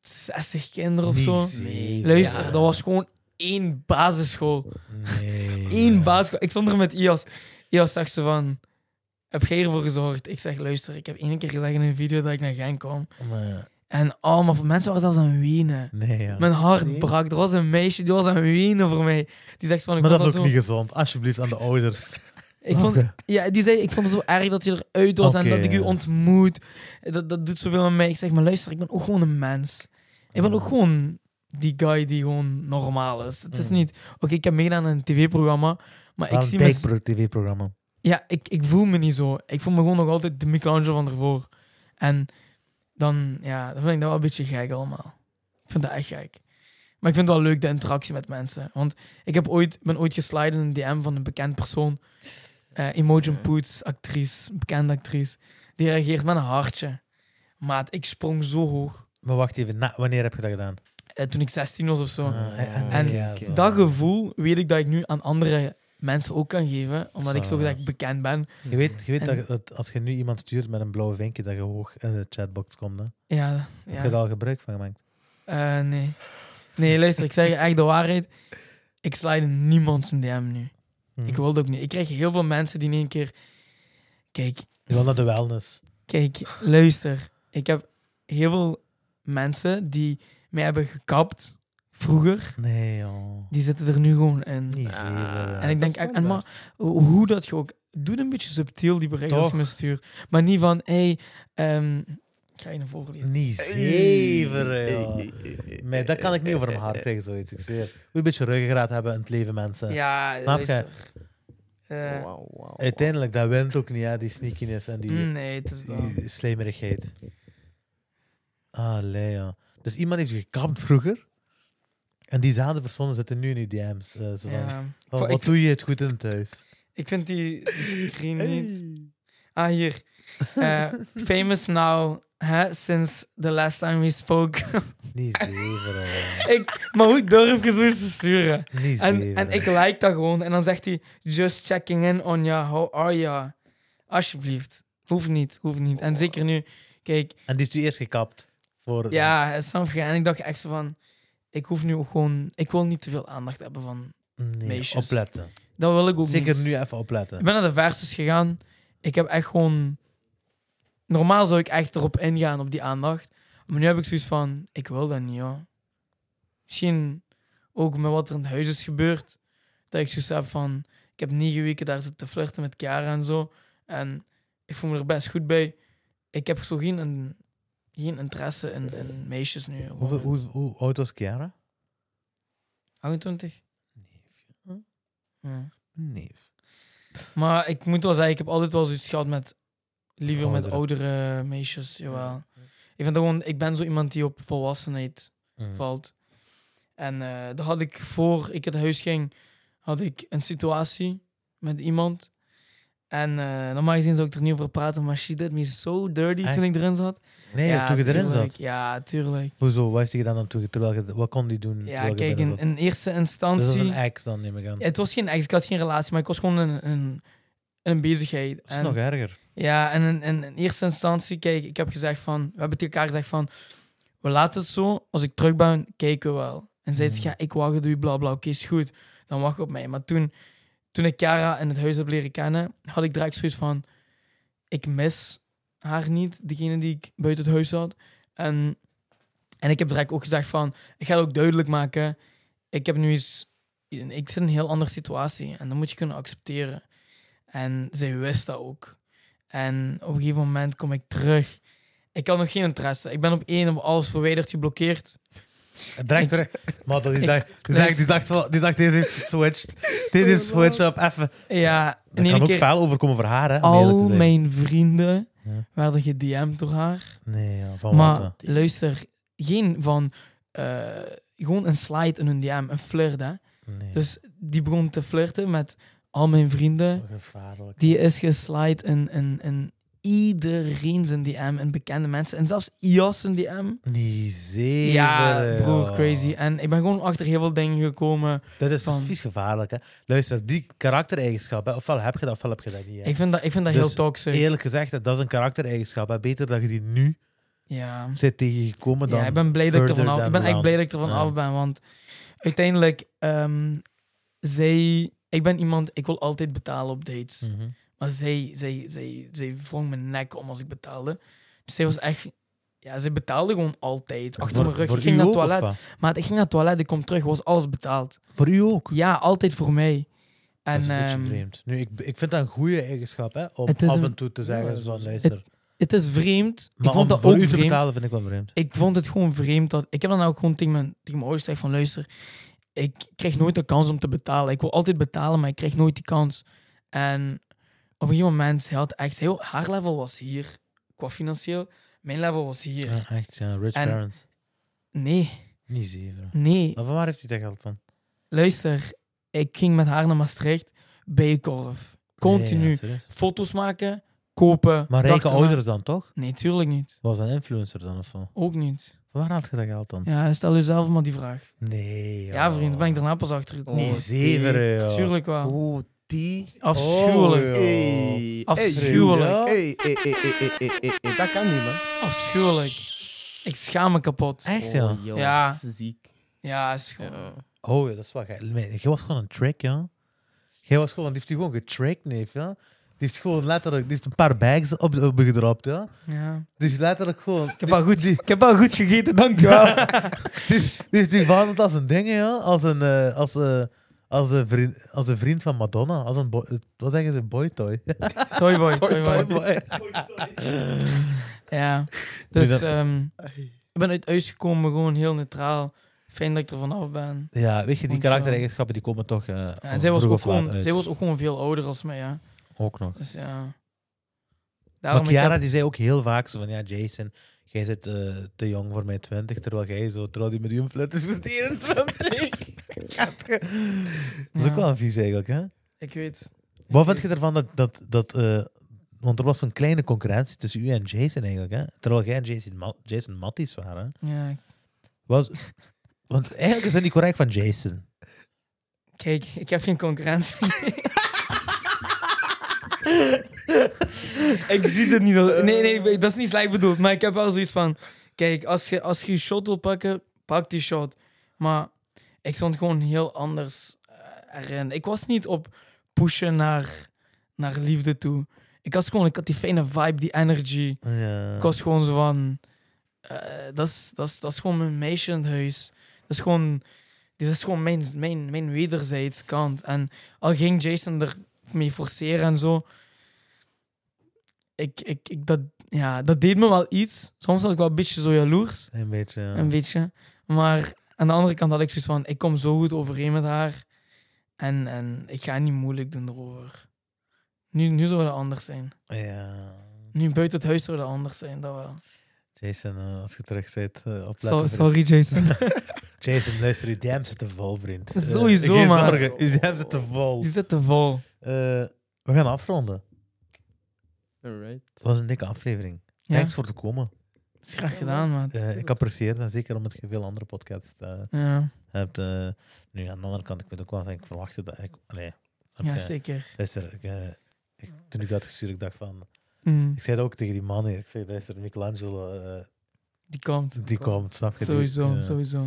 [SPEAKER 2] 60 kinderen of
[SPEAKER 1] Niet
[SPEAKER 2] zo.
[SPEAKER 1] zeven.
[SPEAKER 2] Luister,
[SPEAKER 1] Ja.
[SPEAKER 2] dat was gewoon één basisschool.
[SPEAKER 1] Nee.
[SPEAKER 2] Eén basisschool. Ik stond er met IOS. IOS zegt ze van. Heb jij ervoor gezorgd? Ik zeg, luister, ik heb één keer gezegd in een video dat ik naar Genk kwam.
[SPEAKER 1] Maar-
[SPEAKER 2] En allemaal van mensen waren zelfs aan het wenen.
[SPEAKER 1] Nee, ja.
[SPEAKER 2] Mijn hart
[SPEAKER 1] Nee.
[SPEAKER 2] brak. Er was een meisje die was aan het wenen voor mij. Die zegt van, ik
[SPEAKER 1] Maar dat
[SPEAKER 2] vond
[SPEAKER 1] is ook
[SPEAKER 2] zo...
[SPEAKER 1] niet gezond. Alsjeblieft, aan de ouders.
[SPEAKER 2] Ik vond,
[SPEAKER 1] Oké.
[SPEAKER 2] ja, die zei, ik vond het zo erg dat je eruit was en
[SPEAKER 1] Oké,
[SPEAKER 2] dat ik u
[SPEAKER 1] ja.
[SPEAKER 2] ontmoet. Dat, dat doet zoveel aan mij. Ik zeg, maar luister, ik ben ook gewoon een mens. Ik ben
[SPEAKER 1] Mm.
[SPEAKER 2] ook gewoon die guy die gewoon normaal is. Het is
[SPEAKER 1] Mm.
[SPEAKER 2] niet... Oké, ik heb meegedaan aan een tv-programma, maar
[SPEAKER 1] Wel
[SPEAKER 2] ik
[SPEAKER 1] een
[SPEAKER 2] zie me...
[SPEAKER 1] dijkpro- tv-programma.
[SPEAKER 2] Ja, ik, ik voel me niet zo. Ik voel me gewoon nog altijd de Michelangelo van ervoor. En dan, ja, dan vind ik dat wel een beetje gek allemaal. Ik vind dat echt gek. Maar ik vind het wel leuk, de interactie met mensen. Want ik heb ooit, ben ooit gesliden in een DM van een bekend persoon. eh Emojin Poots, actrice, bekende actrice. Die reageert met een hartje. Maat, ik sprong zo hoog.
[SPEAKER 1] Maar wacht even, na- wanneer heb je dat gedaan?
[SPEAKER 2] eh, toen ik 16 was of zo.
[SPEAKER 1] Ah, en-
[SPEAKER 2] En
[SPEAKER 1] ja, zo.
[SPEAKER 2] Dat gevoel weet ik dat ik nu aan andere mensen ook kan geven. Omdat ik
[SPEAKER 1] Zo.
[SPEAKER 2] zo gezegd bekend ben.
[SPEAKER 1] Je weet, je weet
[SPEAKER 2] En-
[SPEAKER 1] dat, dat als je nu iemand stuurt met een blauwe vinkje, dat je hoog in de chatbox komt. Hè?
[SPEAKER 2] Ja,
[SPEAKER 1] Heb
[SPEAKER 2] ja.
[SPEAKER 1] je daar al gebruik van gemaakt?
[SPEAKER 2] Eh, nee. Nee, luister, ik zeg je echt de waarheid. Ik slide in niemand zijn DM nu.
[SPEAKER 1] Hm.
[SPEAKER 2] Ik wil het ook niet. Ik krijg heel veel mensen die in één keer... Kijk,
[SPEAKER 1] Je wil naar de wellness.
[SPEAKER 2] kijk, luister. Ik heb heel veel mensen die mij hebben gekapt vroeger.
[SPEAKER 1] Nee, joh.
[SPEAKER 2] Die zitten er nu gewoon in.
[SPEAKER 1] Niet zeven. ja.
[SPEAKER 2] en ik denk, en maar ho- hoe dat je ook... Doe het een beetje subtiel, die berichten als je me stuurt. Maar niet van, hé, ehm, ik ga je een voorlezen.
[SPEAKER 1] Niet zeven, joh. Nee, dat kan ik niet over mijn hart krijgen, zoiets. Ik zweer. Moet een beetje ruggengraat hebben in het leven, mensen.
[SPEAKER 2] Ja,
[SPEAKER 1] Snap je?
[SPEAKER 2] luister. Eh,
[SPEAKER 4] Wauw, wauw.
[SPEAKER 1] Uiteindelijk, dat wint ook niet, hè, die sneakiness en die,
[SPEAKER 2] nee, het is dat.
[SPEAKER 1] die Eh, slijmerigheid. Allee, ja. Dus iemand heeft je gekapt vroeger. En diezelfde personen zitten nu in uw DM's. eh, zo van,
[SPEAKER 2] Ja.
[SPEAKER 1] van,
[SPEAKER 2] Voor-
[SPEAKER 1] wat
[SPEAKER 2] ik,
[SPEAKER 1] doe je het goed in thuis?
[SPEAKER 2] ik vind die, die screen niet. Ah, hier. Eh, famous now, hè, since the last time we spoke.
[SPEAKER 1] Niet zeven, hè.
[SPEAKER 2] ik, maar hoe durf je zoiets te sturen?
[SPEAKER 1] Niet
[SPEAKER 2] En,
[SPEAKER 1] zeven,
[SPEAKER 2] en
[SPEAKER 1] hè.
[SPEAKER 2] ik like dat gewoon. En dan zegt hij, just checking in on ya, how are ya? Alsjeblieft. Hoeft niet, hoeft niet. En zeker nu, kijk,
[SPEAKER 1] En die is u eerst gekapt. Voor,
[SPEAKER 2] ja, het is dan En ik dacht echt zo van, ik hoef nu ook gewoon, ik wil niet te veel aandacht hebben van,
[SPEAKER 1] eh, nee,
[SPEAKER 2] meisjes.
[SPEAKER 1] Opletten.
[SPEAKER 2] dat wil ik ook niet.
[SPEAKER 1] Zeker nu even opletten.
[SPEAKER 2] Ik ben naar de versus gegaan. Ik heb echt gewoon... Normaal zou ik echt erop ingaan, op die aandacht. Maar nu heb ik zoiets van, ik wil dat niet, hoor. Misschien ook met wat er in huis is gebeurd. Dat ik zoiets heb van, ik heb negen weken daar zitten flirten met Kara en zo. En ik voel me er best goed bij. Ik heb zo geen, geen interesse in, in meisjes nu. op het
[SPEAKER 1] Hoeveel-
[SPEAKER 2] moment.
[SPEAKER 1] hoe, hoe oud was Chiara?
[SPEAKER 2] 28? Ja.
[SPEAKER 1] Nee.
[SPEAKER 2] Maar ik moet wel zeggen, ik heb altijd wel zoiets gehad met liever met
[SPEAKER 1] Ouderen.
[SPEAKER 2] oudere meisjes. Jawel. Ik, vind dat gewoon, ik ben zo iemand die op volwassenheid valt. En eh, dat had ik voor ik het huis ging, had ik een situatie met iemand. En eh, normaal gezien zou ik er niet over praten, maar she did me so dirty
[SPEAKER 1] Echt?
[SPEAKER 2] toen ik erin zat.
[SPEAKER 1] Nee, toen je erin
[SPEAKER 2] tuurlijk.
[SPEAKER 1] zat.
[SPEAKER 2] Ja, tuurlijk.
[SPEAKER 1] Hoezo? Wat heeft hij gedaan dan toen? je- Terwijl je, wat kon die doen? terwijl
[SPEAKER 2] Ja,
[SPEAKER 1] je
[SPEAKER 2] kijk,
[SPEAKER 1] binnen
[SPEAKER 2] in,
[SPEAKER 1] zat?
[SPEAKER 2] in eerste
[SPEAKER 1] Dus
[SPEAKER 2] instantie...
[SPEAKER 1] dat is een ex dan, neem ik aan.
[SPEAKER 2] het was geen ex, ik had geen relatie, maar ik was gewoon een, een, een bezigheid.
[SPEAKER 1] dat is
[SPEAKER 2] En-
[SPEAKER 1] nog erger.
[SPEAKER 2] Ja, en in, in, in eerste instantie, kijk, ik heb gezegd van, we hebben tegen elkaar gezegd van, we laten het zo, als ik terug ben, kijken we wel. En zij zegt,
[SPEAKER 1] Mhm.
[SPEAKER 2] ja, ik wacht op u, bla bla, oké, is goed, dan wacht op mij. Maar toen, toen ik Cara in het huis heb leren kennen, had ik direct zoiets van, ik mis haar niet, degene die ik buiten het huis had. En, en ik heb direct ook gezegd van, ik ga het ook duidelijk maken. Ik heb nu eens, ik zit in een heel andere situatie en dat moet je kunnen accepteren. En zij wist dat ook. En op een gegeven moment kom ik terug. Ik had nog geen interesse. Ik ben op één op alles verwijderd, geblokkeerd.
[SPEAKER 1] En direct terug. Maar dat die, dacht, die, dacht, die, dacht, wel- die dacht, deze heeft geswitcht.
[SPEAKER 2] Oh,
[SPEAKER 1] Deze heeft switch up, even.
[SPEAKER 2] Ja,
[SPEAKER 1] Dat
[SPEAKER 2] in
[SPEAKER 1] kan
[SPEAKER 2] één
[SPEAKER 1] ook
[SPEAKER 2] keer
[SPEAKER 1] vuil overkomen voor haar, hè? om eerlijk te
[SPEAKER 2] al
[SPEAKER 1] zijn.
[SPEAKER 2] mijn vrienden
[SPEAKER 1] Ja.
[SPEAKER 2] werden gedm'd door haar.
[SPEAKER 1] Nee, ja, van
[SPEAKER 2] maar
[SPEAKER 1] wat,
[SPEAKER 2] luister, geen van... eh, gewoon een slide in hun DM, een flirt, hè.
[SPEAKER 1] hè? Nee,
[SPEAKER 2] Dus die begon te flirten met al mijn vrienden.
[SPEAKER 1] wel gevaarlijk.
[SPEAKER 2] Die is geslide in, in, in iedereen zijn DM, en bekende mensen. En zelfs IAS zijn DM.
[SPEAKER 1] Die zeven.
[SPEAKER 2] Ja, broer,
[SPEAKER 1] joh.
[SPEAKER 2] crazy. En ik ben gewoon achter heel veel dingen gekomen.
[SPEAKER 1] Dat is
[SPEAKER 2] Van-
[SPEAKER 1] vies gevaarlijk, hè? Luister, die karaktereigenschap, hè, ofwel heb je dat, ofwel heb je dat niet. Hè?
[SPEAKER 2] Ik vind dat, ik vind dat
[SPEAKER 1] Dus
[SPEAKER 2] heel toxisch.
[SPEAKER 1] Eerlijk gezegd, hè, dat is een karaktereigenschap. Hè? Beter dat je die nu
[SPEAKER 2] ja.
[SPEAKER 1] zit tegengekomen dan.
[SPEAKER 2] ja, ik ben blij dat ik er
[SPEAKER 1] further
[SPEAKER 2] vanaf.
[SPEAKER 1] down
[SPEAKER 2] Ik ben
[SPEAKER 1] the
[SPEAKER 2] echt blij
[SPEAKER 1] line.
[SPEAKER 2] dat ik er
[SPEAKER 1] Ja.
[SPEAKER 2] vanaf ben, want uiteindelijk, ehm, zij, ik ben iemand, ik wil altijd betalen op dates,
[SPEAKER 1] Mhm.
[SPEAKER 2] maar zij, zij, zij, zij wrong mijn nek om als ik betaalde. Dus zij was echt, ja, zij betaalde gewoon altijd. Achter
[SPEAKER 1] Voor-
[SPEAKER 2] mijn rug,
[SPEAKER 1] voor
[SPEAKER 2] ik
[SPEAKER 1] u
[SPEAKER 2] ging naar het
[SPEAKER 1] ook, of
[SPEAKER 2] toilet,
[SPEAKER 1] wat?
[SPEAKER 2] maar ik ging naar het toilet, ik kom terug, was alles betaald.
[SPEAKER 1] Voor u ook.
[SPEAKER 2] Ja, altijd voor mij.
[SPEAKER 1] En,
[SPEAKER 2] En
[SPEAKER 1] dat is een beetje
[SPEAKER 2] ehm,
[SPEAKER 1] vreemd. Nu, ik, ik vind dat een goede eigenschap, hè? Om
[SPEAKER 2] Het is
[SPEAKER 1] af
[SPEAKER 2] een-
[SPEAKER 1] en toe te
[SPEAKER 4] Ja,
[SPEAKER 1] zeggen,
[SPEAKER 4] dat
[SPEAKER 1] zo
[SPEAKER 4] is-
[SPEAKER 1] luister.
[SPEAKER 2] het is vreemd.
[SPEAKER 1] Maar
[SPEAKER 2] ik vond
[SPEAKER 1] om
[SPEAKER 2] dat
[SPEAKER 1] voor
[SPEAKER 2] ook
[SPEAKER 1] u te
[SPEAKER 2] vreemd.
[SPEAKER 1] betalen vind ik wel vreemd.
[SPEAKER 2] ik vond het gewoon vreemd dat ik heb dan ook gewoon tegen mijn, tegen mijn ouders gezegd van luister, ik krijg nooit de kans om te betalen. Ik wil altijd betalen, maar ik krijg nooit die kans. En op een gegeven moment, zij had echt heel, haar level was hier qua financieel, mijn level was hier.
[SPEAKER 1] Ja, echt, ja. Rich
[SPEAKER 2] En-
[SPEAKER 1] parents.
[SPEAKER 2] Nee,
[SPEAKER 1] Niet zeven.
[SPEAKER 2] nee,
[SPEAKER 1] Maar van waar heeft hij dat geld dan?
[SPEAKER 2] luister, ik ging met haar naar Maastricht, bijenkorf, continu,
[SPEAKER 1] Nee, ja, serieus.
[SPEAKER 2] foto's maken, kopen.
[SPEAKER 1] maar
[SPEAKER 2] dag
[SPEAKER 1] rijke
[SPEAKER 2] erna-
[SPEAKER 1] ouders dan toch?
[SPEAKER 2] Nee, tuurlijk niet,
[SPEAKER 1] Was dat een influencer dan of zo?
[SPEAKER 2] ook niet.
[SPEAKER 1] Van waar had je dat geld dan?
[SPEAKER 2] Ja, stel jezelf maar die vraag.
[SPEAKER 1] Nee,
[SPEAKER 2] Ja,
[SPEAKER 1] joh.
[SPEAKER 2] vriend, daar ben ik daarna pas achter gekomen.
[SPEAKER 1] Niet
[SPEAKER 4] Oh,
[SPEAKER 1] zeven, joh.
[SPEAKER 2] Tuurlijk wel.
[SPEAKER 3] Oh, die.
[SPEAKER 2] Afschuwelijk.
[SPEAKER 1] Oh,
[SPEAKER 3] Hey.
[SPEAKER 2] Afschuwelijk.
[SPEAKER 1] Ja.
[SPEAKER 3] Hey, hey, hey, hey, hey, hey, hey, hey. Dat kan niet, man.
[SPEAKER 2] Afschuwelijk. Ik schaam me kapot.
[SPEAKER 1] Echt, ja.
[SPEAKER 4] Oh, joh,
[SPEAKER 2] Ja.
[SPEAKER 4] Ziek.
[SPEAKER 2] Ja, is gewoon...
[SPEAKER 4] Ja.
[SPEAKER 1] Oh, ja, dat is wel geil. Nee, Jij was gewoon een trick, ja. Jij was gewoon, die heeft die gewoon getrickt, neef, ja. Die heeft gewoon letterlijk, die heeft een paar bags op, op gedropt, ja.
[SPEAKER 2] Ja.
[SPEAKER 1] Die heeft letterlijk gewoon...
[SPEAKER 2] Ik, heb al goed, ik heb al goed gegeten, dankjewel.
[SPEAKER 1] Die, die heeft zich behandeld als een ding, ja. Als een, eh, als, eh, als, een vriend, als een vriend van Madonna. Als een boy, eh, wat zeggen ze? Boytoy.
[SPEAKER 2] Toyboy, toyboy.
[SPEAKER 1] Boytoy.
[SPEAKER 2] Ja.
[SPEAKER 1] Nee,
[SPEAKER 2] Dus
[SPEAKER 1] dat-
[SPEAKER 2] ehm, ik ben uit huis gekomen, gewoon heel neutraal. Fijn dat ik er vanaf ben.
[SPEAKER 1] ja, weet je, die
[SPEAKER 2] Dankjewel.
[SPEAKER 1] karaktereigenschappen die komen toch eh
[SPEAKER 2] Ja, en zij was,
[SPEAKER 1] vroeg
[SPEAKER 2] ook
[SPEAKER 1] of laat
[SPEAKER 2] gewoon,
[SPEAKER 1] uit.
[SPEAKER 2] zij was ook gewoon veel ouder als mij, ja.
[SPEAKER 1] Ook nog.
[SPEAKER 2] Dus ja.
[SPEAKER 1] Maar
[SPEAKER 2] Daarom ik
[SPEAKER 1] Chiara
[SPEAKER 2] heb-
[SPEAKER 1] die zei ook heel vaak zo van, ja, Jason, jij zit eh, te jong voor mij 20, terwijl jij zo, terwijl die met je flirt is, is het 21. Gaat ge- Dat is
[SPEAKER 2] Ja.
[SPEAKER 1] ook wel een vies eigenlijk, hè?
[SPEAKER 2] Ik weet...
[SPEAKER 1] Wat
[SPEAKER 2] ik
[SPEAKER 1] vind je ervan dat... dat, dat eh, want er was een kleine concurrentie tussen u en Jason eigenlijk, hè? Terwijl jij en Jason, Ma- Jason Matties waren.
[SPEAKER 2] Ja,
[SPEAKER 1] Was, want eigenlijk is dat niet correct van Jason.
[SPEAKER 2] Kijk, ik heb geen concurrentie. ik zie het niet. als- Nee, nee, dat is niet slecht bedoeld. Maar ik heb wel zoiets van... Kijk, als je als je je shot wil pakken, pak die shot. Maar ik stond gewoon heel anders eh, erin. Ik was niet op pushen naar, naar liefde toe. Ik was gewoon... Ik had die fijne vibe, die energy.
[SPEAKER 1] Ja.
[SPEAKER 2] Ik was gewoon zo van... eh, dat, is, dat, is, dat is gewoon mijn meisje in het huis. Dat is gewoon... Dit is gewoon mijn, mijn, mijn wederzijds kant. En al ging Jason ermee forceren en zo... Ik, ik, ik, dat, ja, dat deed me wel iets. Soms was ik wel een beetje zo jaloers.
[SPEAKER 1] Een beetje, ja.
[SPEAKER 2] Een beetje. Maar aan de andere kant had ik zoiets van... Ik kom zo goed overeen met haar. En, en ik ga niet moeilijk doen erover. Nu, nu zou dat anders zijn.
[SPEAKER 1] Ja.
[SPEAKER 2] Nu buiten het huis zou dat anders zijn, dat wel.
[SPEAKER 1] Jason, eh, als je terug zit, eh op
[SPEAKER 2] So- sorry, Jason.
[SPEAKER 1] Jason, luister, uw DM zitten vol, vriend. Eh,
[SPEAKER 2] Sowieso,
[SPEAKER 1] geen
[SPEAKER 2] man.
[SPEAKER 1] zorgen, uw DM zitten vol.
[SPEAKER 2] Die zit te vol.
[SPEAKER 1] Eh, we gaan afronden.
[SPEAKER 4] Alright.
[SPEAKER 1] Het was een dikke aflevering.
[SPEAKER 2] Ja,
[SPEAKER 1] Thanks voor het komen.
[SPEAKER 2] is graag gedaan, man.
[SPEAKER 1] Eh, ik apprecieer dat, zeker omdat je veel andere podcasts eh,
[SPEAKER 2] Ja,
[SPEAKER 1] hebt. eh. nu, aan de andere kant, ik weet ook wel zeggen, ik verwachtte dat ik... Nee.
[SPEAKER 2] ja zeker.
[SPEAKER 1] Luister, ik, eh, ik- toen ik dat gestuurd, ik dacht van...
[SPEAKER 2] Mm,
[SPEAKER 1] Ik zei dat ook tegen die man hier. Ik zei, luister, Michelangelo, eh,
[SPEAKER 2] die komt.
[SPEAKER 1] die komt, snap je? Die-
[SPEAKER 2] Sowieso,
[SPEAKER 1] ja.
[SPEAKER 2] sowieso.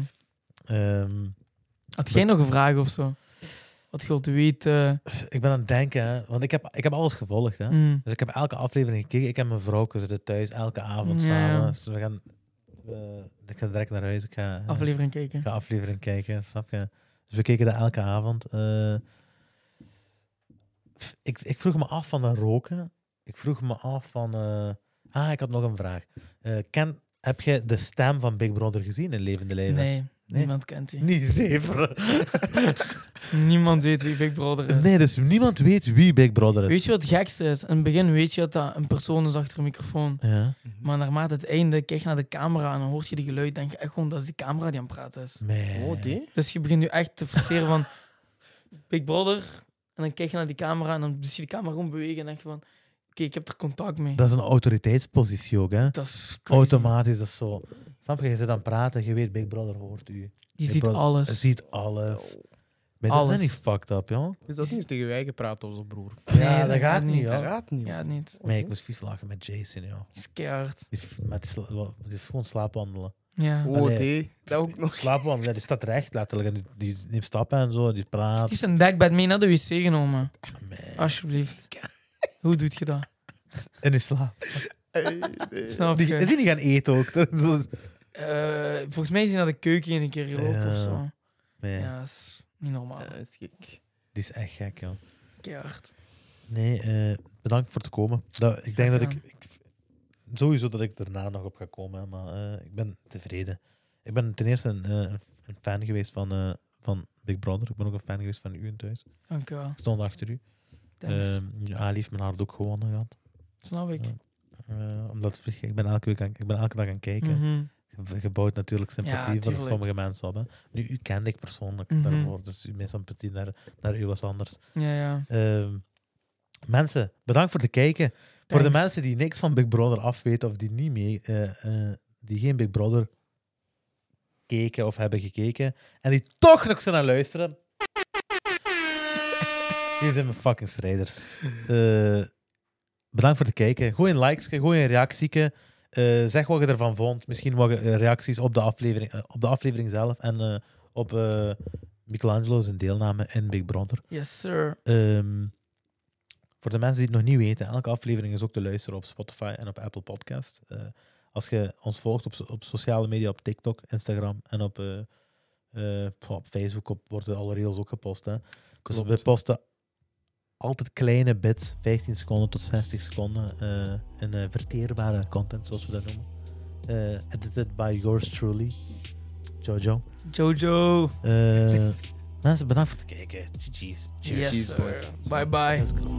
[SPEAKER 1] Ehm,
[SPEAKER 2] Had jij nog een vraag of zo? wat je wilt weten.
[SPEAKER 1] Ik ben aan het denken, hè, want ik heb, ik heb alles gevolgd. Hè.
[SPEAKER 2] Mm.
[SPEAKER 1] Dus ik heb elke aflevering gekeken. Ik en mijn vrouw we zitten thuis elke avond
[SPEAKER 2] Ja.
[SPEAKER 1] samen. Dus we gaan, eh, ik ga direct naar huis. Ik ga, eh,
[SPEAKER 2] Aflevering kijken.
[SPEAKER 1] ik ga aflevering kijken, snap je? Dus we keken dat elke avond. Eh, pff, ik, ik vroeg me af van dat roken. Ik vroeg me af van... eh, ah, ik had nog een vraag. Eh, ken, heb je de stem van Big Brother gezien in Levende Leven?
[SPEAKER 2] Nee, niemand kent die.
[SPEAKER 1] Niet zeven.
[SPEAKER 2] Niemand weet wie Big Brother is.
[SPEAKER 1] Nee, dus niemand weet wie Big Brother is.
[SPEAKER 2] Weet je wat het gekste is? In het begin weet je dat dat een persoon is achter een microfoon.
[SPEAKER 1] Ja.
[SPEAKER 2] Maar naarmate het einde, kijk naar de camera en dan hoort je die geluid, denk je echt gewoon dat is die camera die aan het praten is.
[SPEAKER 1] Nee.
[SPEAKER 4] Oh, die?
[SPEAKER 2] Dus je begint nu echt te forceren van Big Brother. En dan kijk je naar die camera en dan zie je die camera gewoon bewegen en denk je van, oké, ik heb er contact mee.
[SPEAKER 1] Dat is een autoriteitspositie ook, hè?
[SPEAKER 2] Dat is crazy.
[SPEAKER 1] Automatisch, dat is zo. Snap je? Je zit aan het praten, je weet, Big Brother hoort u.
[SPEAKER 2] Je
[SPEAKER 1] Big
[SPEAKER 2] ziet
[SPEAKER 1] Brother
[SPEAKER 2] alles.
[SPEAKER 1] ziet alles. Maar dat
[SPEAKER 2] Oh. Alles.
[SPEAKER 1] is niet fucked up, joh.
[SPEAKER 4] Dus dat is niet eens tegen wij gepraat of zo, broer.
[SPEAKER 2] Nee,
[SPEAKER 1] Ja, dat gaat niet,
[SPEAKER 4] Dat
[SPEAKER 1] Ja.
[SPEAKER 4] gaat niet.
[SPEAKER 2] Ja,
[SPEAKER 4] man.
[SPEAKER 2] het niet.
[SPEAKER 1] Nee, ik moest vies lachen met Jason, joh.
[SPEAKER 2] Die is keihard.
[SPEAKER 1] Die f- Maar het is, wel- het is gewoon slaapwandelen.
[SPEAKER 2] Ja.
[SPEAKER 4] Oh,
[SPEAKER 1] Allee.
[SPEAKER 4] die. Dat ook nog.
[SPEAKER 1] Slaapwandelen, ja, die staat recht letterlijk. En die, die neemt stappen en zo, die praat.
[SPEAKER 2] Die is een dekbed mee naar de wc genomen.
[SPEAKER 1] Man.
[SPEAKER 2] Alsjeblieft. Hoe doet je dat?
[SPEAKER 1] In die slaap.
[SPEAKER 2] Snap
[SPEAKER 1] Die,
[SPEAKER 2] je?
[SPEAKER 1] is die niet gaan eten ook? Zo-
[SPEAKER 2] Eh, volgens mij is hij naar de keuken in een keer gelopen
[SPEAKER 1] Ja.
[SPEAKER 2] of zo.
[SPEAKER 1] Nee,
[SPEAKER 2] Ja, dat is niet normaal.
[SPEAKER 4] Dat is gek.
[SPEAKER 1] die is echt gek, joh.
[SPEAKER 2] Keihard.
[SPEAKER 1] Nee, eh, bedankt voor te komen. Dat, ik denk dat ik,
[SPEAKER 2] gedaan.
[SPEAKER 1] ik- Sowieso dat ik daarna nog op ga komen, hè, maar eh, ik ben tevreden. Ik ben ten eerste een, eh, een fan geweest van, eh, van Big Brother. Ik ben ook een fan geweest van u en thuis.
[SPEAKER 2] Dank je wel.
[SPEAKER 1] Ik stond achter u.
[SPEAKER 2] Thanks.
[SPEAKER 1] Ehm, Ali heeft mijn hart ook gewonnen gehad.
[SPEAKER 2] Snap ik.
[SPEAKER 1] ja, Eh, omdat ik ben, elke week aan- ik eh. ben elke dag aan het kijken.
[SPEAKER 2] Mhm.
[SPEAKER 1] Ge- gebouwd natuurlijk sympathie
[SPEAKER 2] Ja,
[SPEAKER 1] voor
[SPEAKER 2] tuurlijk.
[SPEAKER 1] sommige mensen op. Hè. Nu, u kende ik persoonlijk
[SPEAKER 2] Mhm.
[SPEAKER 1] daarvoor, dus uw- mijn sympathie naar, naar u was anders.
[SPEAKER 2] Ja, ja.
[SPEAKER 1] Ehm, mensen, bedankt voor het kijken. Voor de
[SPEAKER 2] Thanks.
[SPEAKER 1] mensen die niks van Big Brother afweten of die niet mee, eh, eh, die geen Big Brother keken of hebben gekeken en die toch nog zijn aan luisteren. Hier zijn mijn fucking strijders. Eh, bedankt voor het kijken. Gooi een likes, gooi een reactieke. Eh, zeg wat je ervan vond. Misschien wat je, eh, reacties op de aflevering, eh, op de aflevering zelf en eh, op eh, Michelangelo zijn deelname in Big Brother.
[SPEAKER 2] Yes, sir.
[SPEAKER 1] Ehm, voor de mensen die het nog niet weten, elke aflevering is ook te luisteren op Spotify en op Apple Podcast. Eh, als je ons volgt op, so- op sociale media, op TikTok, Instagram en op, eh, eh, pff, op Facebook op, worden alle reels ook gepost. Hè. Dus we
[SPEAKER 3] Klopt.
[SPEAKER 1] posten altijd kleine bits, 15 seconden tot 60 seconden, eh en eh, verteerbare content, zoals we dat noemen. Eh, edited by yours truly, Jojo.
[SPEAKER 2] Jojo.
[SPEAKER 1] Eh, mensen, bedankt voor het kijken. GG's.
[SPEAKER 2] yes,
[SPEAKER 3] cheers,
[SPEAKER 2] sir.
[SPEAKER 3] boys.
[SPEAKER 2] Bye bye.
[SPEAKER 1] Let's go.